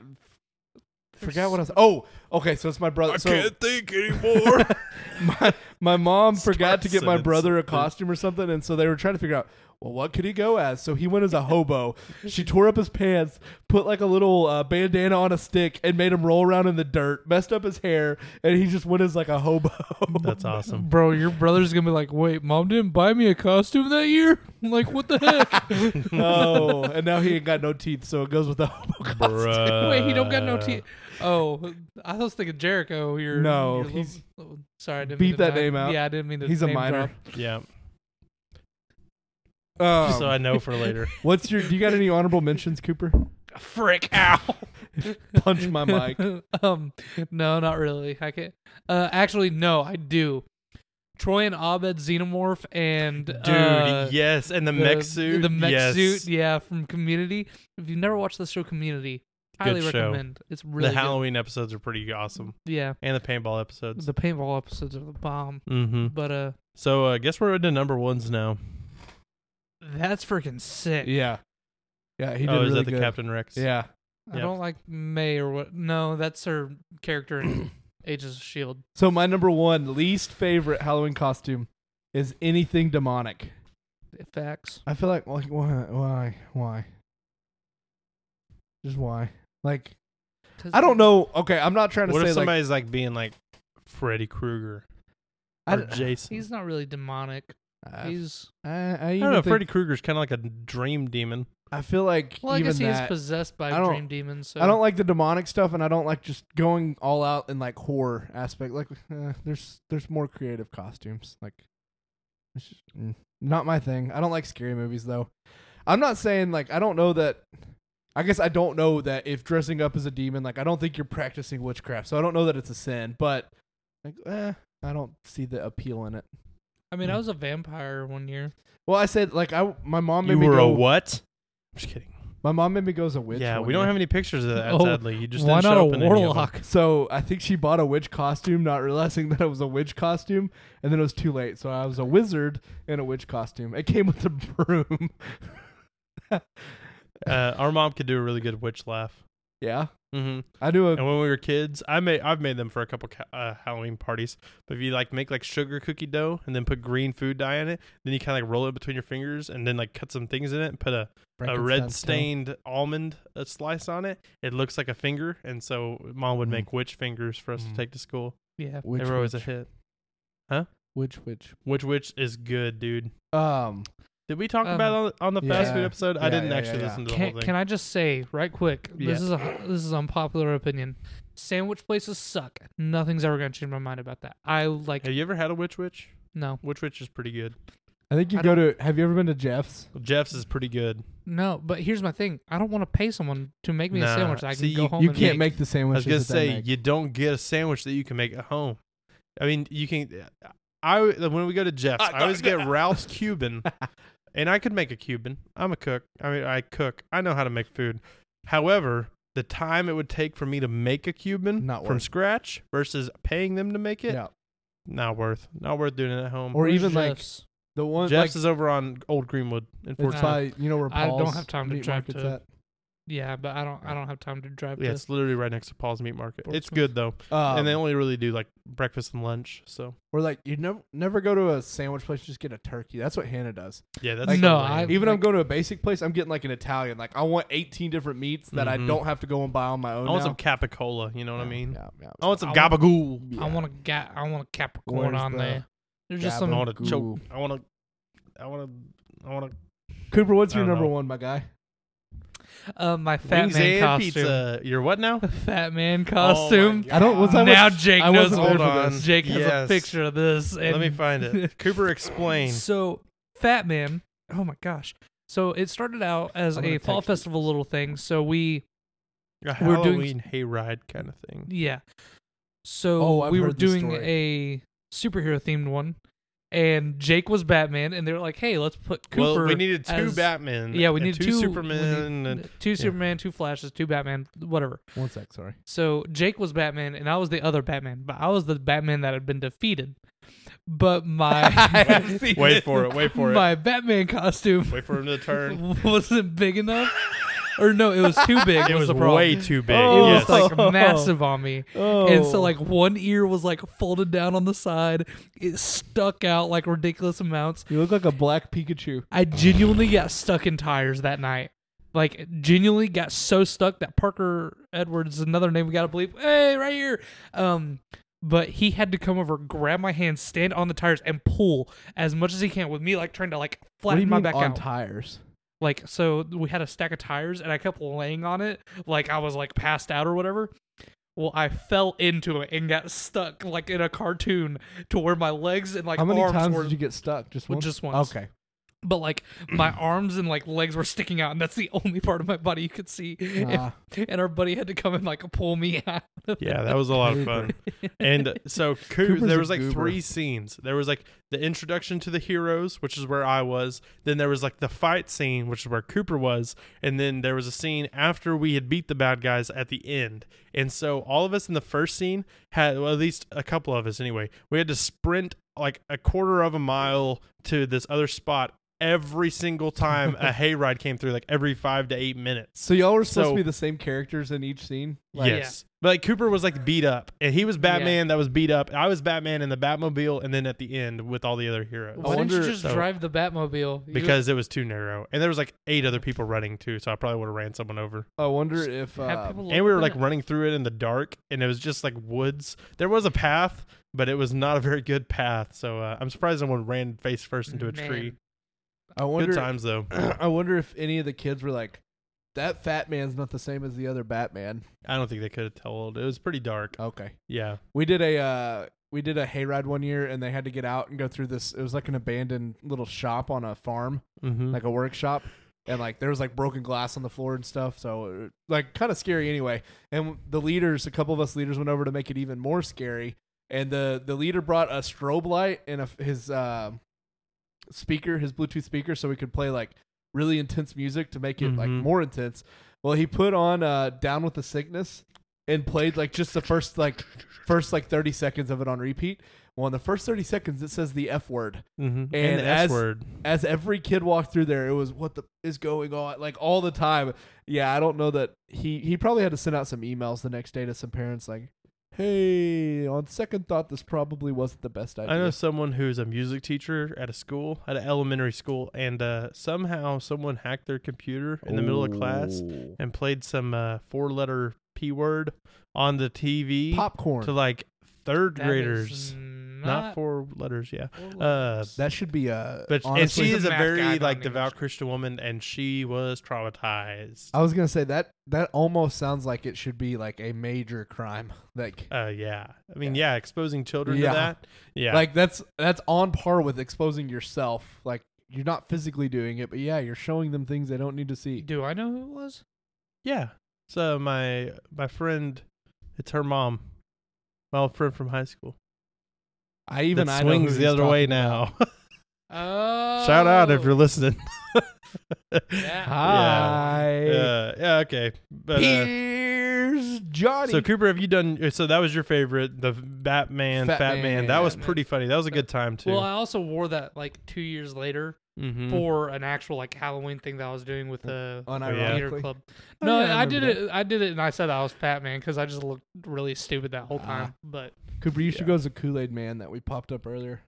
S2: forgot what I was. Oh, okay. So it's my brother. so,
S3: think anymore.
S2: my, my mom forgot to get my
S3: sentence.
S2: brother a costume or something, and so they were trying to figure out, well, what could he go as? So he went as a hobo. She tore up his pants, put like a little uh, bandana on a stick, and made him roll around in the dirt, messed up his hair, and he just went as like a hobo.
S3: That's awesome.
S1: Bro, your brother's gonna be like, wait, mom didn't buy me a costume that year? I'm like, what the heck?
S2: oh, and now he ain't got no teeth, so it goes with the hobo costume.
S3: Bruh.
S1: Oh, wait, he don't got no teeth. Oh, I was thinking Jericho. Your
S2: No,
S1: your little-
S2: he's-
S1: little- oh, sorry, I didn't
S2: beep
S1: mean to
S2: that
S1: knock-
S2: name out.
S1: Yeah, I didn't mean to.
S2: He's a
S1: name
S2: minor.
S1: drop.
S3: Yeah,
S2: Um,
S3: so I know for later.
S2: what's your? Do you got any honorable mentions, Cooper?
S1: Frick! Ow.
S2: Punch my mic.
S1: um, no, not really. I can't. Uh, actually, no, I do. Troy and Abed Xenomorph and
S3: Dude,
S1: uh,
S3: yes, and the, mech suit.
S1: the mech
S3: yes.
S1: suit, yeah, from Community. If you've never watched the show Community, Highly
S3: Good show.
S1: recommend. It's really
S3: the
S1: good.
S3: Halloween episodes are pretty awesome,
S1: Yeah,
S3: and the paintball episodes.
S1: the paintball episodes are the bomb.
S3: mm-hmm.
S1: But uh,
S3: So uh, guess we're into number ones now.
S1: that's freaking sick.
S2: Yeah, yeah. He did
S3: oh, is
S2: really
S3: that the
S2: good.
S3: Captain Rex?
S2: Yeah,
S1: I
S3: Yeah.
S1: don't like May or what. No, that's her character in Agents of Shield.
S2: So my number one least favorite Halloween costume is anything demonic.
S1: Facts.
S2: I feel like like why why why? Just why? Like
S1: 'Cause
S2: I don't know. Okay, I'm not trying to
S3: What
S2: say
S3: if
S2: like
S3: somebody's like, being like Freddy Krueger
S2: I
S3: or
S2: d- uh,
S3: Jason?
S1: He's not really demonic.
S2: I,
S1: He's
S2: I, I,
S3: I
S2: even
S3: don't know.
S2: think-
S3: Freddy Krueger's kind of like a dream demon.
S2: I feel like
S1: well, I
S2: even
S1: guess he is
S2: that-
S1: possessed by
S2: I don't-
S1: dream demons. So
S2: I don't like the demonic stuff, and I don't like just going all out in like horror aspect. Like, eh, there's there's more creative costumes. Like, it's just, mm, not my thing. I don't like scary movies though. I'm not saying like I don't know that. I guess I don't know that if dressing up as a demon, like I don't think you're practicing witchcraft, so I don't know that it's a sin. But like, eh, I don't see the appeal in it.
S1: I mean, I was a vampire one year.
S2: Well, I said like I my mom made
S3: You
S2: me
S3: were
S2: go.
S3: a what? I'm just kidding.
S2: My mom made me go as a witch.
S3: yeah,
S2: one
S3: we don't
S2: year.
S3: have any pictures of that.
S1: Oh,
S3: sadly, you just
S1: Why
S3: didn't show
S1: not a
S3: up in any of them.
S1: warlock?
S2: So I think she bought a witch costume, not realizing that it was a witch costume, and then it was too late. So I was a wizard in a witch costume. It came with a broom.
S3: Uh, our mom could do a really good witch laugh.
S2: yeah,
S3: Mm-hmm.
S2: I do a
S3: And when we were kids, I made I've made them for a couple ca- uh, Halloween parties. But if you like make like sugar cookie dough and then put green food dye in it, then you kind of like roll it between your fingers and then like cut some things in it and put a, a
S2: Frankenstein's tail.
S3: red stained almond uh slice on it. It looks like a finger, and so mom would
S2: Mm.
S3: make witch fingers for us
S2: Mm.
S3: to take to school.
S1: Yeah.
S2: Witch,
S3: they were always
S2: witch,
S3: a hit.
S2: witch, witch.
S3: Which witch is good, dude?
S2: Um,
S3: Did we talk
S1: Um,
S3: about it on on the fast food
S2: yeah.
S3: episode?
S2: Yeah,
S3: I didn't
S2: yeah,
S3: actually
S2: yeah, yeah.
S3: listen to the
S1: Can,
S3: whole thing.
S1: can I just say right quick?
S3: Yeah.
S1: This is a this is unpopular opinion. Sandwich places suck. Nothing's ever gonna change my mind about that. I like
S3: Have you ever had a witch witch?
S1: no
S3: Witch witch is pretty good.
S2: I think you
S1: I
S2: go to. Have you ever been to Jeff's?
S3: Jeff's is pretty good.
S1: no. But here's my thing. I don't want to pay someone to make me a
S3: Nah,
S1: sandwich. I can
S3: see,
S1: go
S3: you-
S1: home.
S2: You
S1: and
S2: can't
S1: make.
S2: make the
S3: I was
S2: sandwiches.
S3: gonna
S2: that they
S3: say
S2: make.
S3: you don't get a sandwich that you can make at home. I mean, you can. I when we go to Jeff's, I, always get Ralph's Cuban, and I could make a Cuban. I'm a cook. I mean, I cook. I know how to make food. However, the time it would take for me to make a Cuban
S2: Not
S3: from
S2: worth it.
S3: scratch versus paying them to make it,
S2: yeah,
S3: not worth. Not worth doing it at home.
S2: or
S1: Where's
S2: even like
S1: Jeff's?
S2: the one
S3: Jeff's
S2: like
S3: is over on Old Greenwood in Fort
S2: it's by you know where
S1: I don't
S2: Paul's
S1: have time to
S2: meat
S1: drive
S2: market's
S1: to-
S2: at.
S1: yeah, but I don't I don't have time to drive.
S3: Yeah,
S1: to-
S3: it's literally right next to Paul's Meat Market. It's
S1: Portsmouth.
S3: good though,
S2: Um,
S3: and they only really do like breakfast and lunch. So
S2: or like you never never go to a sandwich place. Just get a turkey. That's what Hannah does.
S3: yeah, that's
S1: Like,
S3: so
S1: no,
S3: lame.
S1: I-
S2: Even if I'm
S1: Like-
S2: going to a basic place, I'm getting like an Italian. Like I want 18 different meats that I
S3: Mhm.
S2: don't have to go and buy on my own.
S3: I want
S2: now.
S3: some capicola. You know what I
S2: Yeah,
S3: mean?
S2: Yeah, yeah,
S3: I want some
S1: I want-
S3: gabagool.
S1: I want a ga- I want a Capricorn
S2: Where's
S1: on
S2: the
S1: there. There's just
S3: I
S1: some.
S2: gabagool?
S3: want to choke. I want to. I want to. I want to.
S2: Cooper, what's
S3: I
S2: your
S3: don't
S2: number
S3: know.
S2: one, my guy?
S1: Uh, my fat
S3: Wings
S1: man
S3: and
S1: costume.
S3: pizza. You're what now?
S1: Fat man costume.
S2: I don't. Was I was-
S1: now Jake
S2: I
S1: knows.
S2: wasn't
S1: what-
S2: there
S3: Hold
S2: for
S3: on.
S2: this.
S1: Jake has
S3: Yes.
S1: a picture of this.
S3: Let me
S1: and-
S3: find it. Cooper, explain.
S1: So, Fat Man. Oh my gosh. So it started out as
S2: I'm gonna
S1: a fall
S2: text you.
S1: festival little thing. So we,
S3: A
S1: We're doing-
S3: Halloween hayride kind of thing.
S1: yeah. So
S2: Oh, I've
S1: we were
S2: heard this
S1: doing a superhero themed one, and Jake was Batman, and they were like, "Hey, let's put Cooper."
S3: well, we needed two
S1: as-
S3: Batmen.
S1: Yeah, we
S3: and
S1: needed
S3: two,
S1: two
S3: Supermen.
S1: We need,
S3: and,
S1: two Superman, two Flashes, two Batman, whatever.
S2: One sec, sorry.
S1: So Jake was Batman, and I was the other Batman, but I was the Batman that had been defeated. But my
S3: wait for it. Wait for it.
S1: my Batman costume
S3: Wait for him to turn.
S1: wasn't big enough, or no, it was too big.
S3: it was
S1: the problem.
S3: way too big.
S1: It
S2: Oh.
S3: yes.
S1: was like massive on me,
S2: Oh.
S1: and so like one ear was like folded down on the side. It stuck out like ridiculous amounts.
S2: you look like a black Pikachu.
S1: I genuinely got stuck in tires that night. Like genuinely got so stuck that Parker Edwards, another name we gotta believe, hey, right here. Um, but he had to come over, grab my hand, stand on the tires, and pull as much as he can with me like trying to like
S2: What do
S1: flatten
S2: you
S1: my
S2: mean
S1: back
S2: on
S1: out.
S2: tires?
S1: like so we had a stack of tires and I kept laying on it like I was like passed out or whatever. Well, I fell into it and got stuck like in a cartoon to where my legs and like
S2: How many
S1: arms
S2: times
S1: were
S2: did you get stuck? Just
S1: Well,
S2: once.
S1: just once.
S2: Okay.
S1: but like my arms and like legs were sticking out, and that's the only part of my body you could see.
S2: Ah.
S1: And, and our buddy had to come and like pull me out. Of
S3: Yeah, that was a lot of fun. And uh, so Coo-
S2: Cooper's
S3: there
S2: a
S3: was like
S2: goober.
S3: three scenes. There was like the introduction to the heroes, which is where I was. Then there was like the fight scene, which is where Cooper was. And then there was a scene after we had beat the bad guys at the end. And so all of us in the first scene had, well, at least a couple of us anyway, we had to sprint like a quarter of a mile to this other spot every single time a hayride came through, like every five to eight minutes.
S2: So y'all were supposed
S3: So-
S2: to be the same characters in each scene.
S3: yes. But like Cooper was like beat up, and he was Batman that was beat up. I was Batman in the Batmobile, and then at the end with all the other heroes
S1: Why didn't
S2: wonder-
S1: you just
S3: so-
S1: drive the Batmobile? You-
S3: because it was too narrow. And there was like eight other people running too, so I probably would have ran someone over.
S2: I wonder if
S1: have
S2: uh,
S1: people
S3: And we
S1: look
S3: were like
S1: at-
S3: running through it in the dark, and it was just like woods. There was a path, but it was not a very good path. So uh, I'm surprised no one ran face first into a
S1: Man.
S3: tree.
S2: I wonder
S3: good times though.
S2: I wonder if any of the kids were like, "That fat man's not the same as the other Batman."
S3: I don't think they could have told. It was pretty dark.
S2: Okay,
S3: Yeah.
S2: we did a uh, we did a hayride one year, and they had to get out and go through this. It was like an abandoned little shop on a farm,
S3: Mm-hmm.
S2: like a workshop, and like there was like broken glass on the floor and stuff. So uh, like kind of scary anyway. And the leaders, a couple of us leaders, went over to make it even more scary. And the the leader brought a strobe light and a, his uh, speaker, his Bluetooth speaker, so we could play like really intense music to make it like
S3: Mhm.
S2: more intense. Well, he put on uh, "Down with the Sickness" and played like just the first like first like thirty seconds of it on repeat. Well, in the first thirty seconds, it says the F word
S3: mm-hmm. And,
S2: and
S3: the S
S2: as-
S3: word.
S2: as every kid walked through there, it was what the is going on, like all the time. Yeah, I don't know that he he probably had to send out some emails the next day to some parents like, "Hey, on second thought, this probably wasn't the best idea."
S3: I know someone who's a music teacher at a school, at an elementary school, and uh, somehow someone hacked their computer in the middle of class and played some uh, four-letter p word on the TV
S2: popcorn.
S3: to like third
S1: That is
S3: graders,
S1: Not,
S3: not, four letters, yeah. Uh,
S2: that should be uh
S3: But and
S2: honestly,
S3: she
S1: She's
S3: is
S1: a
S3: a
S1: math guy,
S3: very
S1: not
S3: like
S1: an
S3: devout
S1: English-
S3: Christian woman, and she was traumatized.
S2: I was gonna say that that almost sounds like it should be like a major crime. Like
S3: Uh, yeah, I mean, yeah, exposing children
S2: Yeah.
S3: to that, yeah,
S2: like that's that's on par with exposing yourself. Like you're not physically doing it, but yeah, you're showing them things they don't need to see.
S1: Do I know who it was?
S3: yeah. So my my friend, it's her mom, my old friend from high school.
S2: I even
S3: that
S2: I know who
S3: swings
S2: he's
S3: the other way
S2: talking about.
S3: now.
S1: Oh,
S3: Shout out if you're listening.
S2: Hi.
S3: Yeah. Uh, yeah. Okay. But uh,
S2: Here's Johnny.
S3: so Cooper, have you done? So that was your favorite, the Batman, Fat,
S2: Fat
S3: Man. That was
S2: Man.
S3: pretty funny. That was a good time too.
S1: Well, I also wore that like two years later
S2: Mm-hmm.
S3: Mhm.
S1: for an actual like Halloween thing that I was doing with the theater
S2: Unironically.
S1: club.
S2: Oh,
S1: No,
S2: yeah, Oh, I
S1: I, did
S2: remember
S1: it. I did it, and I said I was Fat Man because I just looked really stupid that
S3: Ah.
S1: whole time. But
S2: Cooper, you should
S3: Yeah.
S2: go as a Kool Aid man that we popped up earlier.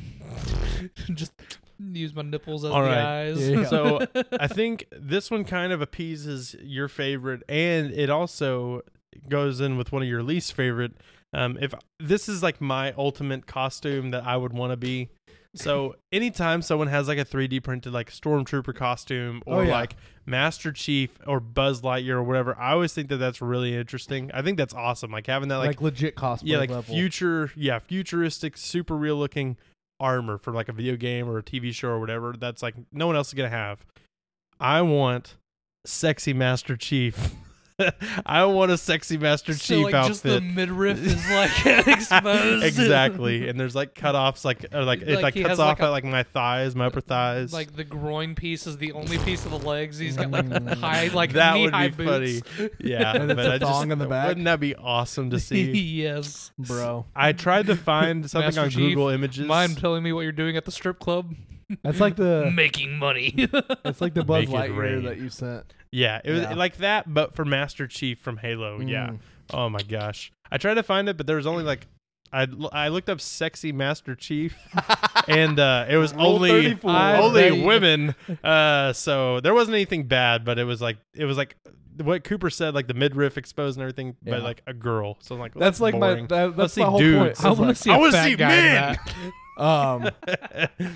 S1: just use my nipples as
S3: All
S1: the
S3: right.
S1: eyes.
S2: Yeah.
S3: So I think this one kind of appeases your favorite, and it also goes in with one of your least favorite. Um, if this is like my ultimate costume that I would want to be. So anytime someone has like a 3D printed like stormtrooper costume or
S2: Oh, yeah.
S3: like Master Chief or Buzz Lightyear or whatever, I always think that that's really interesting. I think that's awesome. Like having that
S2: Like,
S3: like,
S2: legit cosplay
S3: yeah like
S2: level.
S3: future yeah futuristic super real looking armor for like a video game or a tv show or whatever that's like no one else is gonna have i want sexy master chief i want a sexy master
S1: So,
S3: chief
S1: like,
S3: outfit
S1: just the midriff is like exposed.
S3: exactly and there's like cutoffs like or like it
S1: Like,
S3: like
S1: he
S3: cuts
S1: has, like,
S3: off
S1: a-
S3: at like my thighs my upper thighs
S1: Like the groin piece is the only piece of the legs. He's got like high, like
S3: that
S1: knee
S3: would
S1: high
S3: be
S1: boots.
S3: funny yeah
S2: And it's
S3: but
S2: a
S3: I just-
S2: thong in the back.
S3: wouldn't that be awesome to see
S1: yes.
S2: bro.
S3: i tried to find something
S1: Master
S3: on
S1: Chief,
S3: google images
S1: Mind telling me what you're doing at the strip club?
S2: That's like
S3: Uh.
S2: the
S1: Making money.
S2: that's like the Buzz
S3: Make it rain.
S2: Lightyear that you sent.
S3: Yeah, it was
S2: Yeah.
S3: like that, but for Master Chief from Halo. Yeah.
S2: Mm.
S3: Oh my gosh, I tried to find it, but there was only like I I looked up sexy Master Chief, and uh, it was
S2: Rule
S3: only
S2: 34.
S3: only
S2: Right.
S3: women. Uh, so there wasn't anything bad, but it was like it was like what Cooper said, like the midriff exposed and everything,
S2: Yeah.
S3: but like a girl. So I'm like
S2: That's like
S3: boring.
S2: my that,
S3: Let's
S2: that's
S3: see
S2: my whole
S3: dudes.
S2: point. I was
S1: wanna
S2: like,
S1: see a
S3: I wanna
S1: fat
S3: see
S1: guy in
S3: men.
S1: that.
S2: um,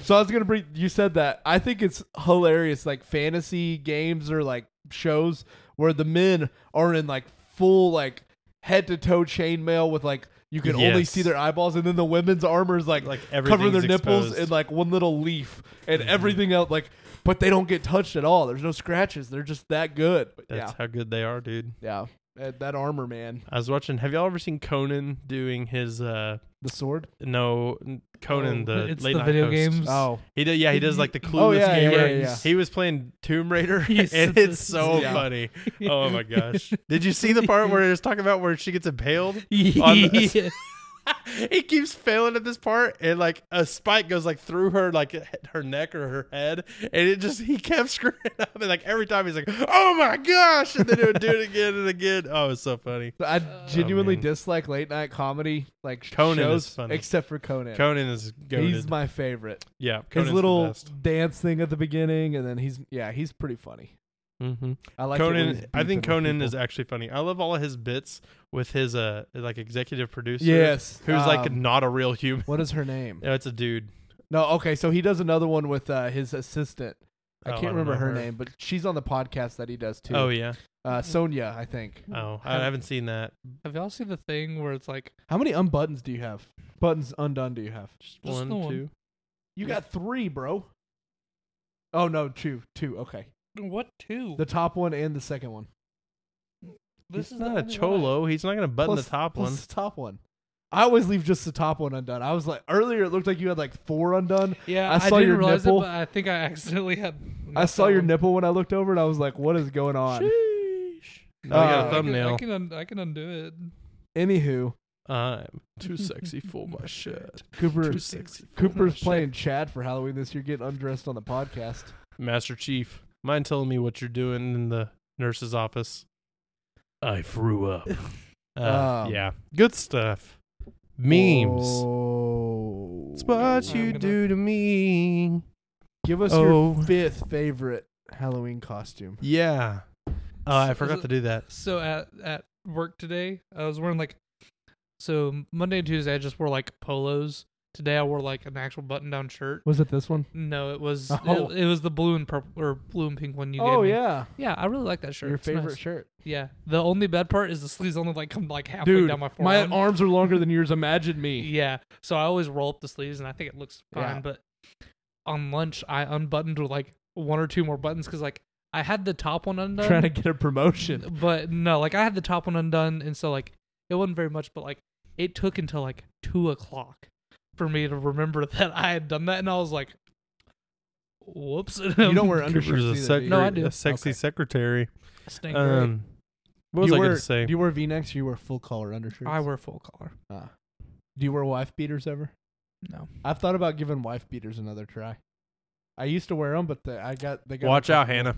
S2: so I was gonna bring. You said that. I think it's hilarious. Like fantasy games or like shows where the men are in like full like head to toe chainmail with like you can only
S3: Yes.
S2: see their eyeballs, and then the women's armor is like
S3: Like
S2: covering
S3: everything's
S2: their nipples
S3: exposed. Mm-hmm.
S2: and like one little leaf and everything else. Like, but they don't get touched at all. There's no scratches. They're just that good. But
S3: That's how good they are, dude.
S2: yeah, yeah. That- That armor, man.
S3: I was watching. Have y'all ever seen Conan doing his uh
S2: The sword.
S3: no Conan
S1: Oh,
S3: the
S1: it's
S3: late
S1: the
S3: night
S1: video
S3: host.
S1: games.
S2: Oh,
S3: He did, yeah, he does like the clueless
S2: Oh, yeah, yeah,
S3: gamer.
S2: yeah, yeah.
S3: He was playing Tomb Raider,
S1: He's-
S3: and it's so
S2: Yeah.
S3: funny. Oh my gosh! Did you see the part where it's talking about where she gets impaled?
S1: Yeah.
S3: he keeps failing at this part, and like a spike goes like through her, like her neck or her head, and it just he kept screwing up, and like every time he's like, "Oh my gosh!" and then he would do it again and again. Oh, it's so funny.
S2: I genuinely
S3: man.
S2: dislike late night comedy like sh-
S3: Conan is
S2: shows,
S3: funny.
S2: except for Conan.
S3: Conan is goated.
S2: he's my favorite.
S3: yeah,
S2: His
S3: Conan's
S2: little
S3: The
S2: dance thing at the beginning, and then he's yeah, he's pretty funny.
S3: mm-hmm.
S2: I like it when he's
S3: Conan. I think
S2: beefing with
S3: Conan
S2: people.
S3: is actually funny. I love all of his bits with his uh like executive producer.
S2: yes.
S3: who's like
S2: um,
S3: not a real human.
S2: what is her name?
S3: No, it's a dude.
S2: No, okay, so he does another one with uh, his assistant. I
S3: Oh,
S2: can't
S3: don't
S2: remember
S3: know
S2: her, name, but she's on the podcast that he does too.
S3: Oh yeah.
S2: uh, Sonia, I think.
S3: Oh, I haven't seen that.
S1: Have y'all seen the thing where it's like
S2: How many unbuttons do you have? Buttons undone do you have?
S3: Just
S1: the
S3: one,
S1: one.
S3: two.
S2: You got three, bro. Oh no, two, two. Okay,
S1: what two?
S2: the top one and the second one.
S1: this
S3: He's
S1: the
S3: not a
S1: only one.
S3: cholo. He's not gonna button
S2: Plus-
S3: the top
S2: plus
S3: one.
S2: the top one. I always leave just the top one undone. I was like earlier, it looked like you had like four undone.
S1: Yeah,
S2: I
S1: I,
S2: saw
S1: didn't
S2: your
S1: realize
S2: nipple.
S1: it, but I think I accidentally had.
S2: I
S1: not
S2: saw
S1: that
S2: your
S1: one.
S2: nipple when I looked over, and I was like, "What is going on?"
S3: Sheesh. No, I
S2: Uh,
S3: got a
S1: I
S3: thumbnail.
S1: can, un- I can undo it.
S2: Anywho,
S3: I'm too sexy for my shirt.
S2: Cooper,
S3: Too sexy. For my
S2: Cooper's
S3: shirt.
S2: playing Chad for Halloween this year, getting undressed on the podcast.
S3: Master Chief. Mind telling me what you're doing in the nurse's office? I threw up. uh,
S2: Um, Oh.
S3: yeah, good stuff. Memes.
S2: Whoa.
S3: It's what
S1: I'm
S3: you
S1: gonna-
S3: do to me.
S2: Give us
S3: Oh.
S2: your fifth favorite Halloween costume.
S3: Yeah. Oh, I
S1: S-
S3: forgot
S1: is
S3: to do that.
S1: So at at work today, I was wearing like. So Monday and Tuesday, I just wore like polos. Today, I wore like an actual button-down shirt.
S2: Was it this one?
S1: No, it was
S2: Oh.
S1: it, it was the blue and purple or blue and pink one you gave
S2: oh
S1: me.
S2: yeah,
S1: yeah, I really like that shirt.
S2: your
S1: It's nice.
S2: favorite shirt,
S1: Yeah, the only bad part is the sleeves only like come like halfway
S2: dude.
S1: down my
S2: my,
S1: forearm.
S2: arms are longer than yours. Imagine me.
S1: Yeah. So I always roll up the sleeves and I think it looks fine.
S2: Yeah.
S1: But on lunch, I unbuttoned with like one or two more buttons because like I had the top one undone.
S2: Trying to get a promotion.
S1: But no, like I had the top one undone. And so like it wasn't very much, but like it took until like two o'clock for me to remember that I had done that. And I was like, whoops. You
S2: You don't wear
S3: Cooper's
S2: undershirts
S3: a,
S2: either.
S3: sec-
S2: do you?
S1: No, I do.
S3: a sexy
S2: Okay.
S3: secretary.
S1: Stink, right?
S3: Um, what was
S2: do
S3: I going
S2: you wear,
S3: to say?
S2: Do you wear V-necks or you wear full collar undershirts?
S1: I wear full collar.
S2: Ah. Do you wear wife beaters ever?
S1: No.
S2: I've thought about giving wife beaters another try. I used to wear them, but the, I got they got
S3: Watch out, Hannah.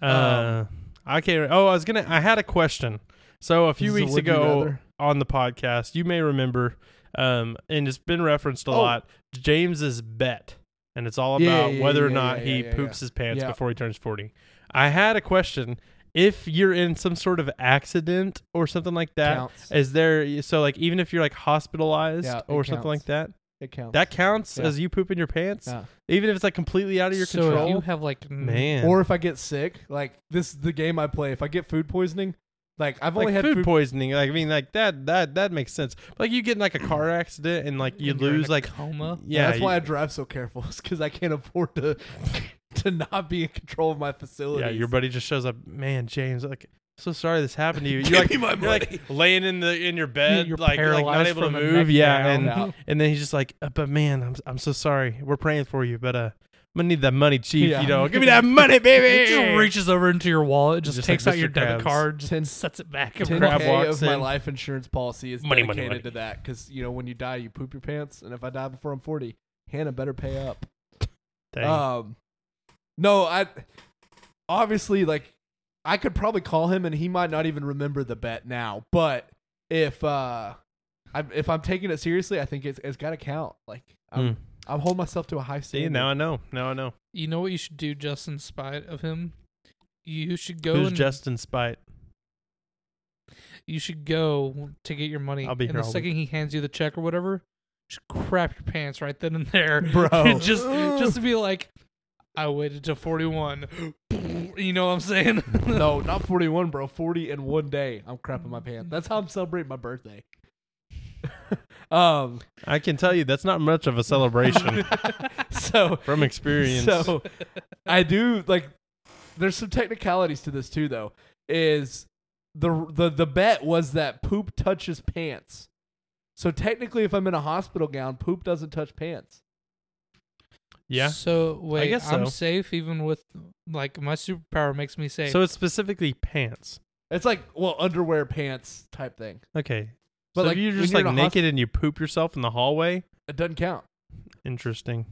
S3: Uh, I can't. Oh, I was gonna. I had a question. So a few
S2: This is a
S3: weeks
S2: would you
S3: ago
S2: rather.
S3: on the podcast, you may remember, um, and it's been referenced a
S2: Oh.
S3: lot. James's bet, and it's all about
S2: Yeah, yeah,
S3: whether or
S2: yeah,
S3: not
S2: yeah,
S3: he
S2: yeah, yeah,
S3: poops his pants
S2: Yeah.
S3: before he turns forty. I had a question. If you're in some sort of accident or something like that,
S2: counts.
S3: is there so like even if you're like hospitalized
S2: Yeah, it
S3: or something like
S2: counts.
S3: that,
S2: It counts.
S3: that counts
S2: Yeah.
S3: as you pooping your pants,
S2: Yeah.
S3: even if it's like completely out of your
S1: so
S3: control.
S1: if you have like n-
S3: Man.
S2: Or if I get sick, like this is the game I play. If I get food poisoning, like I've only
S3: like
S2: had
S3: food, poisoning. Like I mean, like that that that makes sense. But, like you get in like a car accident and like you
S1: and you're in
S3: lose
S1: a
S3: like
S1: coma.
S3: yeah.
S2: that's
S3: you-
S2: why I drive so careful. It's because I can't afford to to not be in control of my facility.
S3: yeah, your buddy just shows up. Man, James, like so sorry this happened to you. You're like,
S2: me my
S3: you're like laying in the in your bed,
S1: You're
S3: like, you're, like not
S1: paralyzed
S3: able to
S1: from the
S3: move.
S1: neck
S3: Yeah,
S1: down.
S3: and
S2: Yeah.
S3: and then he's just like, uh, but man, I'm I'm so sorry. We're praying for you, but uh, I'm gonna need that money, chief.
S2: Yeah.
S3: You know, give me that money, baby.
S1: It just reaches over into your wallet, just,
S3: Just like
S1: takes out your
S3: Mr.
S1: debit
S3: Krabs.
S1: card, just
S2: Ten-
S1: sets it back. and
S2: Ten
S3: crab
S2: K
S3: walks
S2: of my
S3: in.
S2: life insurance policy is
S3: Money, money,
S2: dedicated
S3: money.
S2: to that because you know when you die you poop your pants, and if I die before I'm 40, Hannah better pay up.
S3: Dang.
S2: Um, no, I obviously like I could probably call him and he might not even remember the bet now. But if uh, I'm, if I'm taking it seriously, I think it's it's got to count. Like I'm,
S3: Hmm.
S2: I'm holding myself to a high
S3: See,
S2: standard.
S3: now I know. Now I know.
S1: You know what you should do just in spite of him? You should go
S3: Who's
S1: and
S3: Justin Spite?
S1: you should go to get your money.
S3: I'll be
S1: and
S3: here
S1: the
S3: all
S1: second he hands you the check or
S3: Oh.
S1: whatever, just crap your pants right then and there.
S2: Bro.
S1: just just to be like I waited till 41. You know what I'm saying?
S2: no, not 41, bro. 40 in one day. I'm crapping my pants. That's how I'm celebrating my birthday. um,
S3: I can tell you that's not much of a celebration
S2: so
S3: from experience.
S2: So I do like. There's some technicalities to this too, though. Is the the the bet was that poop touches pants. So technically, if I'm in a hospital gown, poop doesn't touch pants.
S3: yeah.
S1: So wait, I
S3: guess
S1: am
S3: so.
S1: safe even with like my superpower makes me safe.
S3: So it's specifically pants.
S2: It's like well underwear pants type thing.
S3: Okay.
S2: But,
S3: But
S2: like,
S3: if you're
S2: when
S3: just
S2: you're in
S3: like
S2: a
S3: naked and you poop yourself in the hallway,
S2: It doesn't count.
S3: interesting.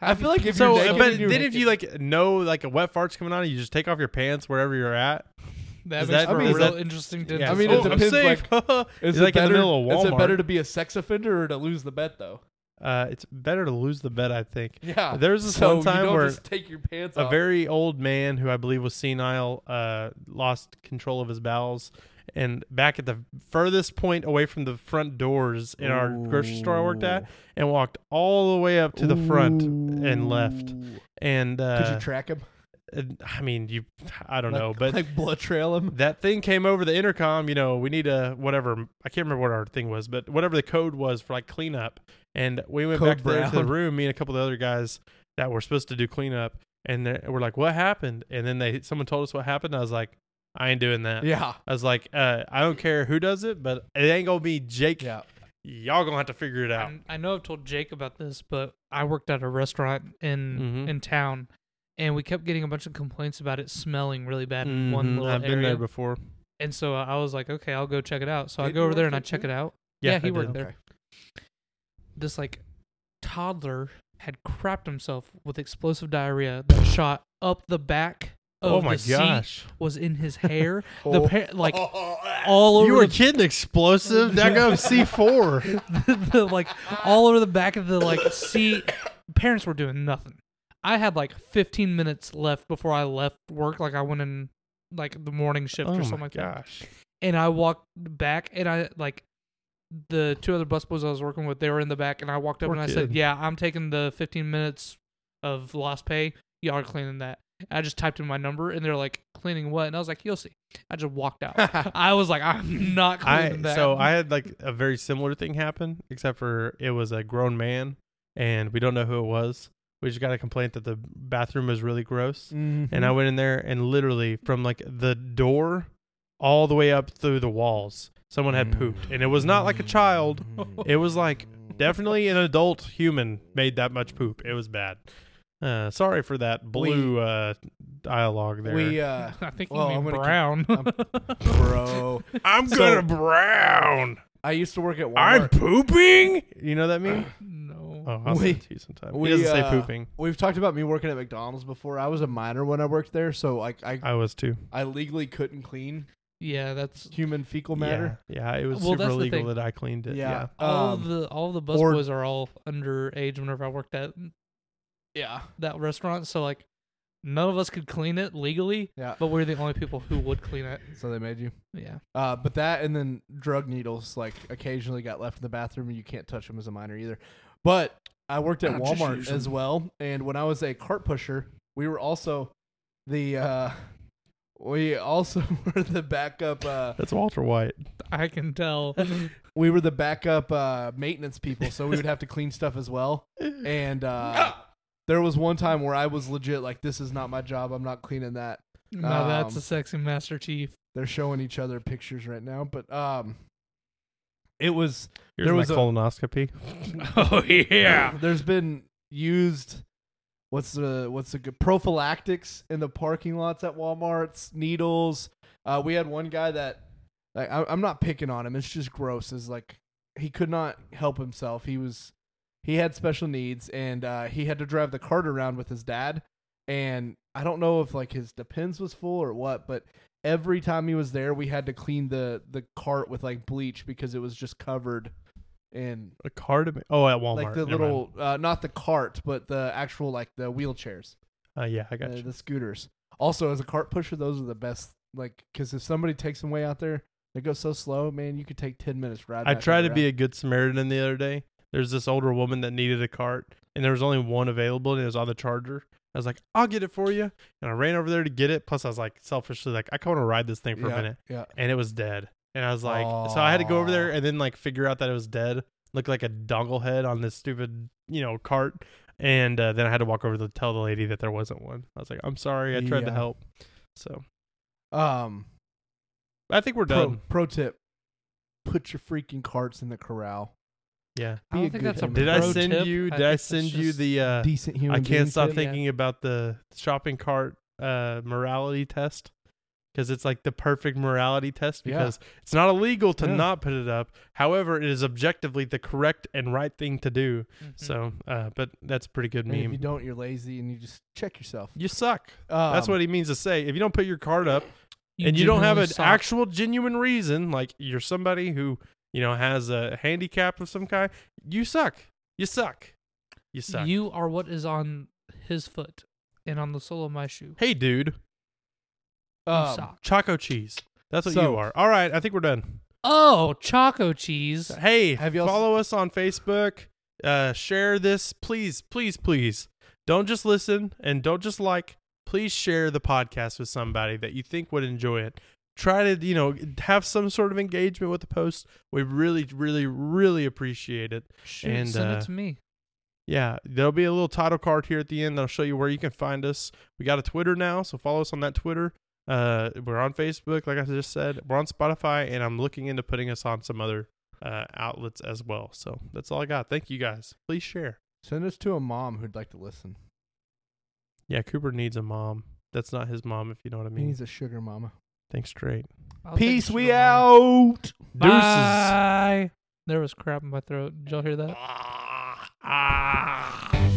S2: I feel like if
S3: So, uh,
S2: you're naked
S3: but
S2: and you're
S3: then if you like know like a wet fart's coming on, you just take off your pants wherever you're at.
S1: that
S3: is
S1: makes
S3: that-
S1: for
S2: I
S1: a
S2: mean,
S1: real
S3: that-
S1: interesting dentist.
S2: I mean, it
S3: oh, I'm
S2: depends,
S3: safe.
S2: is
S3: it's
S2: it
S3: like in
S2: better-
S3: the middle of Walmart.
S2: Is it better to be a sex offender or to lose the bet though?
S3: uh, it's better to lose the bet, I think.
S2: Yeah.
S3: There was this
S2: so
S3: one time
S2: you don't
S3: where
S2: just take your pants
S3: a
S2: off.
S3: very old man who I believe was senile uh, lost control of his bowels. And back at the furthest point away from the front doors in our grocery store I worked at, and walked all the way up to the front and left. And
S2: Could
S3: uh,
S2: you track him?
S3: I mean, you, I don't
S2: Like-
S3: know, but
S2: like blood trail him.
S3: that thing came over the intercom. You know, we need a whatever. I can't remember what our thing was, but whatever the code was for like cleanup. And we went
S2: Code
S3: back there to the
S2: brown.
S3: room. Me and a couple of the other guys that were supposed to do cleanup, and they- we're like, "What happened?" And then they someone told us what happened. I was like, "I ain't doing that."
S2: Yeah.
S3: I was like, uh, "I don't care who does it, but it ain't gonna be Jake.
S2: Yeah.
S3: Y'all gonna have to figure it out."
S1: I, I know I've told Jake about this, but I worked at a restaurant in
S3: Mhm.
S1: in town, and we kept getting a bunch of complaints about it smelling really bad in one
S3: Mhm,
S1: little
S3: I've
S1: area.
S3: been there before.
S1: And so I was like, okay, I'll go check it out. So I
S2: Did
S1: go
S2: you
S1: over there
S2: work
S1: and I
S2: there
S1: check
S2: too?
S1: it out.
S3: Yeah,
S1: he
S3: I
S1: worked
S3: did.
S1: there.
S2: Okay.
S1: This like toddler had crapped himself with explosive diarrhea that shot up the back of
S3: Oh my
S1: the seat
S3: gosh!
S1: was in his hair.
S2: Oh.
S1: The pa- like Oh, all over
S3: You were
S1: the,
S3: kidding, explosive. That got C four.
S1: the, like all over the back of the like seat. Parents were doing nothing. I had like 15 minutes left before I left work. Like I went in like the morning shift
S3: Oh
S1: or something like that. And I walked back and I like the two other busboys I was working with. They were in the back and I walked up
S3: Poor
S1: and I said,
S3: kid.
S1: "Yeah, I'm taking the 15 minutes of lost pay. Y'all are cleaning that." I just typed in my number and they're like, "Cleaning what?" And I was like, "You'll see." I just walked out. I was like, "I'm not
S3: I
S1: cleaning that."
S3: so I had like a very similar thing happen, except for it was a grown man, and we don't know who it was. We just got a complaint that the bathroom was really gross, and I
S2: Mm-hmm.
S3: went in there and literally from like the door all the way up through the walls, someone had pooped, and it was not like a child.
S2: Mm.
S3: It was like definitely an adult human made that much poop. It was bad. Uh, sorry for that blue uh, dialogue there.
S2: we uh
S1: I think
S2: Well,
S1: you
S2: I'm
S1: mean
S2: gonna keep-
S1: brown.
S2: bro.
S3: I'm
S2: gonna
S3: brown.
S2: I used to work at Walmart.
S3: pooping. You know that meme?
S1: no.
S3: Oh, I'll
S2: We-
S3: send it to you sometime.
S2: we,
S3: he doesn't
S2: uh,
S3: say pooping.
S2: We've talked about me working at McDonald's before. I was a minor when I worked there, so like I
S3: I was too.
S2: I legally couldn't clean
S1: Yeah, that's
S2: human fecal matter.
S3: Yeah, yeah it was
S1: Well,
S3: super
S1: that's the
S3: illegal
S1: thing.
S3: that I cleaned it. Yeah.
S2: Yeah.
S1: all
S2: Um,
S1: the all the
S2: or-
S1: busboys are all underage. Whenever I worked at
S2: Yeah.
S1: that restaurant, so like none of us could clean it legally,
S2: Yeah.
S1: but we're the only people who would clean it.
S2: So they made you.
S1: Yeah,
S2: Uh, but that and then drug needles like occasionally got left in the bathroom and you can't touch them as a minor either. But I worked at
S4: just
S2: Walmart
S4: use
S2: as well, and when I was a cart pusher, we were also the uh, we also were the backup uh,
S3: That's Walter White.
S1: I can tell.
S2: we were the backup uh, maintenance people, so we would have to clean stuff as well. And uh, there was one time where I was legit like, "This is not my job. I'm not cleaning that."
S1: now that's
S2: Um,
S1: a sexy Master Chief.
S2: They're showing each other pictures right now, but um, it was
S3: Here's
S2: There
S3: my
S2: was a-
S3: colonoscopy.
S1: Oh yeah.
S2: there's been used what's the what's the good prophylactics in the parking lots at Walmart's needles. Uh, we had one guy that like I, I'm not picking on him. It's just gross. Is like he could not help himself. He was he had special needs and uh, he had to drive the cart around with his dad. And I don't know if like his depends was full or what, but every time he was there, we had to clean the the cart with like bleach because it was just covered in
S3: A card. Oh, at Walmart.
S2: like the
S3: Never
S2: little uh, not the cart but the actual like the wheelchairs
S3: mind. Uh, yeah, I got
S2: uh,
S3: you.
S2: the scooters also as a cart pusher those are the best like because if somebody takes them way out there they go so slow man you could take 10 minutes riding
S3: I tried to be a good Samaritan the other day. There's this older woman that needed a cart, and there was only one available, and it was on the charger. I was like, I'll get it for you. And I ran over there to get it. Plus, I was like, selfishly, like, I kind of ride this thing for
S2: yeah,
S3: a minute.
S2: Yeah.
S3: And it was dead. And I was like, so I had to go over there
S2: Aw.
S3: and then like figure out that it was dead. Looked like a dongle head on this stupid, you know, cart. And uh, then I had to walk over to tell the lady that there wasn't one. I was like, I'm sorry. I tried to
S2: Yeah.
S3: help. So
S2: Um,
S3: I think we're
S2: pro,
S3: done.
S2: pro tip: put your freaking carts in the corral.
S3: Yeah.
S1: I
S2: Be
S1: don't
S2: a
S1: think
S2: good
S1: that's a
S2: human
S3: Did I
S1: Pro
S3: send
S1: tip,
S3: you?
S1: I
S3: Did I,
S1: think that's
S3: send you
S1: just
S3: the? Uh,
S2: decent human.
S3: I
S2: being
S3: can't stop
S2: tip.
S1: Yeah.
S3: thinking about the shopping cart uh, morality test because it's like the perfect morality test
S2: Yeah.
S3: because it's not illegal to
S2: Yeah.
S3: not put it up. However, it is objectively the correct and right thing to do.
S1: Mhm.
S3: So, uh, but that's a pretty good
S2: I mean, if you
S3: meme.
S2: don't, you're lazy, and you just check yourself.
S3: You suck.
S2: Um,
S3: that's what he means to say. If you don't put your card up and you don't have an
S1: genuinely suck.
S3: actual genuine reason, like you're somebody who you know has a handicap of some kind, you suck. You suck. You suck.
S1: You are what is on his foot and on the sole of my shoe.
S3: hey, dude.
S1: you
S2: um,
S1: sock.
S3: Choco cheese. That's what
S2: So-
S3: you are. All right, I think we're done.
S1: Oh, Choco cheese.
S3: Hey,
S2: Have y'all s-
S3: follow us on Facebook. Uh, share this, please, please, please. Don't just listen and don't just like. Please share the podcast with somebody that you think would enjoy it. Try to, you know, have some sort of engagement with the post. We really, really, really appreciate it.
S1: Shoot,
S3: and,
S1: send
S3: uh,
S1: it to me.
S3: Yeah, there'll be a little title card here at the end that'll show you where you can find us. We got a Twitter now, so follow us on that Twitter. Uh, we're on Facebook, like I just said. We're on Spotify, and I'm looking into putting us on some other uh, outlets as well. So that's all I got. Thank you guys. Please share.
S2: Send us to a mom who'd like to listen.
S3: Yeah, Cooper needs a mom. That's not his mom, if you know what I
S2: He
S3: mean.
S2: needs a sugar mama.
S3: Thanks, straight.
S1: I'll take
S2: Peace.
S1: the
S2: We
S1: sugar mama.
S2: out.
S1: Bye. There was crap in my throat. Did y'all hear that?
S3: Deuces.